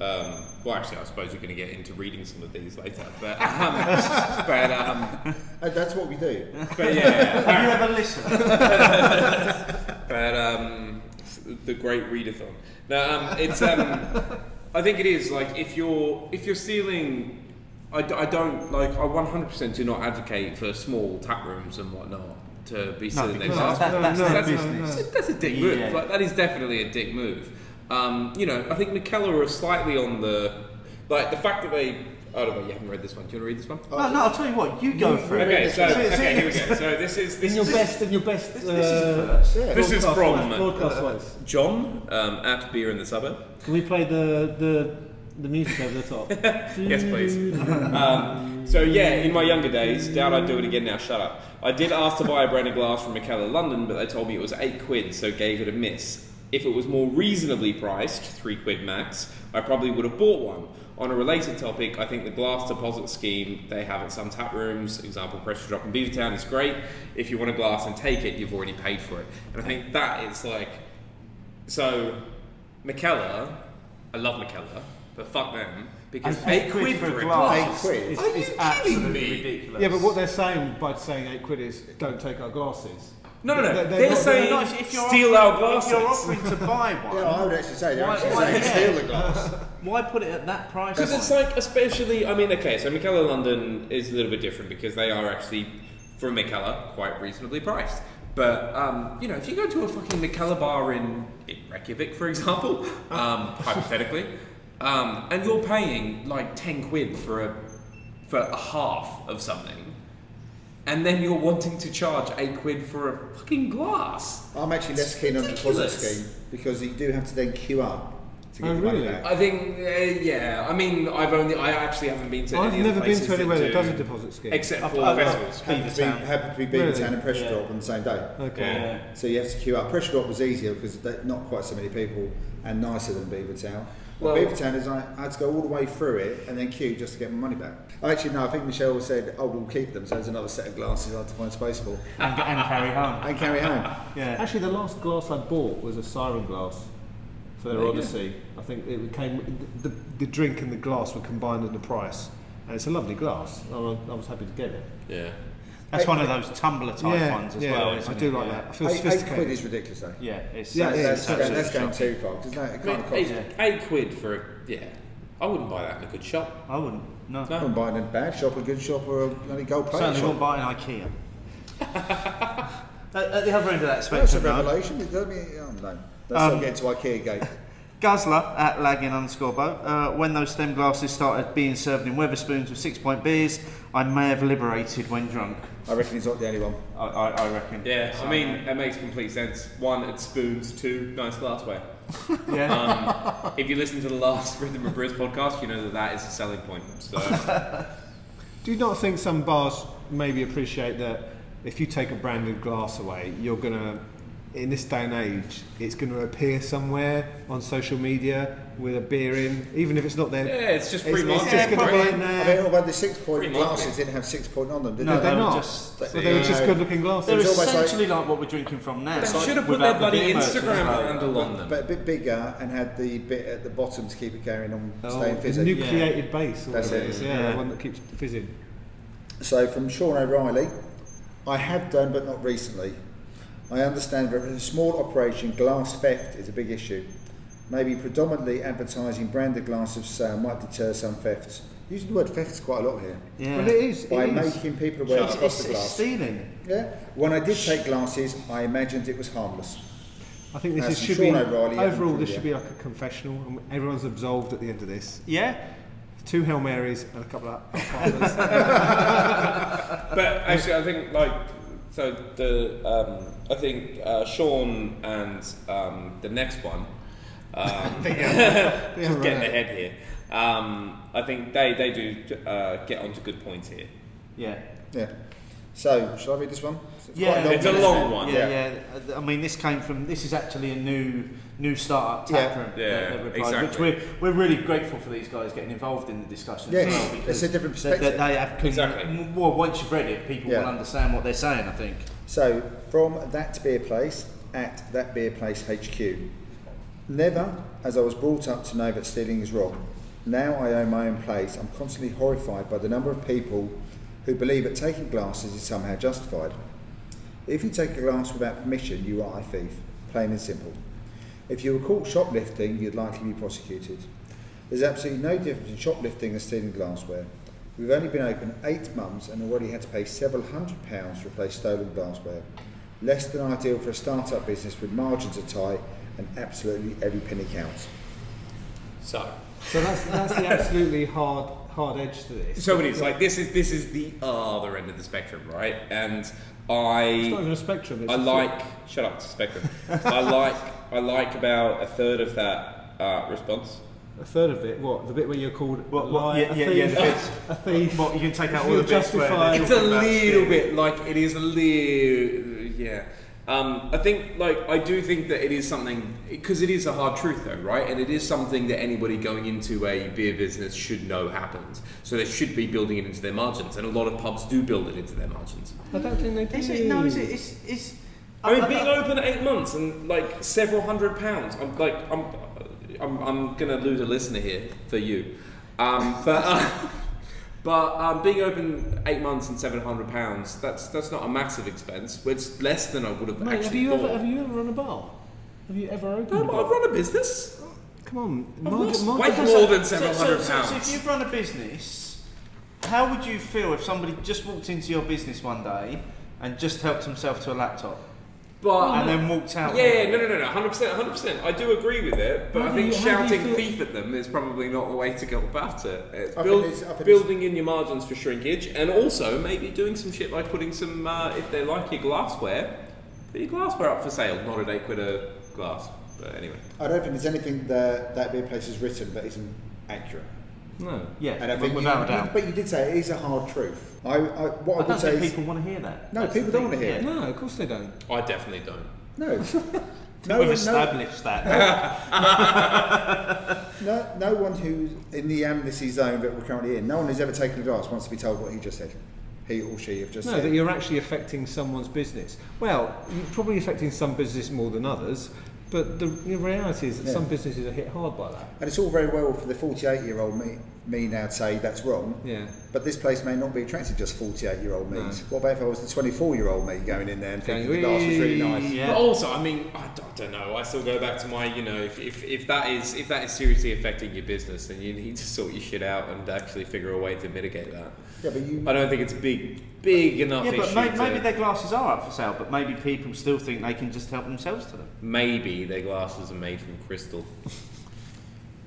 S5: um, well, actually, I suppose you're going to get into reading some of these later, but, um, [LAUGHS] but, um,
S3: And Uh, that's what we do.
S5: but yeah,
S2: Have you ever
S5: [LAUGHS]
S2: listened?
S5: but um, the great readathon. No, um, it's.
S4: [LAUGHS]
S5: Um, I think it is like if you're if you're stealing. I, d- I don't like. I 100% do not advocate for small tap rooms and whatnot to be
S2: no,
S5: stealing their
S2: because
S5: glass.
S2: that, that's
S4: no,
S2: their
S4: no,
S2: business.
S5: That's- That's a dick move.
S2: Yeah.
S5: Like, that is definitely a dick move. Um, you know, I think McKellar are slightly on the like the fact that they. Oh no, wait, you haven't read this one. Do you want to read this one?
S4: Oh,
S2: No, no, I'll tell you what, you go for it.
S5: Okay, so okay, here we go. So this is this is
S4: best, in your best. uh,
S2: This is first.
S5: this is from
S6: wise.
S5: John um, at Beer in the Suburb.
S6: Can we play the the the music over the
S5: [LAUGHS]
S6: top?
S5: Yes, please. um, so yeah, in my younger days, doubt I'd do it again now. Shut up. I did ask to buy a brand of glass from McKellar London, but they told me it was eight quid, so gave it a miss. If it was more reasonably priced, three quid max, I probably would have bought one. On a related topic, I think the glass deposit scheme they have at some tap rooms, example Pressure Drop in Beavertown, is great. If you want a glass and take it, you've already paid for it. And I think that is like, so McKellar, I love McKellar, but fuck them because eight, quid, for a glass.
S3: Eight quid.
S2: is,
S5: Are
S2: is
S5: you kidding
S2: absolutely
S5: me?
S2: ridiculous.
S4: Yeah, but what they're saying by saying eight quid is don't take our glasses.
S5: No, no, no.
S4: They're-
S5: They're,
S4: they're not-
S5: saying
S2: No, if, if you're
S5: steal
S2: offering,
S5: our
S2: If you're
S5: glasses.
S2: offering to
S5: [LAUGHS]
S2: buy one,
S3: Yeah, I would actually say they're
S2: Why-
S3: actually
S2: why-
S3: saying
S2: yeah.
S3: steal the glass.
S2: why put it at that price?
S5: Because it's like, especially, I mean, okay, so McKellar London is a little bit different because they are actually, for McKellar, quite reasonably priced. But, um, you know, if you go to a fucking McKellar bar in, in Reykjavik, for
S2: [LAUGHS]
S5: example, um, hypothetically, um, and you're paying like 10 quid for a, for a half of something, and then you're wanting to charge 8 quid for a fucking glass.
S3: I'm actually less keen on the deposit
S5: Ridiculous.
S3: scheme because you do have to then queue up to get
S4: Oh,
S3: the money
S4: really?
S3: back.
S5: I think, uh, yeah. I mean, I've only, I actually haven't been to.
S4: I've
S5: any of the
S4: never been
S5: places
S4: to anywhere that
S5: do-
S4: does a deposit scheme.
S5: except for
S2: I've-
S5: festivals.
S3: Happy to be,
S2: Beavertown.
S3: happy to be Beavertown
S4: Really?
S3: and Pressure
S2: Yeah.
S3: Drop on the same day.
S4: Okay.
S5: Yeah.
S3: So you have to queue up. Pressure Drop was easier because they- not quite so many people and nicer than Beavertown. Well,
S5: Well-
S3: Beavertown is I, I had to go all the way through it and then queue just to get my money back. Actually, no, I think Michelle said, oh, we'll keep them. So there's another set of glasses I had to find space for
S2: and, and carry home.
S3: and carry home.
S2: Yeah.
S6: Actually, the last glass I bought was a siren glass for their
S4: There you go.
S6: Odyssey.
S4: I think it came. The, the drink and the glass were combined at the price, and it's a lovely glass. I was I was happy to get it.
S5: Yeah.
S2: That's one of those tumbler type ones as well,
S4: I
S2: isn't
S4: do
S2: it?
S4: like
S2: Yeah.
S4: that. I feel
S3: Eight, eight
S4: sophisticated.
S3: quid is ridiculous, though.
S2: Yeah, it's,
S4: Yeah,
S3: That's,
S4: yeah,
S3: that's,
S4: it's
S3: going, that's
S2: absolutely
S3: going too far because no, it
S5: I mean,
S3: can't
S5: eight,
S3: cost.
S5: eight quid for a yeah. I wouldn't buy that in a good shop.
S2: I wouldn't. No.
S5: No.
S3: I wouldn't buy it in a bad shop, a good shop, or a bloody gold plate
S5: [LAUGHS]
S2: Certainly
S3: shop.
S2: wouldn't buy an IKEA. At, at the other end of that
S3: That's a
S2: spectrum, though,
S3: revelation. It doesn't mean, oh, no. Let's
S2: Um,
S3: not get to Ikea Gate.
S2: Guzzler at Lagging underscore boat. Uh, when those stem glasses started being served in Weatherspoons with six point beers, I may have liberated when drunk.
S3: I reckon he's not the only one.
S2: I, I, I reckon.
S5: Yeah, I mean, that makes complete sense. One, it's spoons. Two, nice
S4: [LAUGHS]
S5: glassware.
S2: Yeah.
S5: Um, if you listen to the last [LAUGHS] Rhythm of Brews podcast, you know that that is a selling point. [LAUGHS] So,
S4: Do you not think some bars maybe appreciate that if you take a branded glass away, you're gonna, in this day and age, it's gonna appear somewhere on social media with a beer in, even if it's not there.
S5: yeah, it's just free
S4: It's, it's
S5: marketing.
S4: just gonna be
S5: right?
S4: in
S3: I
S4: there.
S3: mean, although the six
S5: Pretty
S3: point
S5: much,
S3: glasses
S5: yeah.
S3: didn't have six point on them, did
S2: no,
S3: they?
S2: they're
S4: not.
S2: Just,
S4: But they were just
S2: they're
S4: good-looking glasses.
S3: It's almost
S2: essentially like, what we're drinking from now.
S5: They
S2: but
S5: should have put
S2: without
S5: their
S2: the
S5: bloody
S2: beer merchants.
S5: Instagram handle on them.
S3: But a bit bigger and had the bit at the bottom to keep it going on
S4: Oh,
S3: staying
S4: the
S3: fizzy.
S4: nucleated base. Or
S3: That's
S4: whatever
S3: it.
S4: is, Yeah,
S2: Yeah.
S4: the one that keeps fizzing.
S3: So from Sean O'Reilly, I have done but not recently. I understand that for a small operation, glass theft is a big issue. Maybe predominantly advertising branded glass of sale might deter some thefts. Using the word theft quite a lot here.
S2: Yeah.
S4: But it is. It
S3: By
S4: is.
S3: making people aware of
S2: It's,
S3: the cost
S2: it's,
S3: of
S2: it's
S3: glass.
S2: stealing.
S3: Yeah. When I did take glasses, I imagined it was harmless.
S4: I think this
S3: That's
S4: is, should
S3: Sean
S4: be
S3: O'Reilly and
S4: overall. This
S3: Crudia.
S4: should be like a confessional, and everyone's absolved at the end of this.
S2: Yeah.
S4: Two Hail Marys and a couple of alfalfas. Uh,
S5: but actually, I think like so the um, I think uh, Sean and um, the next one.
S4: [LAUGHS]
S5: Um, [LAUGHS] just
S4: right.
S5: getting ahead here. Um, I think they they do uh, get onto good points here.
S2: Yeah.
S3: Yeah. So, shall I read this one? It's
S2: Yeah,
S3: quite long,
S5: It's a
S3: isn't
S5: long
S3: it?
S5: one.
S2: Yeah, yeah. Uh, I mean, this came from. This is actually a new new startup
S3: Yeah.
S2: tap room.
S5: Yeah,
S2: that- that we're part of,
S5: exactly.
S2: Which we're, we're really grateful for these guys getting involved in the discussion.
S3: Yes,
S2: as well,
S3: it's
S2: because
S3: a different
S2: they- they-
S3: perspective.
S2: They, have con-
S5: Exactly.
S2: Well, once you've read it, people
S3: Yeah.
S2: will understand what they're saying. I think.
S3: So, from that beer place at that beer place HQ. Never, as I was brought up to know that stealing is wrong. Now I own my own place. I'm constantly horrified by the number of people who believe that taking glasses is somehow justified. If you take a glass without permission, you are a thief, plain and simple. If you were caught shoplifting, you'd likely be prosecuted. There's absolutely no difference in shoplifting and stealing glassware. We've only been open eight months and already had to pay several hundred pounds to replace stolen glassware. Less than ideal for a start-up business with margins are tight and absolutely every penny counts.
S5: So
S4: So that's that's the absolutely hard hard edge to this.
S5: so it is like this is this is the other end of the spectrum, right? And
S4: It's not
S5: I
S4: even a spectrum. It's
S5: I
S4: a
S5: like shut up to
S4: [LAUGHS]
S5: spectrum. I like I like about a third of that uh, response.
S4: third- a third of it. What the bit where you're called
S2: What-
S4: a
S2: what-
S4: liar,
S2: yeah,
S4: a
S2: yeah,
S4: thief,
S2: yeah, the bits-
S4: a thief.
S2: Well, you can take out all
S4: You're
S2: the bits where they're
S4: justified.
S5: It's
S2: talking
S5: a
S2: about
S5: little
S2: stealing.
S5: bit like it is a little, yeah. Um, I think like I do think that it is something because it is a hard truth though, right? And it is something that anybody going into a beer business should know happens. So they should be building it into their margins, and a lot of pubs do build it into their margins.
S4: I don't think they do.
S2: Is it? No, is it? It's. it's
S5: I mean, being open eight months and like several hundred pounds. I'm like, I'm, I'm, I'm gonna lose a listener here for you, um, [LAUGHS] but uh, but um, being open eight months and seven hundred pounds. That's that's not a massive expense. It's less than I would have
S4: Mate,
S5: actually
S4: have you
S5: thought.
S4: ever have you ever run a bar? Have you ever opened?
S5: no,
S4: a
S5: but
S4: bar?
S5: I've run a business.
S4: Come on,
S5: lost
S4: market, market,
S5: weight more than
S2: So-
S5: seven
S2: so-
S5: hundred
S2: so- So if
S5: pounds.
S2: you've run a business, how would you feel if somebody just walked into your business one day and just helped himself to a laptop
S5: But
S2: and then walked out?
S5: Oh. Yeah, yeah, no, no, no, no, hundred percent, hundred percent. I do agree with it, but
S4: How
S5: I
S4: do
S5: think
S4: you- how do you
S5: shouting
S4: feel-
S5: thief at them is probably not the way to go about it. It's
S3: think
S5: build,
S3: it's- I think
S5: building in your margins for shrinkage, and also maybe doing some shit like putting some, uh, if they like your glassware, put your glassware up for sale, not at eight quid a glass. But anyway,
S3: I don't think there's anything that that beer place has written that isn't accurate.
S5: no.
S2: Yeah,
S3: And I
S2: wi-
S3: think
S2: without
S3: you,
S2: a doubt.
S3: But you did say it is a hard truth. I, I what I,
S2: I
S3: would
S2: don't
S3: say
S2: think
S3: is
S2: people want to hear that.
S3: No,
S2: That's
S3: people
S2: the
S3: don't
S2: thing,
S3: wanna hear it.
S4: No, of course they don't.
S5: I definitely don't.
S3: no.
S2: yeah.
S3: no,
S2: We've
S3: no,
S2: established that.
S3: No, no one who's in the amnesty zone that we're currently in, no one who's ever taken a glass wants to be told what he just said. He or she have just
S4: No,
S3: said.
S4: that you're actually affecting someone's business. Well, you're probably affecting some business more than others, but the, the reality is that
S3: Yeah.
S4: some businesses are hit hard by that.
S3: and it's all very well for the 48 year old me, me now say that's wrong.
S4: Yeah.
S3: But this place may not be attracted to just 48 year old me. What about if I was the 24 year old me going in there and thinking the glass was really nice?
S2: Yeah.
S5: But also, I mean, I d- I don't know. I still go back to my, you know, if, if, if that is if that is seriously affecting your business, then you need to sort your shit out and actually figure a way to mitigate that.
S3: Yeah, but you.
S5: I don't think it's a big big enough
S2: Yeah, but
S5: issue.
S2: may, maybe
S5: to-
S2: their glasses are up for sale, but maybe people still think they can just help themselves to them.
S5: maybe their glasses are made from crystal.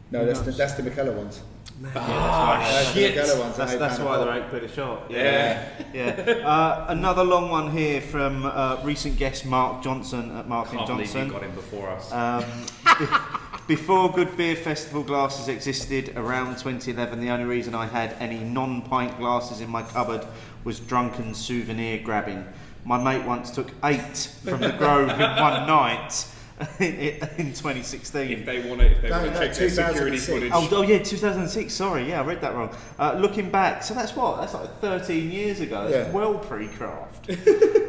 S3: No, that's the, that's the McKellar ones. That's
S5: Shit.
S3: the McKellar ones. eh,
S2: That's,
S3: I
S2: that's
S3: made
S2: why
S3: Manor
S2: they're
S3: Hall.
S2: eight quid a shot.
S5: Yeah.
S2: yeah. Uh, another long one here from uh, recent guest Mark Johnson at Martin
S5: Can't believe you
S2: Johnson.
S5: got him before us.
S2: Um, before Good Beer Festival glasses existed around 2011, the only reason I had any non pint glasses in my cupboard was drunken souvenir grabbing. My mate once took eight from the Grove in one night [LAUGHS] in 2016.
S5: if they want to, if they
S3: No,
S5: want
S3: no,
S5: to check their security
S3: 2006.
S5: footage,
S2: Oh, oh yeah, 2006. Sorry, yeah, I read that wrong. Uh, looking back, so that's what that's like 13 years ago. That's
S3: Yeah.
S2: well pre-craft.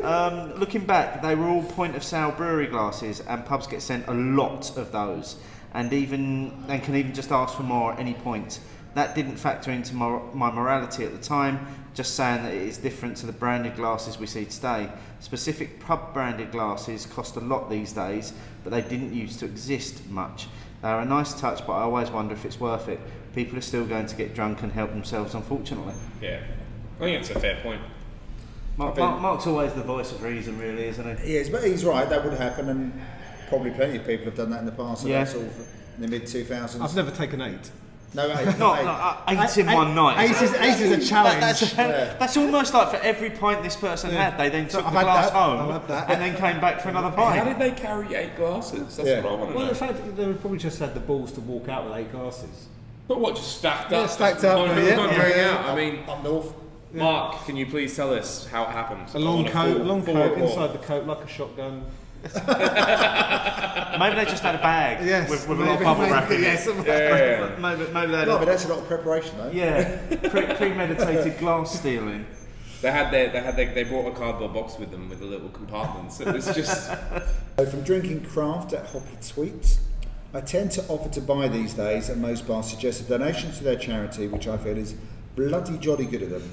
S2: um, looking back, they were all point of sale brewery glasses, and pubs get sent a lot of those, and even and can even just ask for more at any point. That didn't factor into my, my morality at the time. Just saying that it is different to the branded glasses we see today. Specific pub branded glasses cost a lot these days, but they didn't used to exist much. They are a nice touch, but I always wonder if it's worth it. People are still going to get drunk and help themselves, unfortunately.
S5: yeah, I think it's a fair point.
S2: Mark, Mark, Mark's always the voice of reason, really, isn't he?
S3: He is, but he's right. That would happen, and probably plenty of people have done that in the past. So
S2: Yeah.
S3: that's all for- in the mid 2000s.
S4: I've never taken eight.
S3: No,
S2: [LAUGHS]
S3: eight.
S2: No,
S3: eight.
S2: no, uh, eight in one night.
S4: Eight is, eight is a challenge.
S2: That- that's,
S3: Yeah.
S2: that's almost like for every pint this person had, they then took
S4: I've
S2: the
S4: had
S2: glass
S4: that,
S2: home
S4: I've had that.
S2: and then came back for another
S5: How
S4: [LAUGHS]
S5: did
S2: pint.
S5: they carry eight glasses? That's
S3: Yeah.
S5: what I want to
S4: well,
S5: know.
S4: the fact that they were probably just had the balls to walk out with eight glasses.
S5: But what just stacked up?
S4: Yeah, stacked up,
S5: One
S4: yeah,
S5: one
S4: yeah,
S5: going
S4: yeah.
S5: out. I mean,
S3: up north.
S5: Mark, can you please tell us how it happened?
S4: A long
S5: I want
S4: coat,
S5: full-
S4: long
S5: full
S4: coat
S5: report.
S4: inside the coat, like a shotgun.
S2: Maybe they just had a bag
S4: Yes,
S2: with, with a lot of
S4: maybe-
S2: bubble
S4: maybe,
S2: wrap in it.
S4: yes,
S2: maybe,
S5: Yeah, yeah, yeah.
S4: [LAUGHS]
S2: maybe they had
S3: No, but
S2: a,
S3: that's a lot of preparation, though.
S2: yeah, pre- premeditated glass stealing.
S5: They had their, they had their, they brought a cardboard box with them with a little compartment. So it's
S4: [LAUGHS]
S5: just
S3: So from drinking craft at Hoppy Sweets, I tend to offer to buy these days, and most bars suggest a donation to their charity, which I feel is bloody jolly good of them.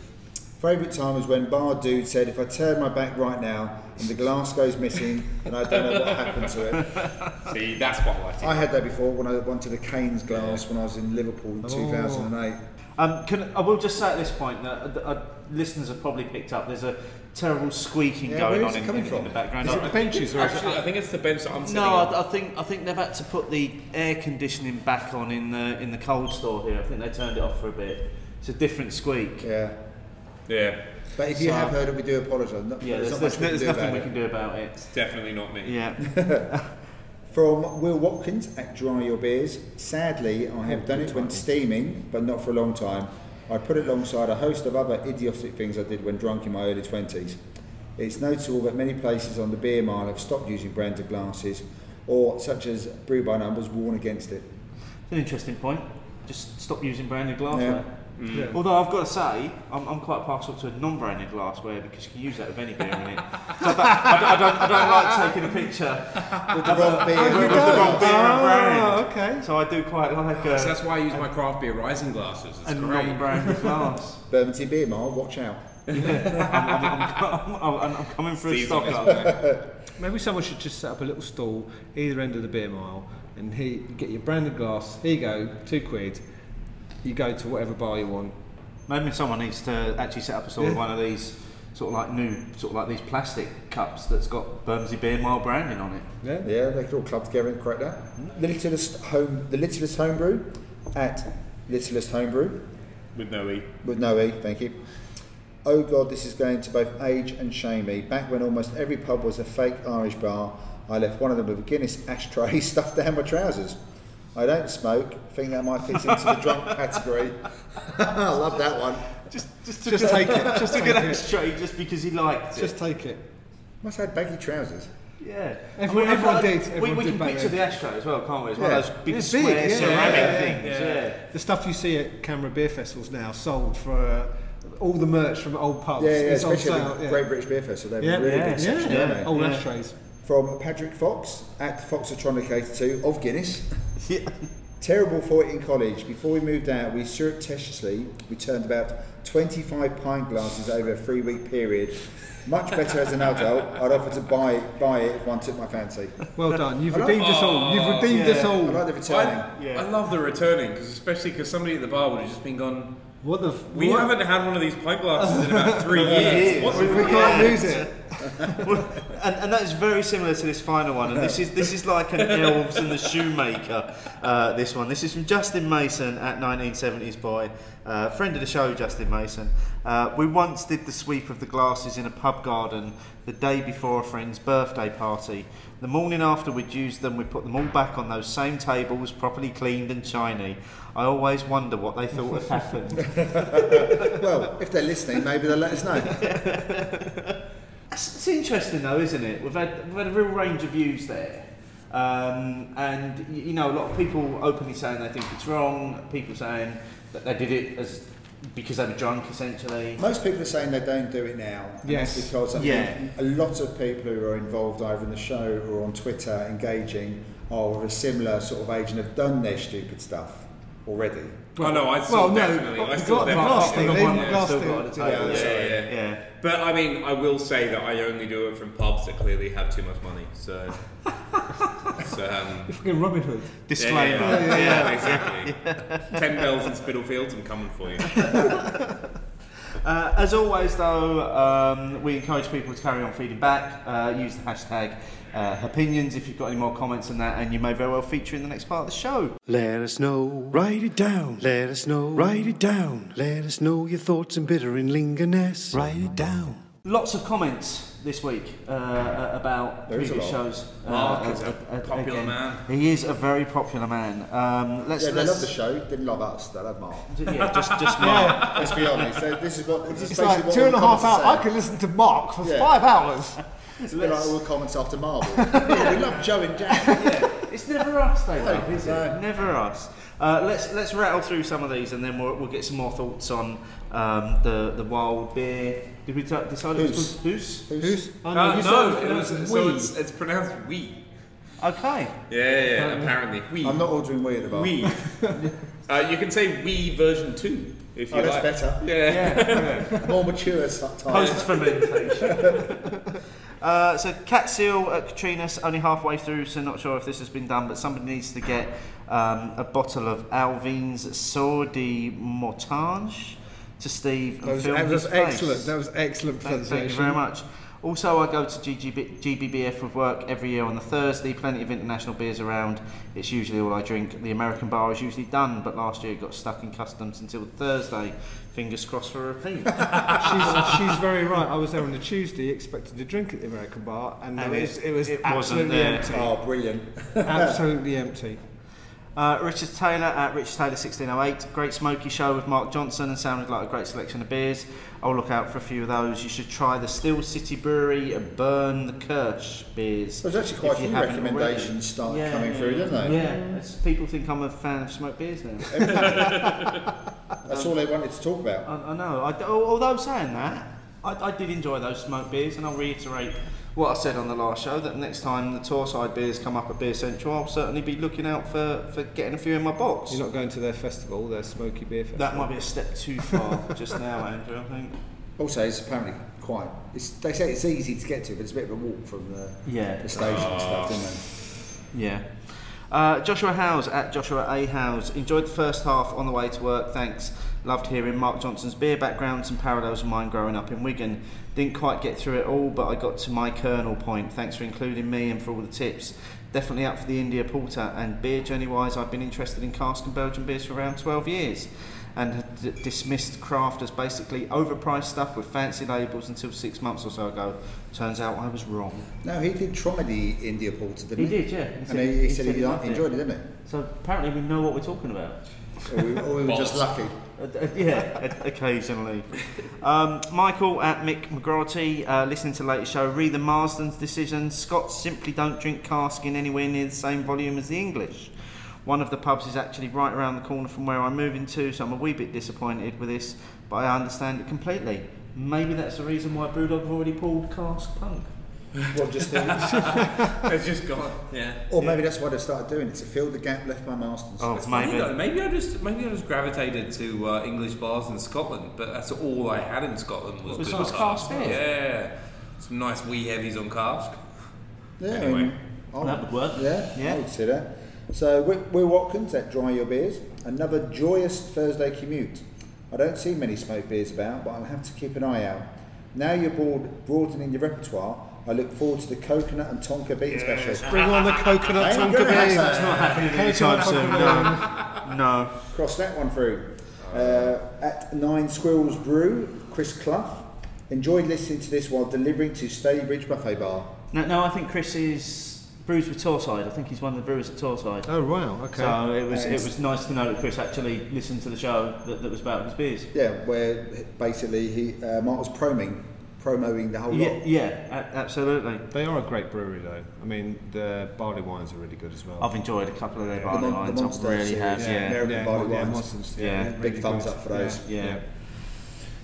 S3: Favourite time was when bar dude said, "If I turn my back right now and the glass goes missing, and I don't know what happened to
S2: [LAUGHS]
S3: it."
S5: see that's what I like. to
S3: I had that before when I wanted a Canes glass when I was in Liverpool
S2: Oh.
S3: in 2008.
S2: Um, can, I will just say at this point that uh, the- uh, listeners have probably picked up there's a terrible squeaking
S3: Yeah,
S2: going
S3: where
S2: on
S3: is it
S2: in,
S3: coming
S2: in, in
S3: from?
S2: the background.
S4: Is it the benches or is it
S5: Actually, I think it's the bench that I'm sitting
S2: No,
S5: on.
S2: I, I think I think they've had to put the air conditioning back on in the in the cold store here. I think they turned it off for a bit. It's a different squeak.
S3: Yeah,
S5: Yeah,
S3: but if you have heard it, we do apologise. Not-
S2: Yeah,
S3: there's
S2: there's, there's,
S3: not much we can
S2: there's
S3: do
S2: nothing
S3: about
S2: we
S3: it.
S2: can do about it.
S5: it's definitely not me.
S2: Yeah.
S3: From Will Watkins at Dry Your Beers. Sadly, I have done it when steaming, but not for a long time. I put it alongside a host of other idiotic things I did when drunk in my early 20s. It's noticeable that many places on the beer mile have stopped using branded glasses, or such as Brew by Numbers, warn against it.
S2: [LAUGHS] It's an interesting point. Just stop using branded glassware.
S3: Mm.
S4: Yeah.
S2: Although I've got to say, I'm, I'm quite partial to non-branded glassware because you can use that with any beer in it.
S3: [LAUGHS]
S2: So I, don't, I, don't, I don't- I don't like taking a picture
S3: With the wrong beer.
S2: with the wrong beer and
S3: Oh,
S4: Ah,
S2: brand.
S4: okay.
S2: So I do quite like
S5: So
S2: uh,
S5: that's why I use my craft beer rising glasses. It's
S2: a
S5: great.
S2: non-branded
S3: [LAUGHS]
S2: glass.
S3: Bermondsey Beer Mile, watch out.
S2: I'm, I'm, I'm, I'm, I'm coming for a
S5: Season
S2: stock
S5: is
S2: up.
S4: Maybe someone should just set up a little stall either end of the beer mile, and he you get your branded glass. Here you go, two quid. You go to whatever bar you want.
S2: Maybe someone needs to actually set up a sort of
S4: Yeah.
S2: one of these sort of like new sort of like these plastic cups that's got Bermondsey Beer Mile branding on it.
S4: Yeah.
S3: Yeah, they could all club together and correct that. The Littlest Home, the Littlest Homebrew at Littlest Homebrew.
S5: With no E.
S3: With no E, thank you. Oh God, this is going to both age and shame me. Back when almost every pub was a fake Irish bar, I left one of them with a Guinness ashtray [LAUGHS] stuffed down my trousers. I don't smoke, think that might fit into the
S4: [LAUGHS]
S3: drunk category. I love that one.
S2: Just, just,
S4: Just take it. [LAUGHS] Just
S2: a
S4: take
S2: good
S4: it.
S2: ashtray just because he liked it.
S4: Just take it.
S3: Must have baggy trousers.
S2: yeah.
S4: Everyone- everyone
S2: I-
S4: did,
S2: We,
S4: everyone
S2: we
S4: did
S2: can
S4: back
S2: picture
S4: then.
S2: the ashtray as well, can't we? It's one
S3: Yeah.
S2: of those big
S4: It's big,
S2: square
S4: yeah.
S2: ceramic
S4: Yeah.
S2: things. Yeah.
S4: The stuff you see at Canberra beer festivals now sold for uh, all the merch from old pubs.
S3: Yeah, yeah,
S4: Oh, It's on
S3: especially
S4: sale,
S3: at the
S4: yeah.
S3: Great British Beer Festival. They
S4: Yeah,
S3: have a really
S4: yeah,
S3: big section,
S4: yeah.
S3: don't they?
S4: Old
S2: Yeah.
S4: ashtrays.
S3: From Patrick Fox at Foxatronic 82 of Guinness. Terrible for it in college. Before we moved out, we surreptitiously returned about 25 pint glasses over a three week period. Much better as an adult, I'd offer to buy it, buy it if one took my fancy.
S4: Well done. You've redeemed us all. You've redeemed us
S3: I
S4: all.
S3: like the returning.
S5: I, I love the returning because especially because somebody at the bar would have just been gone.
S4: What the? F-
S5: We
S4: what?
S5: haven't had one of these pint glasses in about
S4: [LAUGHS]
S5: three years. What
S4: We,
S5: the
S4: we can't
S2: Yeah.
S4: lose it.
S2: Well, [LAUGHS] and, and that is very similar to this final one. And this is this is like an elves and the shoemaker. Uh, this one. This is from Justin Mason at 1970s boy, uh, friend of the show, Justin Mason. Uh, we once did the sweep of the glasses in a pub garden the day before a friend's birthday party. The morning after we'd used them, we put them all back on those same tables, properly cleaned and shiny. I always wonder what they thought had happened.
S3: Well, if they're listening, maybe they'll let us know.
S2: It's it's interesting though, isn't it? We've had, we've had a real range of views there. Um, and, y- you know, a lot of people openly saying they think it's wrong, people saying that they did it as because they were drunk, essentially.
S3: Most people are saying they don't do it now. and that's
S4: Yes.
S3: Because I
S2: Yeah.
S3: think a lot of people who are involved either in the show or on Twitter engaging are of a similar sort of age and have done their stupid stuff already.
S5: oh no, I
S4: Well,
S5: still
S4: no,
S5: definitely. I
S4: I've
S5: still
S4: got the
S5: definitely.
S4: glass
S5: do
S4: thing,
S5: it.
S4: they-
S5: Yeah.
S4: glass
S2: still
S4: thing.
S2: got on the table,
S3: Yeah,
S2: sorry.
S5: yeah, yeah.
S2: yeah.
S5: But I mean, I will say that I only do it from pubs that clearly have too much money. So, so um,
S4: Fucking Robin Hood.
S2: Disclaimer.
S5: Yeah, yeah, yeah, exactly. Ten bells in Spitalfields, I'm coming for you.
S2: Uh, as always, though, um, we encourage people to carry on feeding back. Uh, use the hashtag uh, opinions if you've got any more comments on that, and you may very well feature in the next part of the show.
S9: Let us know. Write it down. Let us know. Write it down. Let us know your thoughts in bitter and lingerness. Write it down.
S2: Lots of comments this week uh, uh, about
S3: There is a
S2: previous
S3: lot.
S2: shows. uh,
S5: Mark
S2: uh,
S5: is a
S2: uh, uh,
S5: popular man.
S2: He is a very popular man. Um, let's
S3: Yeah, they
S2: let's
S3: love the show, didn't love us, they love Mark.
S2: [LAUGHS] yeah, just just Mark.
S3: [LAUGHS] Let's be honest. So this is what this is
S4: It's
S3: basically
S4: like
S3: what
S4: two
S3: all
S4: and a
S3: the
S4: half
S3: comments are
S4: hours. I
S3: saying.
S4: could listen to Mark for
S3: Yeah.
S4: five hours.
S3: It's a bit like all the comments after Marvel.
S4: [LAUGHS]
S3: Yeah, we love Joe and Jack.
S2: It's never us, they love, is
S3: no.
S2: it? Never us. Uh, let's let's rattle through some of these, and then we'll, we'll get some more thoughts on um, the the wild beer. Did we t- decide it was
S3: Who's?
S2: called Who's?
S3: Who's
S4: Oh,
S5: Uh,
S4: you
S5: no,
S4: said
S5: it was, so
S4: we.
S5: it's, it's pronounced we.
S2: Okay.
S5: Yeah, yeah, yeah, apparently. We.
S3: [LAUGHS] I'm not ordering we at the bar.
S5: We. [LAUGHS] uh, you can say we version 2 if
S3: Oh,
S5: you
S3: that's
S5: like.
S3: better.
S5: Yeah.
S3: More mature type.
S2: Post fermentation. [LAUGHS] Uh, so cat seal at Katrina's only halfway through, so not sure if this has been done, but somebody needs to get um, a bottle of Alvin's Sordi Mortage to Steve and
S4: That was,
S2: film
S4: that
S2: his
S4: was
S2: face.
S4: excellent. That was excellent
S2: Thank, thank you very much. Also, I go to GGB, GBBF with work every year on the Thursday. Plenty of international beers around. It's usually all I drink. The American bar is usually done, but last year it got stuck in customs until Thursday. Fingers crossed for a repeat.
S4: she's, she's very right. I was there on the Tuesday, expected to drink at the American bar, and, uh,
S2: And
S4: it,
S2: it-
S4: was, it was
S2: it wasn't
S4: absolutely
S2: there. [LAUGHS]
S4: empty.
S3: Oh, brilliant.
S4: absolutely empty.
S2: Uh, Richard Taylor at Rich Taylor 1608. Great smoky show with Mark Johnson and sounded like a great selection of beers. I'll look out for a few of those. You should try the Steel City Brewery and Burn the Kirsch beers.
S3: There's actually quite
S2: if
S3: a
S2: you
S3: few
S2: haven't
S3: recommendations started
S2: already.
S3: coming through, didn't
S2: Yeah,
S3: they?
S2: it's- people think I'm a fan of smoked beers
S3: [LAUGHS]
S2: now.
S3: That's all they wanted to talk about.
S2: I, I know. I, al- although saying that, I, I did enjoy those smoked beers, and I'll reiterate what I said on the last show that next time the Torside beers come up at Beer Central, I'll certainly be looking out for, for getting a few in my box.
S4: You're not going to their festival, their smoky beer festival.
S2: That might be a step too far just now, Andrew. I think.
S3: Also, it's apparently quite. It's, they say it's easy to get to, but it's a bit of a walk from the,
S2: Yeah.
S3: the station and stuff, isn't
S2: Yeah. Uh, Joshua Howes at Joshua A. Howes. Enjoyed the first half on the way to work, thanks. Loved hearing Mark Johnson's beer backgrounds and parallels of mine growing up in Wigan. Didn't quite get through it all, but I got to my kernel point. Thanks for including me and for all the tips. Definitely up for the India Porter and beer journey wise, I've been interested in cask and Belgian beers for around 12 years and had d- dismissed craft as basically overpriced stuff with fancy labels until six months or so ago. Turns out I was wrong.
S3: they? No, he did try the India Porter, didn't he?
S2: He did, yeah. He
S3: and he, he said he,
S2: loved
S3: liked- enjoyed it, didn't
S2: So apparently we know what we're talking about.
S3: he? Or we, or we were just
S5: Bollocks.
S3: lucky.
S2: Uh, uh, yeah, o- occasionally. Um, Michael at Mick McGrotty, uh, listening to the latest show, read the Marsden's decision. Scots simply don't drink cask in anywhere near the same volume as the English. One of the pubs is actually right around the corner from where I'm moving to, so I'm a wee bit disappointed with this, but I understand it completely. Maybe that's the reason why Brewdog have already pulled cask punk.
S3: What just did.
S5: [LAUGHS] It's just gone. Yeah.
S3: Or maybe that's why they started doing it to fill the gap left by Marston's.
S2: Oh,
S5: It's funny
S2: maybe.
S5: though. Maybe I just maybe I just gravitated to uh, English bars in Scotland, but that's all I had in Scotland was,
S2: Was
S5: good
S2: nice cask beer.
S5: Yeah, some nice wee heavies on cask.
S3: Yeah,
S5: Anyway.
S3: I
S2: That would work.
S3: Yeah,
S2: Yeah.
S3: I would say that. So, Wi- Will Watkins at Dry Your Beers, another joyous Thursday commute. I don't see many smoked beers about, but I'll have to keep an eye out. Now you're broad, broadening your repertoire, I look forward to the coconut and tonka bean special.
S4: Bring on the coconut
S3: Ain't
S4: tonka
S3: gonna have
S4: bean.
S3: that.
S2: Not happening anytime soon. No. no.
S3: Cross that one through. Uh, at Nine Squirrels Brew, Chris Clough. Enjoyed listening to this while delivering to Staybridge Buffet Bar.
S2: No, no, I think Chris is brews with Torside. I think he's one of the brewers at Torside.
S4: [LAUGHS] Oh wow, okay.
S2: So it was it
S3: Thanks.
S2: was nice to know that Chris actually listened to the show that, that was about his beers.
S3: Yeah, where basically he uh, Mark was proming, promoing the whole
S2: Yeah,
S3: lot.
S2: yeah, a- absolutely.
S4: they are a great brewery though. I mean, the barley wines are really good as well.
S2: I've enjoyed a couple of their
S3: The,
S2: barley
S3: mon- the
S2: lines. I
S3: Monster
S2: really
S3: series,
S2: have. Yeah.
S3: American Barley Wines.
S4: Monsters,
S2: Yeah,
S4: really
S3: big thumbs
S4: good.
S3: up for those.
S2: Yeah.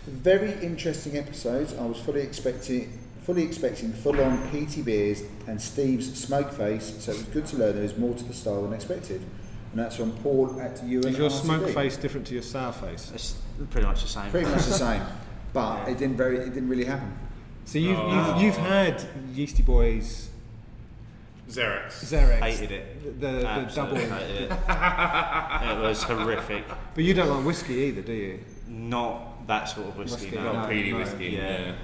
S3: Very interesting episodes. I was fully expecting fully expecting full on peaty beers and Steve's smoke face, so it was good to learn there is more to the style than expected. And that's from Paul at UN.
S4: Is your smoke face different to your sour face?
S2: It's pretty much the same.
S3: pretty
S4: [LAUGHS]
S3: much the same. But it didn't very it didn't really happen.
S4: So
S2: Uh,
S4: you've, you've, you've had Yeasty Boys
S5: Xerox.
S4: Xerex.
S2: Hated it.
S4: The, the, the double.
S2: Absolutely hated it. [LAUGHS] it was horrific.
S4: But you don't like whiskey either, do you?
S2: Not that sort of whiskey.
S4: Whiskey,
S2: no.
S4: no.
S5: Peaty whiskey.
S2: Yeah.
S5: Yeah.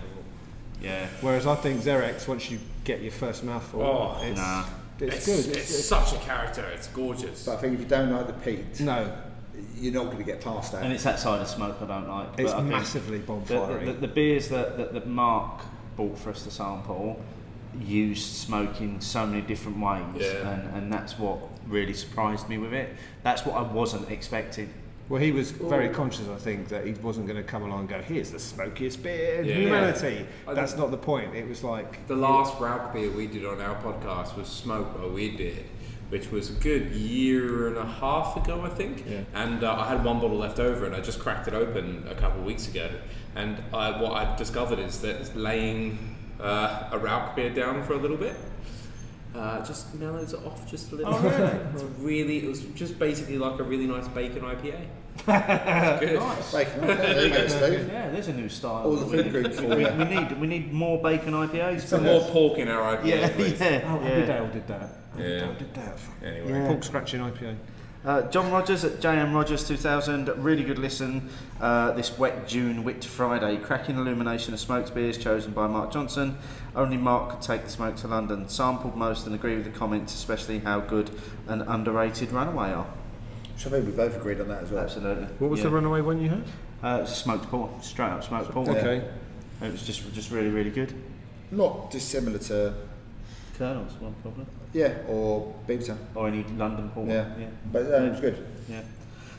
S2: Yeah.
S4: Whereas I think Xerex, once you get your first mouthful,
S5: Oh,
S4: it's,
S2: nah.
S5: It's,
S4: it's, good.
S5: it's, such a character. It's gorgeous.
S3: But I think if you don't like the peat,
S4: no,
S3: you're not going to get past
S2: And
S3: that.
S2: it's that side of smoke I don't like.
S4: it's
S2: but I think
S4: massively
S2: The,
S4: bonfire.
S2: the, the beers that, that, that Mark bought for us to sample used smoke in so many different ways,
S5: Yeah.
S2: and, and that's what really surprised me with it. That's what I wasn't expecting.
S4: Well, he was very
S5: Oh.
S4: conscious, I think, that he wasn't going to come along and go, here's the smokiest beer in
S5: Yeah.
S4: humanity.
S5: I
S4: That's
S5: think-
S4: not the point. It was like,
S5: The last Rauk beer we did on our podcast was Smoke by Weird Beard, which was a good year and a half ago, I think.
S4: Yeah.
S5: And uh, I had one bottle left over, and I just cracked it open a couple of weeks ago. And I, what I discovered is that laying uh, a Rauk beer down for a little bit. Uh, just mellows it off just a little. bit. [LAUGHS] It's Oh, really, it was just basically like a really nice bacon IPA. It's good.
S4: [LAUGHS]
S3: Bacon, okay, there you go, Steve.
S2: Yeah, there's a new style.
S3: All the
S2: we,
S3: food groups.
S2: we, we need we need more bacon IPAs.
S5: Some more pork in our
S2: [LAUGHS]
S5: IPA,
S2: yeah,
S5: please.
S2: yeah,
S4: oh,
S2: yeah.
S4: Abidale did that. Abidale did that.
S5: Anyway.
S4: Pork scratching IPA.
S2: Uh, John Rogers at JM Rogers 2000, really good listen. Uh, this wet June Whit Friday, cracking illumination of smoked beers chosen by Mark Johnson. Only Mark could take the smoke to London. Sampled most and agree with the comments, especially how good and underrated Runaway are.
S3: So I think we both agreed on that as well.
S2: Absolutely.
S4: What was the
S2: Yeah.
S4: runaway one you had?
S2: Uh, it was a smoked pork, straight up smoked pork.
S4: Okay.
S2: It was just just really really good.
S3: Not dissimilar to
S2: Colonels, one problem.
S3: yeah or Beaverton.
S2: Or any London pork.
S3: Yeah.
S2: yeah.
S3: But uh, it was good.
S2: Yeah.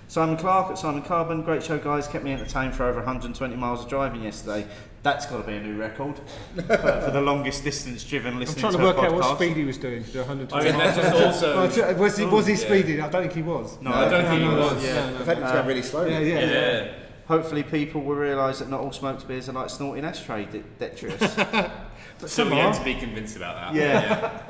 S2: Simon Clark at Simon Carbon, great show, guys. Kept me entertained for over 120 miles of driving yesterday. That's got to be a new
S4: [LAUGHS]
S2: record for, for the longest distance driven
S4: I'm
S2: listening
S4: trying to
S2: to a
S4: work out
S2: podcast.
S4: what speed he was doing. to do 120
S5: [LAUGHS] I
S4: [LAUGHS]
S5: mean, that's [LAUGHS] just
S4: Well,
S5: also.
S4: Oh, t- was he, was he
S5: yeah.
S4: speeding? I don't think he was.
S2: No,
S5: I don't think he was.
S4: Yeah,
S3: In fact, it was going really slow.
S4: yeah, yeah.
S5: yeah.
S2: Hopefully, people will realise that not all smoked beers are like snorting ashtray de-
S4: [LAUGHS]
S2: detritus.
S5: So we had to be convinced about that.
S2: Yeah.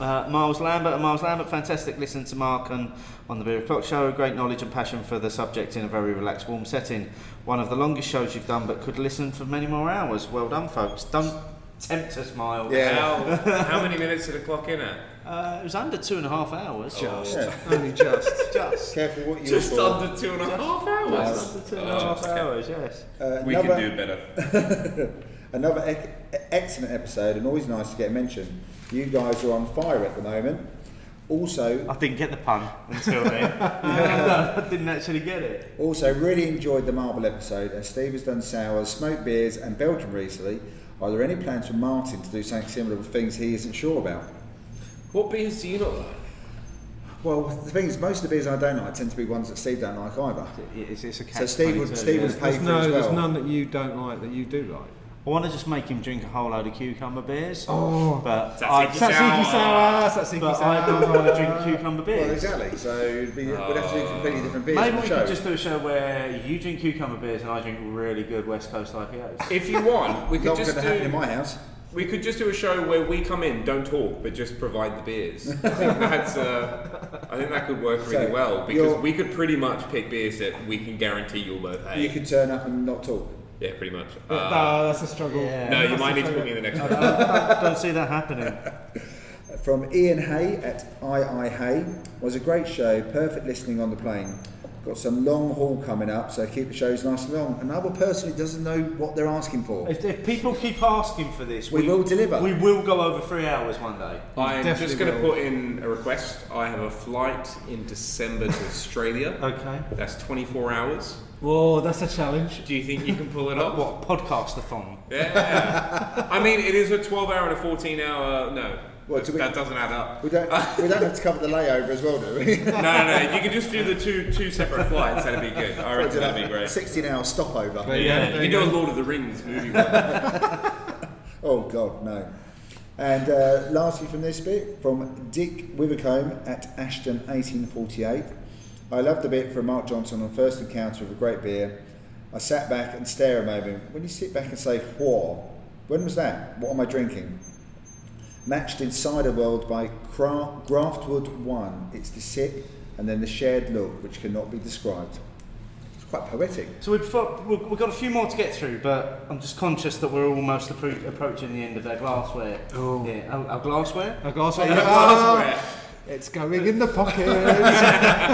S2: Uh, Miles Lambert and Miles Lambert, fantastic listening to Mark and on the Beer O'Clock Show. Great knowledge and passion for the subject in a very relaxed, warm setting. One of the longest shows you've done, but could listen for many more hours. Well done, folks. Don't tempt us, Miles.
S3: Yeah.
S5: How, how many minutes did the clock in at?
S2: Uh, it was under two and a half hours.
S4: Just.
S3: Yeah.
S4: Only just.
S2: Just.
S3: Careful what you
S5: Just
S3: wish for.
S5: under two and a half hours.
S2: Just under two and a half hours, yes.
S3: Uh,
S5: We
S3: another, [LAUGHS]
S5: can do better.
S3: Another ec- excellent episode, and always nice to get mentioned. You guys are on fire at the moment. Also,
S2: I didn't get the pun until then. [LAUGHS] I didn't actually get it.
S3: also really enjoyed the marble episode. As Steve has done sours, smoked beers, and Belgium recently. Are there any plans for Martin to do something similar with things he isn't sure about?
S5: What beers do you not like?
S3: Well, the thing is, most of the beers I don't like tend to be ones that Steve don't like either.
S2: It's, it's a
S3: So Steve would,
S2: 22,
S3: Steve
S2: yeah.
S3: would pay
S4: There's,
S3: for
S4: no,
S3: it as
S4: there's
S3: well.
S4: none that you don't like that you do like.
S2: I want to just make him drink a whole load of cucumber beers.
S4: Oh.
S2: But
S5: That's
S2: I
S5: it.
S2: just.
S4: Satsiki sour,
S2: But
S4: Satsiki
S2: I
S4: sour.
S2: don't want to drink cucumber beers.
S3: Well, exactly. So it'd be, we'd have to do completely different beers.
S2: Maybe
S3: for
S2: we
S3: the
S2: could
S3: show.
S2: just do a show where you drink cucumber beers and I drink really good West Coast IPAs.
S5: If you want, we could
S3: Not
S5: just
S3: going to
S5: do.
S3: happen in my house.
S5: We could just do a show where we come in, don't talk, but just provide the beers. I think that's, uh, I think that could work really
S3: So,
S5: well because
S3: you're-
S5: we could pretty much pick beers that we can guarantee you'll both
S3: You
S5: hate.
S3: could turn up and not talk.
S5: Yeah, pretty much. Uh,
S4: no, ah, that's a struggle.
S5: no, you might need to put me in the next one.
S2: Don't see that
S3: [LAUGHS]
S2: happening.
S3: From Ian Hay at II Hay was a great show, perfect listening on the plane. Got some long haul coming up, so keep the shows nice and long. Another person who doesn't know what they're asking for.
S2: If, if people keep asking for this,
S3: We will deliver. Oh.
S2: We will go over three hours one day.
S5: I'm just
S4: definitely
S5: going to put in a request. I have a flight in December to Australia.
S2: Okay.
S5: That's 24 hours.
S4: Whoa, that's a challenge.
S5: Do you think you can pull it off?
S2: What podcastathon?
S5: Yeah. I mean, it is a 12 hour and a 14 hour. No.
S3: What, do we-
S5: that doesn't add up.
S3: We don't, we don't have to cover the layover as well, do we? [LAUGHS]
S5: [LAUGHS] No, no, no. If you could just do the two two separate flights, that'd be good. I reckon that'd be great.
S3: 16 hour stopover.
S5: Yeah, you can do a Lord of the Rings
S3: [LAUGHS]
S5: movie. one.
S3: Oh God, no. And uh, lastly, from this bit, from Dick Wivercombe at Ashton, 1848. I loved the bit from Mark Johnson on first encounter with a great beer. I sat back and stare a moment. When you sit back and say, "Whoa," when was that? What am I drinking? Matched in Cider World by Cra- Graftwood One. It's the sip and then the shared look, which cannot be described. It's quite poetic.
S2: So we've got, we've we've got a few more to get through, but I'm just conscious that we're almost appro- approaching the end of our glassware. Oh. Yeah, our, our glassware.
S4: A glass of [LAUGHS] ah, It's going in the pocket.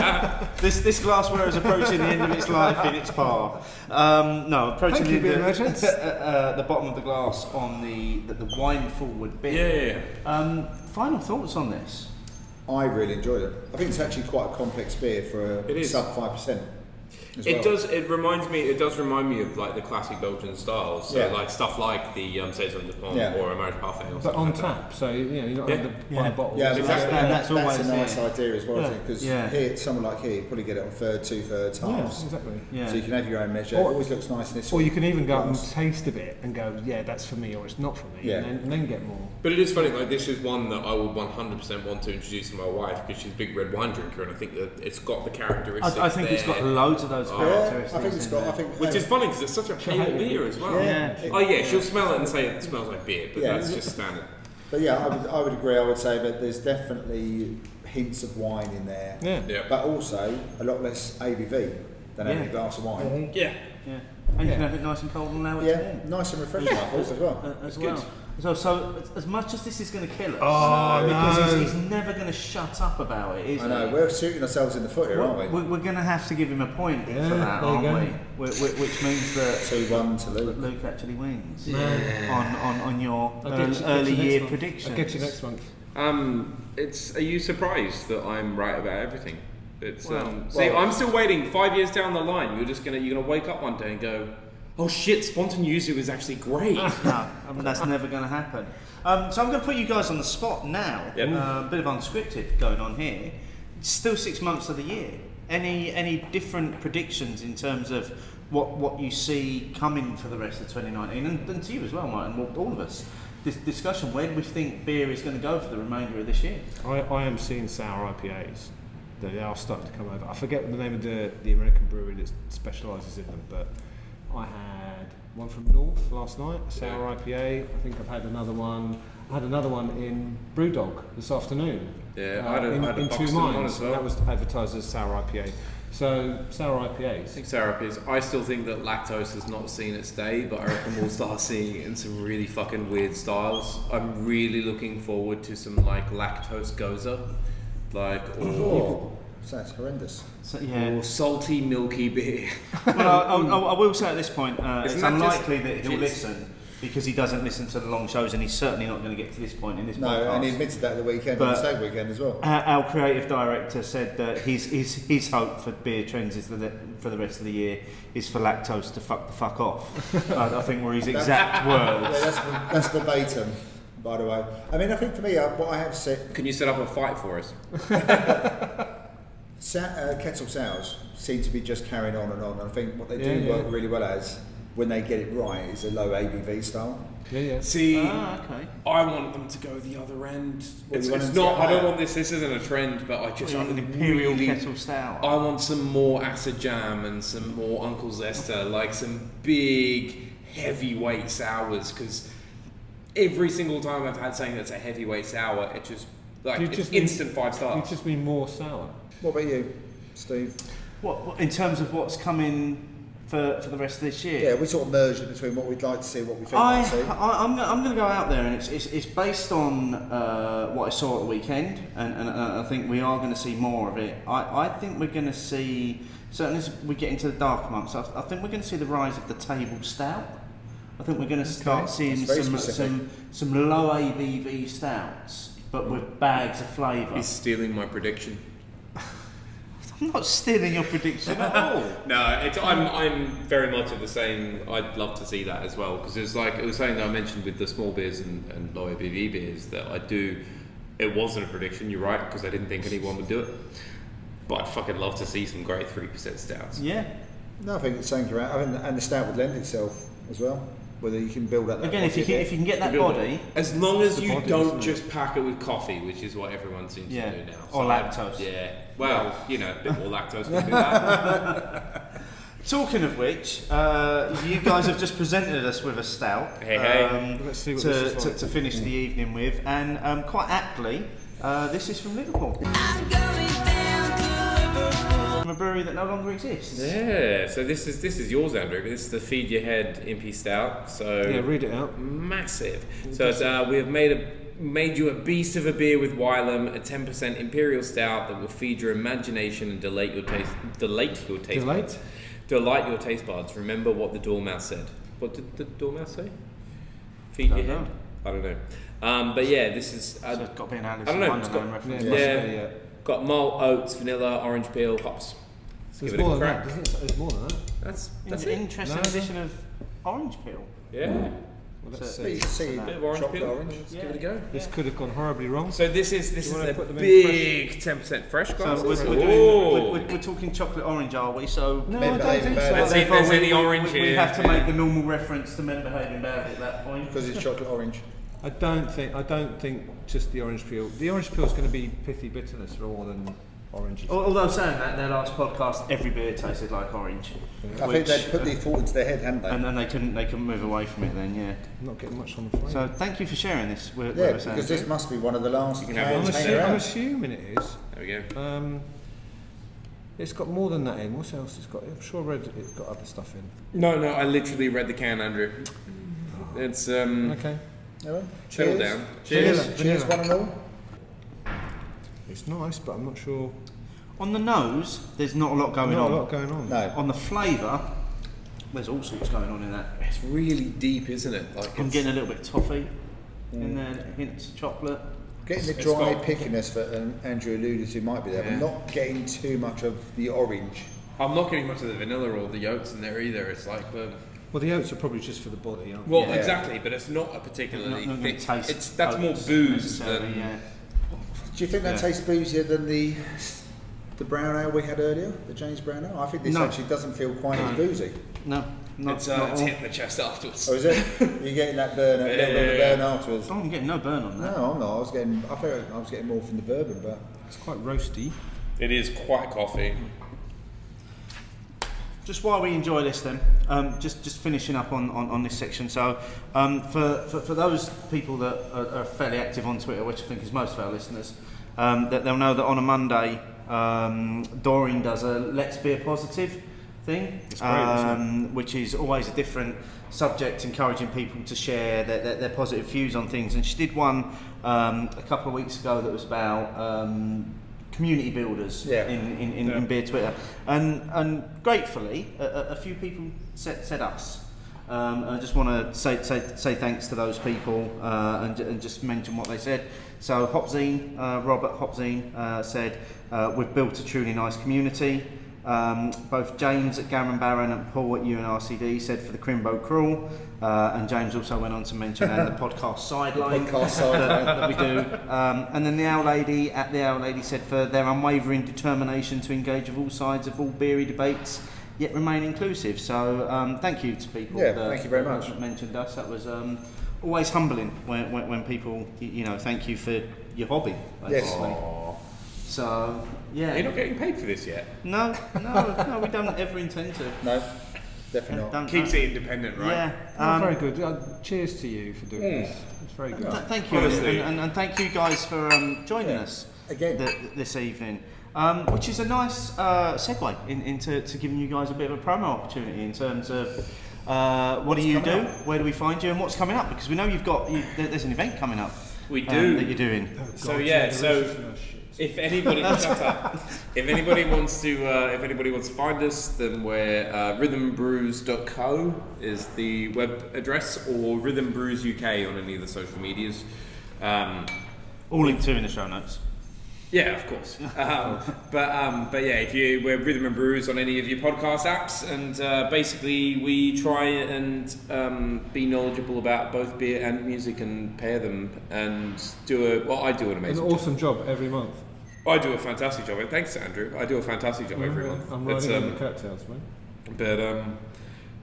S4: [LAUGHS]
S2: This this glassware is approaching the end of its life in its par. Um, no, approaching
S4: Thank you,
S2: the,
S4: beer merchants.
S2: the, [LAUGHS] uh, the bottom of the glass on the the, the wine forward bit.
S5: Yeah, yeah, yeah.
S2: Um, final thoughts on this?
S3: I really enjoyed it. I think it's actually quite a complex beer for
S5: It
S3: a
S5: is.
S3: sub five percent.
S5: It does. It reminds me. It does remind me of like the classic Belgian styles. So
S3: Yeah.
S5: like stuff like the um, saison de pomme
S3: Yeah.
S5: or a marriage parfait or
S4: but
S5: something
S4: on
S5: like that.
S4: tap, so you know, you're not
S5: Yeah.
S4: yeah. the yeah. bottle.
S3: Yeah,
S5: Exactly.
S3: That's,
S2: And that's
S3: that's
S2: always
S3: a nice
S2: it.
S3: idea as well, I
S2: Yeah.
S3: think, because
S2: Yeah.
S3: here, someone like here, you probably get it on third, two thirds,
S4: Yeah,
S3: halves.
S4: exactly.
S2: Yeah.
S3: So you can have your own measure. it
S4: Or-
S3: always looks nice in this.
S4: Or you can even go out and [LAUGHS]
S3: glass.
S4: taste a bit and go, yeah, that's for me, or it's not for me,
S3: Yeah.
S4: and, then, and then get more.
S5: But it is funny. Like this is one that I would 100% want to introduce to my wife because she's a big red wine drinker, and I think that it's got the characteristics.
S2: I, I think it's got
S5: there.
S2: loads of those
S3: Yeah,
S2: characteristics.
S3: I think it's
S2: in
S3: got.
S2: there.
S3: I think
S5: Which is funny because it's such a pale beer as well.
S2: Yeah.
S5: Oh yeah, she'll smell it and say it smells like beer, but
S3: Yeah.
S5: that's just standard.
S3: But yeah, I would, I would agree. I would say that there's definitely hints of wine in there.
S4: Yeah.
S5: Yeah.
S3: But also a lot less ABV than having
S2: Yeah.
S3: a glass of wine.
S5: Yeah.
S2: Yeah. And you can have it nice and cold and now it's
S3: Yeah,
S2: in.
S3: nice and refreshing. I thought as well.
S2: Uh, as
S5: good.
S2: well. So, so as- as much as this is going to kill us,
S4: Oh,
S2: because
S4: no.
S2: he's, he's never going to shut up about it, is
S3: I know
S2: he?
S3: we're shooting ourselves in the foot here, aren't we?
S2: We're, we're going to have to give him a point
S4: Yeah,
S2: for that,
S4: there you
S2: aren't
S4: go.
S2: we? Wh- wh- Which means that
S3: Two one to Luke.
S2: Luke actually wins on, on, on your
S4: I'll
S2: ear-
S4: get you- get
S2: early
S4: you next
S2: year
S4: month.
S2: predictions.
S4: I'll get you next month.
S5: Um, it's. Are you surprised that I'm right about everything? It's. um, see,
S3: well-
S5: I'm still waiting. Five years down the line, you're just gonna you're gonna wake up one day and go, oh shit, spontan yuzu is actually great.
S2: No, I mean, that's never going to happen. Um, so I'm going to put you guys on the spot now.
S5: Yep.
S2: Uh, a bit of unscripted going on here. It's still six months of the year. Any any different predictions in terms of what what you see coming for the rest of 2019, and, and to you as well, Martin, well, all of us. This discussion: Where do we think beer is going to go for the remainder of this year?
S4: I, I am seeing sour IPAs. They they are starting to come over. I forget the name of the, the American brewery that specialises in them, but I had one from North last night, a sour IPA. I think I've had another one. I had another one in Brewdog this afternoon. Uh,
S5: Yeah, I had a-
S4: in,
S5: I had a
S4: in Two
S5: Buxton one
S4: Minds.
S5: as well.
S4: That was advertised as sour IPA. So sour
S5: I
S4: IPAs.
S5: think Sarah is. I still think that lactose has not seen its day, but I reckon we'll start seeing it in some really fucking weird styles. I'm really looking forward to some like lactose goza, like or,
S3: Oh, sounds horrendous.
S2: So, yeah.
S5: or salty milky beer.
S2: [LAUGHS] well, I, I, I will say at this point, uh, it's
S5: Isn't that just-
S2: unlikely that he'll
S5: Cheers.
S2: listen because he doesn't listen to the long shows, and he's certainly not going to get to this point in this
S3: No,
S2: podcast.
S3: and he admitted that at the weekend,
S2: But-
S3: on the same weekend as well.
S2: Uh, our creative director said that his, his, his hope for beer trends is that for the rest of the year is for lactose to fuck the fuck [LAUGHS] off. I, I think were his [LAUGHS] exact
S3: Yeah,
S2: words.
S3: that's, that's verbatim, by the way. I mean, I think for me, uh, what I have said,
S5: Can you set up a fight for us?
S3: sa- uh, kettle sours seem to be just carrying on and on. And I think what they do
S4: Yeah, yeah.
S3: work really well as, when they get it right, is a low ABV style.
S4: Yeah, yeah.
S5: See,
S2: Ah, okay.
S5: I want them to go the other end.
S3: Well,
S5: It's,
S3: you want
S5: it's
S3: them to get
S5: not. I don't
S3: higher.
S5: want this. This isn't a trend, but I just
S2: It's like an imperial kettle sour.
S5: I want some more acid jam and some more Uncle Zester, like some big heavyweight sours, because every single time I've had something that's a heavyweight sour, it just like
S4: You
S5: it's
S4: just need-
S5: instant five
S4: You
S5: stars.
S4: just mean more sour.
S3: What about you, Steve?
S2: What, what- in terms of what's coming for, for the rest of this year?
S3: Yeah, we sort of merged it between what we'd like to see, what we think
S2: I,
S3: we'd see.
S2: I, I'm, gonna, I'm gonna go out there and it's, it's, it's based on uh, what I saw at the weekend and, and uh, I think we are gonna see more of it. I, I think we're gonna see, certainly as we get into the dark months, I, I think we're gonna see the rise of the table stout. I think we're gonna start seeing
S3: That's very
S2: some,
S3: specific.
S2: some, some low ABV stouts but with bags of flavour.
S5: He's stealing my prediction.
S2: I'm not stealing your prediction at all.
S5: No, it's, I'm I'm very much of the same. I'd love to see that as well because it's like it was something that I mentioned with the small beers and, and low ABV beers that I do. It wasn't a prediction. You're right because I didn't think anyone would do it. But I'd fucking love to see some great three percent stouts.
S2: [LAUGHS] Yeah.
S3: No, I think the same throughout. I mean, and the stout would lend itself as well. Whether you can build up that.
S2: Again, if you
S3: body
S2: can,
S3: a
S2: if you can get that
S5: Build it.
S2: body,
S5: As long as you
S6: body,
S5: don't
S6: isn't it?
S5: just pack it with coffee, which is what everyone seems
S2: Yeah.
S5: to do now.
S2: Or
S5: like,
S2: lactose.
S5: Yeah. Well, you know, a bit more lactose would do that.
S2: Talking of which, uh, you guys have just presented us with a stout. um,
S5: Hey, hey.
S4: Let's see what
S2: to,
S4: this is
S2: to,
S4: like.
S2: to finish the evening with, and um, quite aptly, uh, this is from Liverpool,
S7: I'm going down to Liverpool.
S2: from a brewery that no longer exists.
S5: yeah. So this is this is yours, Andrew. But this is the Feed Your Head Impy Stout. So
S4: Yeah, read it out.
S5: massive. So it's, uh, we have made a made you a beast of a beer with Wylam, a 10% imperial stout that will feed your imagination and delight your taste. Delight your taste.
S4: Delight?
S5: buds. Delight your taste buds. Remember what the dormouse said. What did the dormouse say? Feed your head. I don't know. Um, but yeah, this is.
S2: So
S5: Uh,
S2: it's got to be an Alice
S5: I don't know,
S2: in
S5: it's
S2: Wonderland
S5: got-
S2: reference.
S4: yeah.
S5: yeah,
S4: be, yeah.
S5: got malt, oats, vanilla, orange peel, hops. Let's
S4: There's
S5: give it
S4: more
S5: a
S4: than that,
S5: crack.
S4: doesn't it? There's more than that.
S5: That's that's
S2: That's
S5: it.
S2: an interesting
S4: No, no.
S2: addition of orange peel.
S5: Yeah,
S4: Well, let's
S2: So-
S3: bit.
S4: see.
S3: You see
S5: bit of orange
S3: chocolate
S5: peel.
S3: orange.
S5: Let's give it a go.
S4: This could have gone horribly wrong.
S5: So this is this
S4: You
S5: is
S4: wanna
S5: a
S4: put them in
S5: big ten percent fresh
S2: So
S5: glass.
S2: we're, we're, doing, we're, we're, we're talking chocolate orange, are we? So
S4: no,
S3: Men
S4: I don't
S3: behave
S4: think
S3: badly.
S5: Let's
S4: so.
S5: see if there's
S2: we,
S5: any
S2: we-
S5: orange
S2: we, we
S5: here.
S2: have to make the normal reference to men behaving badly at that point.
S3: Because it's chocolate orange.
S4: I don't think. I don't think just the orange peel. The orange peel is going to be pithy bitterness rather than orangey.
S2: Al- Although saying that, their last podcast, every beer tasted like orange,
S3: I think
S2: Which-
S3: they'd put the thought into their head, hadn't they?
S2: and then they couldn't they couldn't move away from it. Then yeah.
S4: I'm not getting much on the flavour.
S2: So thank you for sharing this. With,
S3: yeah,
S2: with us,
S3: because
S2: Andrew.
S3: this must be one of the last
S5: can have
S4: I'm,
S3: cans hanging
S4: assu- I'm
S3: around.
S5: [LAUGHS]
S4: assuming it is.
S5: There we go.
S4: Um, it's got more than that in. What else it's got? I'm sure red. It's got other stuff in.
S5: No, no, I literally read the can, Andrew. It's um,
S4: Okay.
S3: Anyway,
S5: chill
S3: cheers.
S5: down.
S3: Cheers,
S5: Cheers.
S4: Vanilla,
S3: cheers,
S4: vanilla.
S3: one and all.
S4: It's nice, but I'm not sure.
S2: On the nose, there's not a lot going
S4: Not
S2: on.
S4: a lot going on.
S3: No,
S2: On the flavour, there's all sorts going on in that.
S5: It's really deep, isn't it? Like
S2: I'm
S5: it's-
S2: getting a little bit toffee
S4: Mm.
S2: in there, hints of chocolate.
S3: getting the
S5: It's
S3: dry
S5: got-
S3: pickiness that um, Andrew alluded to might be there,
S5: Yeah.
S3: but not getting too much of the orange.
S5: I'm not getting much of the vanilla or the yolks in there either. It's like the
S4: Well, the oats are probably just for the body, aren't
S5: well,
S3: Yeah.
S5: exactly, but it's not a particularly
S2: Not, not going
S5: thick
S2: to taste.
S5: It's that's
S2: oats
S5: more booze
S2: necessarily,
S5: than
S2: yeah.
S3: Do you think that tastes boozier than the the brown ale we had earlier, the James Brown ale? I think this
S2: No.
S3: actually doesn't feel quite as boozy.
S2: No, not,
S5: it's, uh,
S2: not
S5: it's
S2: all.
S5: hitting the chest afterwards.
S3: Oh, is
S5: [LAUGHS]
S3: it? You're getting that burn, a little bit of
S5: Yeah.
S3: burn afterwards.
S2: Oh, I'm getting no burn on that.
S3: No, I'm not. I was getting, I felt I was getting more from the bourbon, but
S4: It's quite roasty.
S5: It is quite coffee.
S2: Just while we enjoy this, then, um, just just finishing up on, on, on this section. So, um, for, for for those people that are, are fairly active on Twitter, which I think is most of our listeners, um, that they'll know that on a Monday, um, Doreen does a Let's Be a Positive thing, um, which is always a different subject, encouraging people to share their, their, their positive views on things. And she did one um, a couple of weeks ago that was about. Um, community builders
S3: Yeah.
S2: in in, in, in, in beer Twitter, and and gratefully, a, a a few people said, said us. Um, and I just want to say, say say thanks to those people uh, and, ju- and just mention what they said. So Hopzine, uh, Robert Hopzine uh, said, uh, "We've built a truly nice community." Um, both James at Gammon Barron and Paul at UNRCD said for the Crimbo Crawl, uh, and James also went on to mention and the [LAUGHS] podcast sideline [LAUGHS]
S3: podcast side.
S2: that, that we do. Um, and then the Owl Lady at the Owl Lady said for their unwavering determination to engage with all sides of all beery debates, yet remain inclusive. So um, thank you to people.
S3: Yeah,
S2: that,
S3: thank you very
S2: that
S3: much.
S2: Mentioned us. That was um, always humbling when, when, when people y- you know thank you for your hobby.
S3: Yes.
S2: Basically. So yeah.
S5: You're not getting paid for this yet.
S2: No, no, no. We don't ever intend to.
S3: no, Definitely not.
S2: Done-
S5: Keeps it independent, right?
S2: Yeah.
S4: Oh,
S2: um,
S4: very good. Uh, cheers to you for doing this. It's very good.
S2: Th- Thank you,
S5: Honestly.
S2: and, and, and thank you guys for um, joining us
S3: Again.
S2: th- this evening, um, which is a nice uh, segue in, into to giving you guys a bit of a promo opportunity in terms of uh, what do you do, where do we find you, and what's coming up because we know you've got you, there, there's an event coming up.
S5: We
S2: um,
S5: do.
S2: that you're doing.
S5: So yeah, so if anybody shut up. if anybody wants to uh, if anybody wants to find us, then we're uh, rhythmbrews.co is the web address or Rhythm Brews UK on any of the social medias. Um,
S2: All linked to in the show notes.
S5: yeah, of course. Um, but um, but yeah, if you we're Rhythm and Brews on any of your podcast apps, and uh, basically we try and um, be knowledgeable about both beer and music and pair them and do a well. I do an
S4: An
S5: amazing. job.
S4: awesome job every month.
S5: I do a fantastic job. Thanks, Andrew. I do a fantastic job every month.
S4: I'm
S5: It's,
S4: riding on
S5: um,
S4: the coattails, mate.
S5: but um,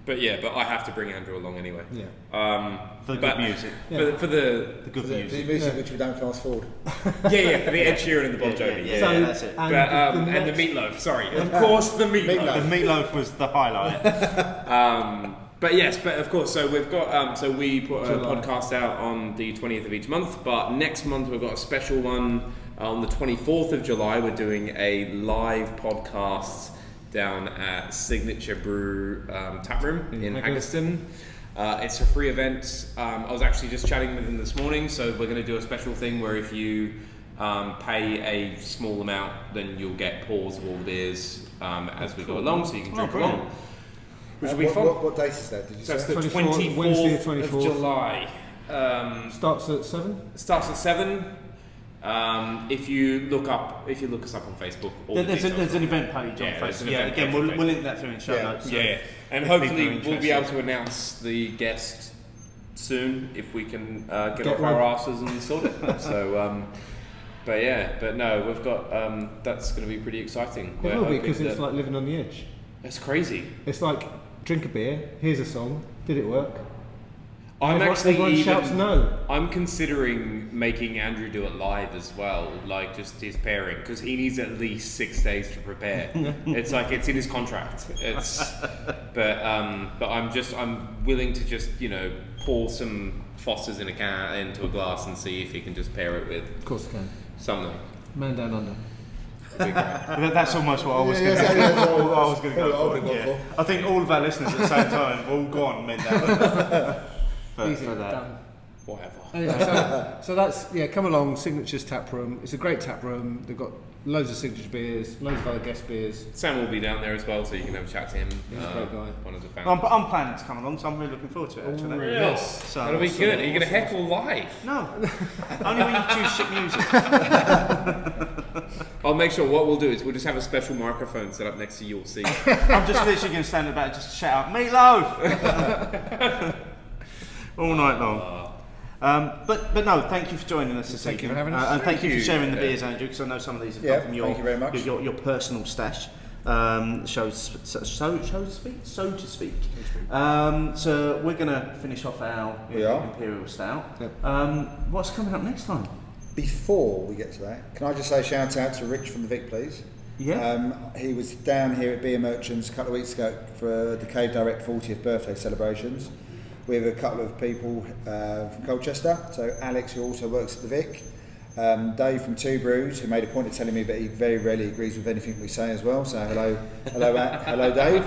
S5: but yeah, but I have to bring Andrew along anyway.
S4: Yeah.
S5: Um,
S2: For the
S5: but-
S2: good music.
S5: For, for the
S2: The good
S3: The, the
S2: music.
S3: music which we don't fast forward.
S5: yeah
S2: [LAUGHS]
S5: yeah for the Ed Sheeran and the Bon Jovi.
S2: yeah,
S5: Yeah.
S2: yeah, that's it.
S5: But, um, and the meatloaf. Sorry, of course the meatloaf.
S2: The meatloaf was the highlight.
S5: Um, but yes, but of course. So we've got. Um, so we put a
S4: July.
S5: podcast out on the twentieth of each month. But next month we've got a special one uh, on the twenty fourth of July. We're doing a live podcast down at Signature Brew um, Tap Room
S3: Mm,
S5: in Haggerston. Uh, it's a free event. Um, I was actually just chatting with them this morning. So we're going to do a special thing where if you um, pay a small amount, then you'll get pours of all the beers um, as we go along, so you can drink
S2: brilliant.
S5: along. Which
S3: Oh, Uh,
S5: will be
S3: what,
S5: fun.
S3: what, what date is that? Did you
S5: So it's
S3: say?
S5: the
S4: 24th,
S5: 24th,
S4: Wednesday the
S5: of
S4: 24th.
S5: July. Um,
S4: Starts at seven.
S5: starts at seven. Um, if you look up, if you look us up on Facebook, all the
S2: there's, a,
S5: details
S2: there's an
S5: are on there.
S2: event page
S5: Yeah,
S2: on
S5: there's an
S2: Facebook. Yeah,
S5: event
S2: again,
S5: page
S2: we'll,
S5: on
S2: we'll link that through in show
S3: Yeah.
S2: notes.
S5: Yeah, yeah. and
S2: people are
S5: hopefully we'll be
S2: interested.
S5: able to announce the guest soon if we can uh, get,
S4: Get
S5: off our
S4: one.
S5: asses and sort
S4: [LAUGHS]
S5: it. so, um, but yeah, but no, we've got um, that's going to be pretty exciting.
S4: It
S5: We're
S4: will be
S5: hoping
S4: because it's
S5: that-
S4: like living on the edge.
S5: it's crazy.
S4: It's like drink a beer. Here's a song. Did it work?
S5: I'm
S4: Everyone-
S5: actually
S4: everyone
S5: even,
S4: shouts no.
S5: I'm considering making Andrew do it live as well, like just his pairing, because he needs at least six days to
S4: [LAUGHS]
S5: prepare. it's like it's in his contract. It's, but um, but I'm just I'm willing to just you know pour some Fosters in a can into a glass and see if he can just pair it with
S4: Of course, I can.
S5: something.
S4: Man down under.
S5: That'd be great.
S2: That- That's almost what I was
S3: Yeah,
S2: going to
S3: yeah, yeah, that's
S2: go
S3: what I
S2: I
S3: was-
S2: was going to go
S3: that's what I
S2: for.
S3: would've
S2: Yeah.
S3: gone
S2: I think all of our listeners at the same time have all gone meant that. for,
S4: Easy,
S2: for that.
S4: done.
S5: Whatever.
S4: Anyway,
S5: [LAUGHS]
S4: so, so that's yeah. Come along, Signatures Tap Room. It's a great tap room. They've got loads of signature beers, loads of other guest beers.
S5: Sam will be down there as well, so you can have a chat to him. uh,
S4: He's a great guy.
S5: One of the fans.
S2: I'm, I'm planning to come along, so I'm really looking forward to it. Actually,
S5: Yes.
S2: So-
S5: That'll be
S2: so-
S5: good. Are you going to heckle live?
S2: No, only when you choose shit music.
S5: I'll make sure what we'll do is we'll just have a special microphone set up next to your seat.
S2: I'm just literally going to stand about and just shout out meatloaf [LAUGHS] all night long. Um, but but no, thank you for joining us this
S4: Thank you
S2: evening,
S4: for having us.
S2: Uh, and thank,
S5: Thank
S2: you
S5: you.
S2: for sharing the
S5: Yeah.
S2: beers, Andrew, because I know some of these have
S3: Yeah,
S2: come from your,
S3: thank you very much.
S2: your, your your personal stash. Um, so, so, so, so to speak, so to speak. Um, so we're going to finish off our
S3: We are.
S2: imperial stout.
S4: Yep.
S2: Um, what's coming up next time?
S3: Before we get to that, can I just say a shout out to Rich from the Vic, please?
S2: Yeah.
S3: Um, he was down here at Beer Merchants a couple of weeks ago for the Cave Direct 40th birthday celebrations with a couple of people uh, from Colchester. So Alex, who also works at the Vic, um, Dave from Two Brews, who made a point of telling me that he very rarely agrees with anything we say as well. So hello, hello, A- hello, Dave,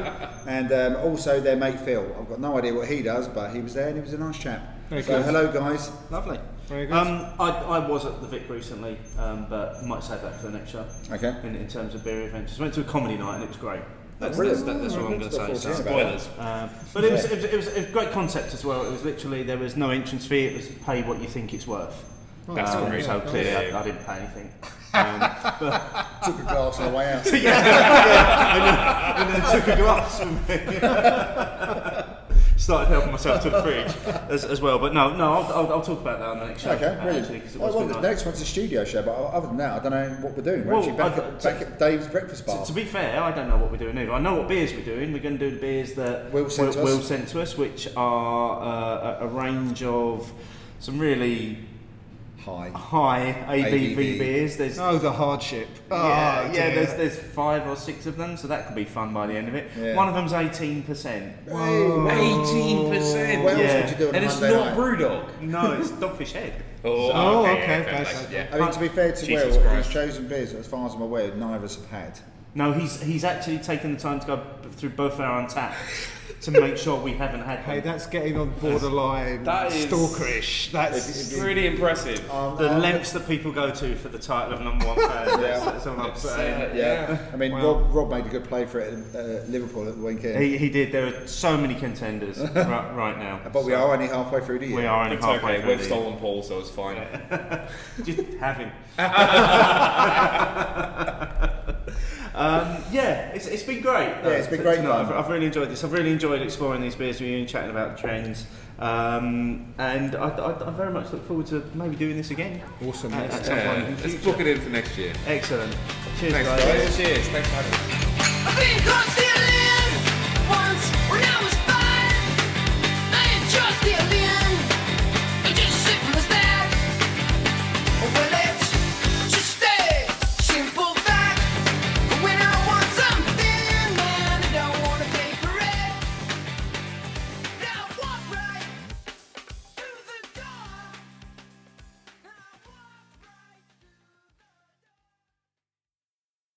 S3: and um, also their mate Phil. I've got no idea what he does, but he was there and he was a nice chap.
S4: Very
S3: so
S4: good.
S3: hello, guys.
S2: Lovely.
S4: Very good.
S2: Um, I, I was at the Vic recently, um, but might save that for the next show.
S3: Okay.
S2: In, in terms of beer adventures, went to a comedy night and it was great. That's,
S3: Brilliant.
S2: that's, that's what I'm going
S3: Look
S2: to
S3: forward
S2: say.
S3: to
S2: So.
S3: hearing about
S5: Spoilers.
S2: Um, but it was, it, was, it, was, it was a great concept as well. It was literally there was no entrance fee. It was pay what you think it's worth.
S5: That's
S2: um,
S5: great.
S2: So
S3: Oh,
S2: clearly,
S5: Yeah.
S2: I, I didn't pay anything. [LAUGHS] Um,
S3: that. Took a glass on the way out.
S2: and then took a glass from me. [LAUGHS] Started helping myself to the fridge as, as well. But no, no, I'll, I'll, I'll talk about that on the next show.
S3: Okay,
S2: Uh, actually,
S3: brilliant.
S2: 'cause it
S3: I
S2: was
S3: want
S2: good
S3: the
S2: night.
S3: next one's a studio show, but other than that, I don't know what we're doing. We're
S2: Well,
S3: actually back,
S2: I've-
S3: at, back at Dave's breakfast bar.
S2: To, to be fair, I don't know what we're doing either. I know what beers we're doing. We're going to do the beers that
S3: Will sent to us.
S2: Will sent to us, which are uh, a, a range of some really
S3: high.
S2: high ABV,
S3: ABV.
S2: beers. There's
S3: Ah,
S4: Oh, the hardship. Oh,
S2: yeah, yeah
S4: dear.
S2: there's there's five or six of them, so that could be fun by the end of it.
S3: Yeah.
S2: One of them's eighteen percent.
S5: Eighteen percent.
S3: What else
S2: yeah.
S3: would you do on
S5: And
S3: a
S5: it's
S3: Monday
S5: not
S3: night?
S5: Brewdog.
S2: No, it's Dogfish Head.
S5: Oh,
S4: Oh,
S5: okay,
S4: okay,
S5: yeah, fair
S4: okay,
S5: play,
S4: okay.
S5: yeah.
S3: I mean, to be fair to
S5: Jesus
S3: Will,
S5: Christ.
S3: he's chosen beers that, as far as I'm aware, neither of us have had.
S2: No, he's he's actually taken the time to go b- through both our untapped to make sure we haven't had.
S4: Hey,
S2: them.
S4: that's getting on borderline
S5: That is-
S4: stalkerish. That's
S5: It's pretty impressive.
S2: the
S3: uh,
S2: lengths that people go to for the title of number one fan. that's, that's all I'm saying.
S5: Uh,
S3: I mean, Rob, Rob made a good play for it at uh, Liverpool at the weekend.
S2: He, he did. There are so many contenders right, right now.
S3: but we are only halfway through the year.
S2: We are only
S5: It's
S2: halfway
S5: okay,
S2: through.
S5: we've
S2: the-
S5: stolen Paul, so
S2: [LAUGHS]
S5: it's fine.
S2: Just have him. [LAUGHS] um, yeah, it's, it's been great. Yeah,
S3: it's been great fun.
S2: I've, I've really enjoyed this. I've really enjoyed exploring these beers with you and chatting about the trends. Um, and I, I, I very much look forward to maybe doing this again.
S4: awesome.
S2: At, at some point
S5: Yeah,
S2: in the
S5: let's
S2: future.
S5: book it in for next year.
S2: Excellent. Cheers,
S5: Thanks,
S2: guys.
S5: guys. Cheers. Thanks for having us.
S7: I've been caught stealing once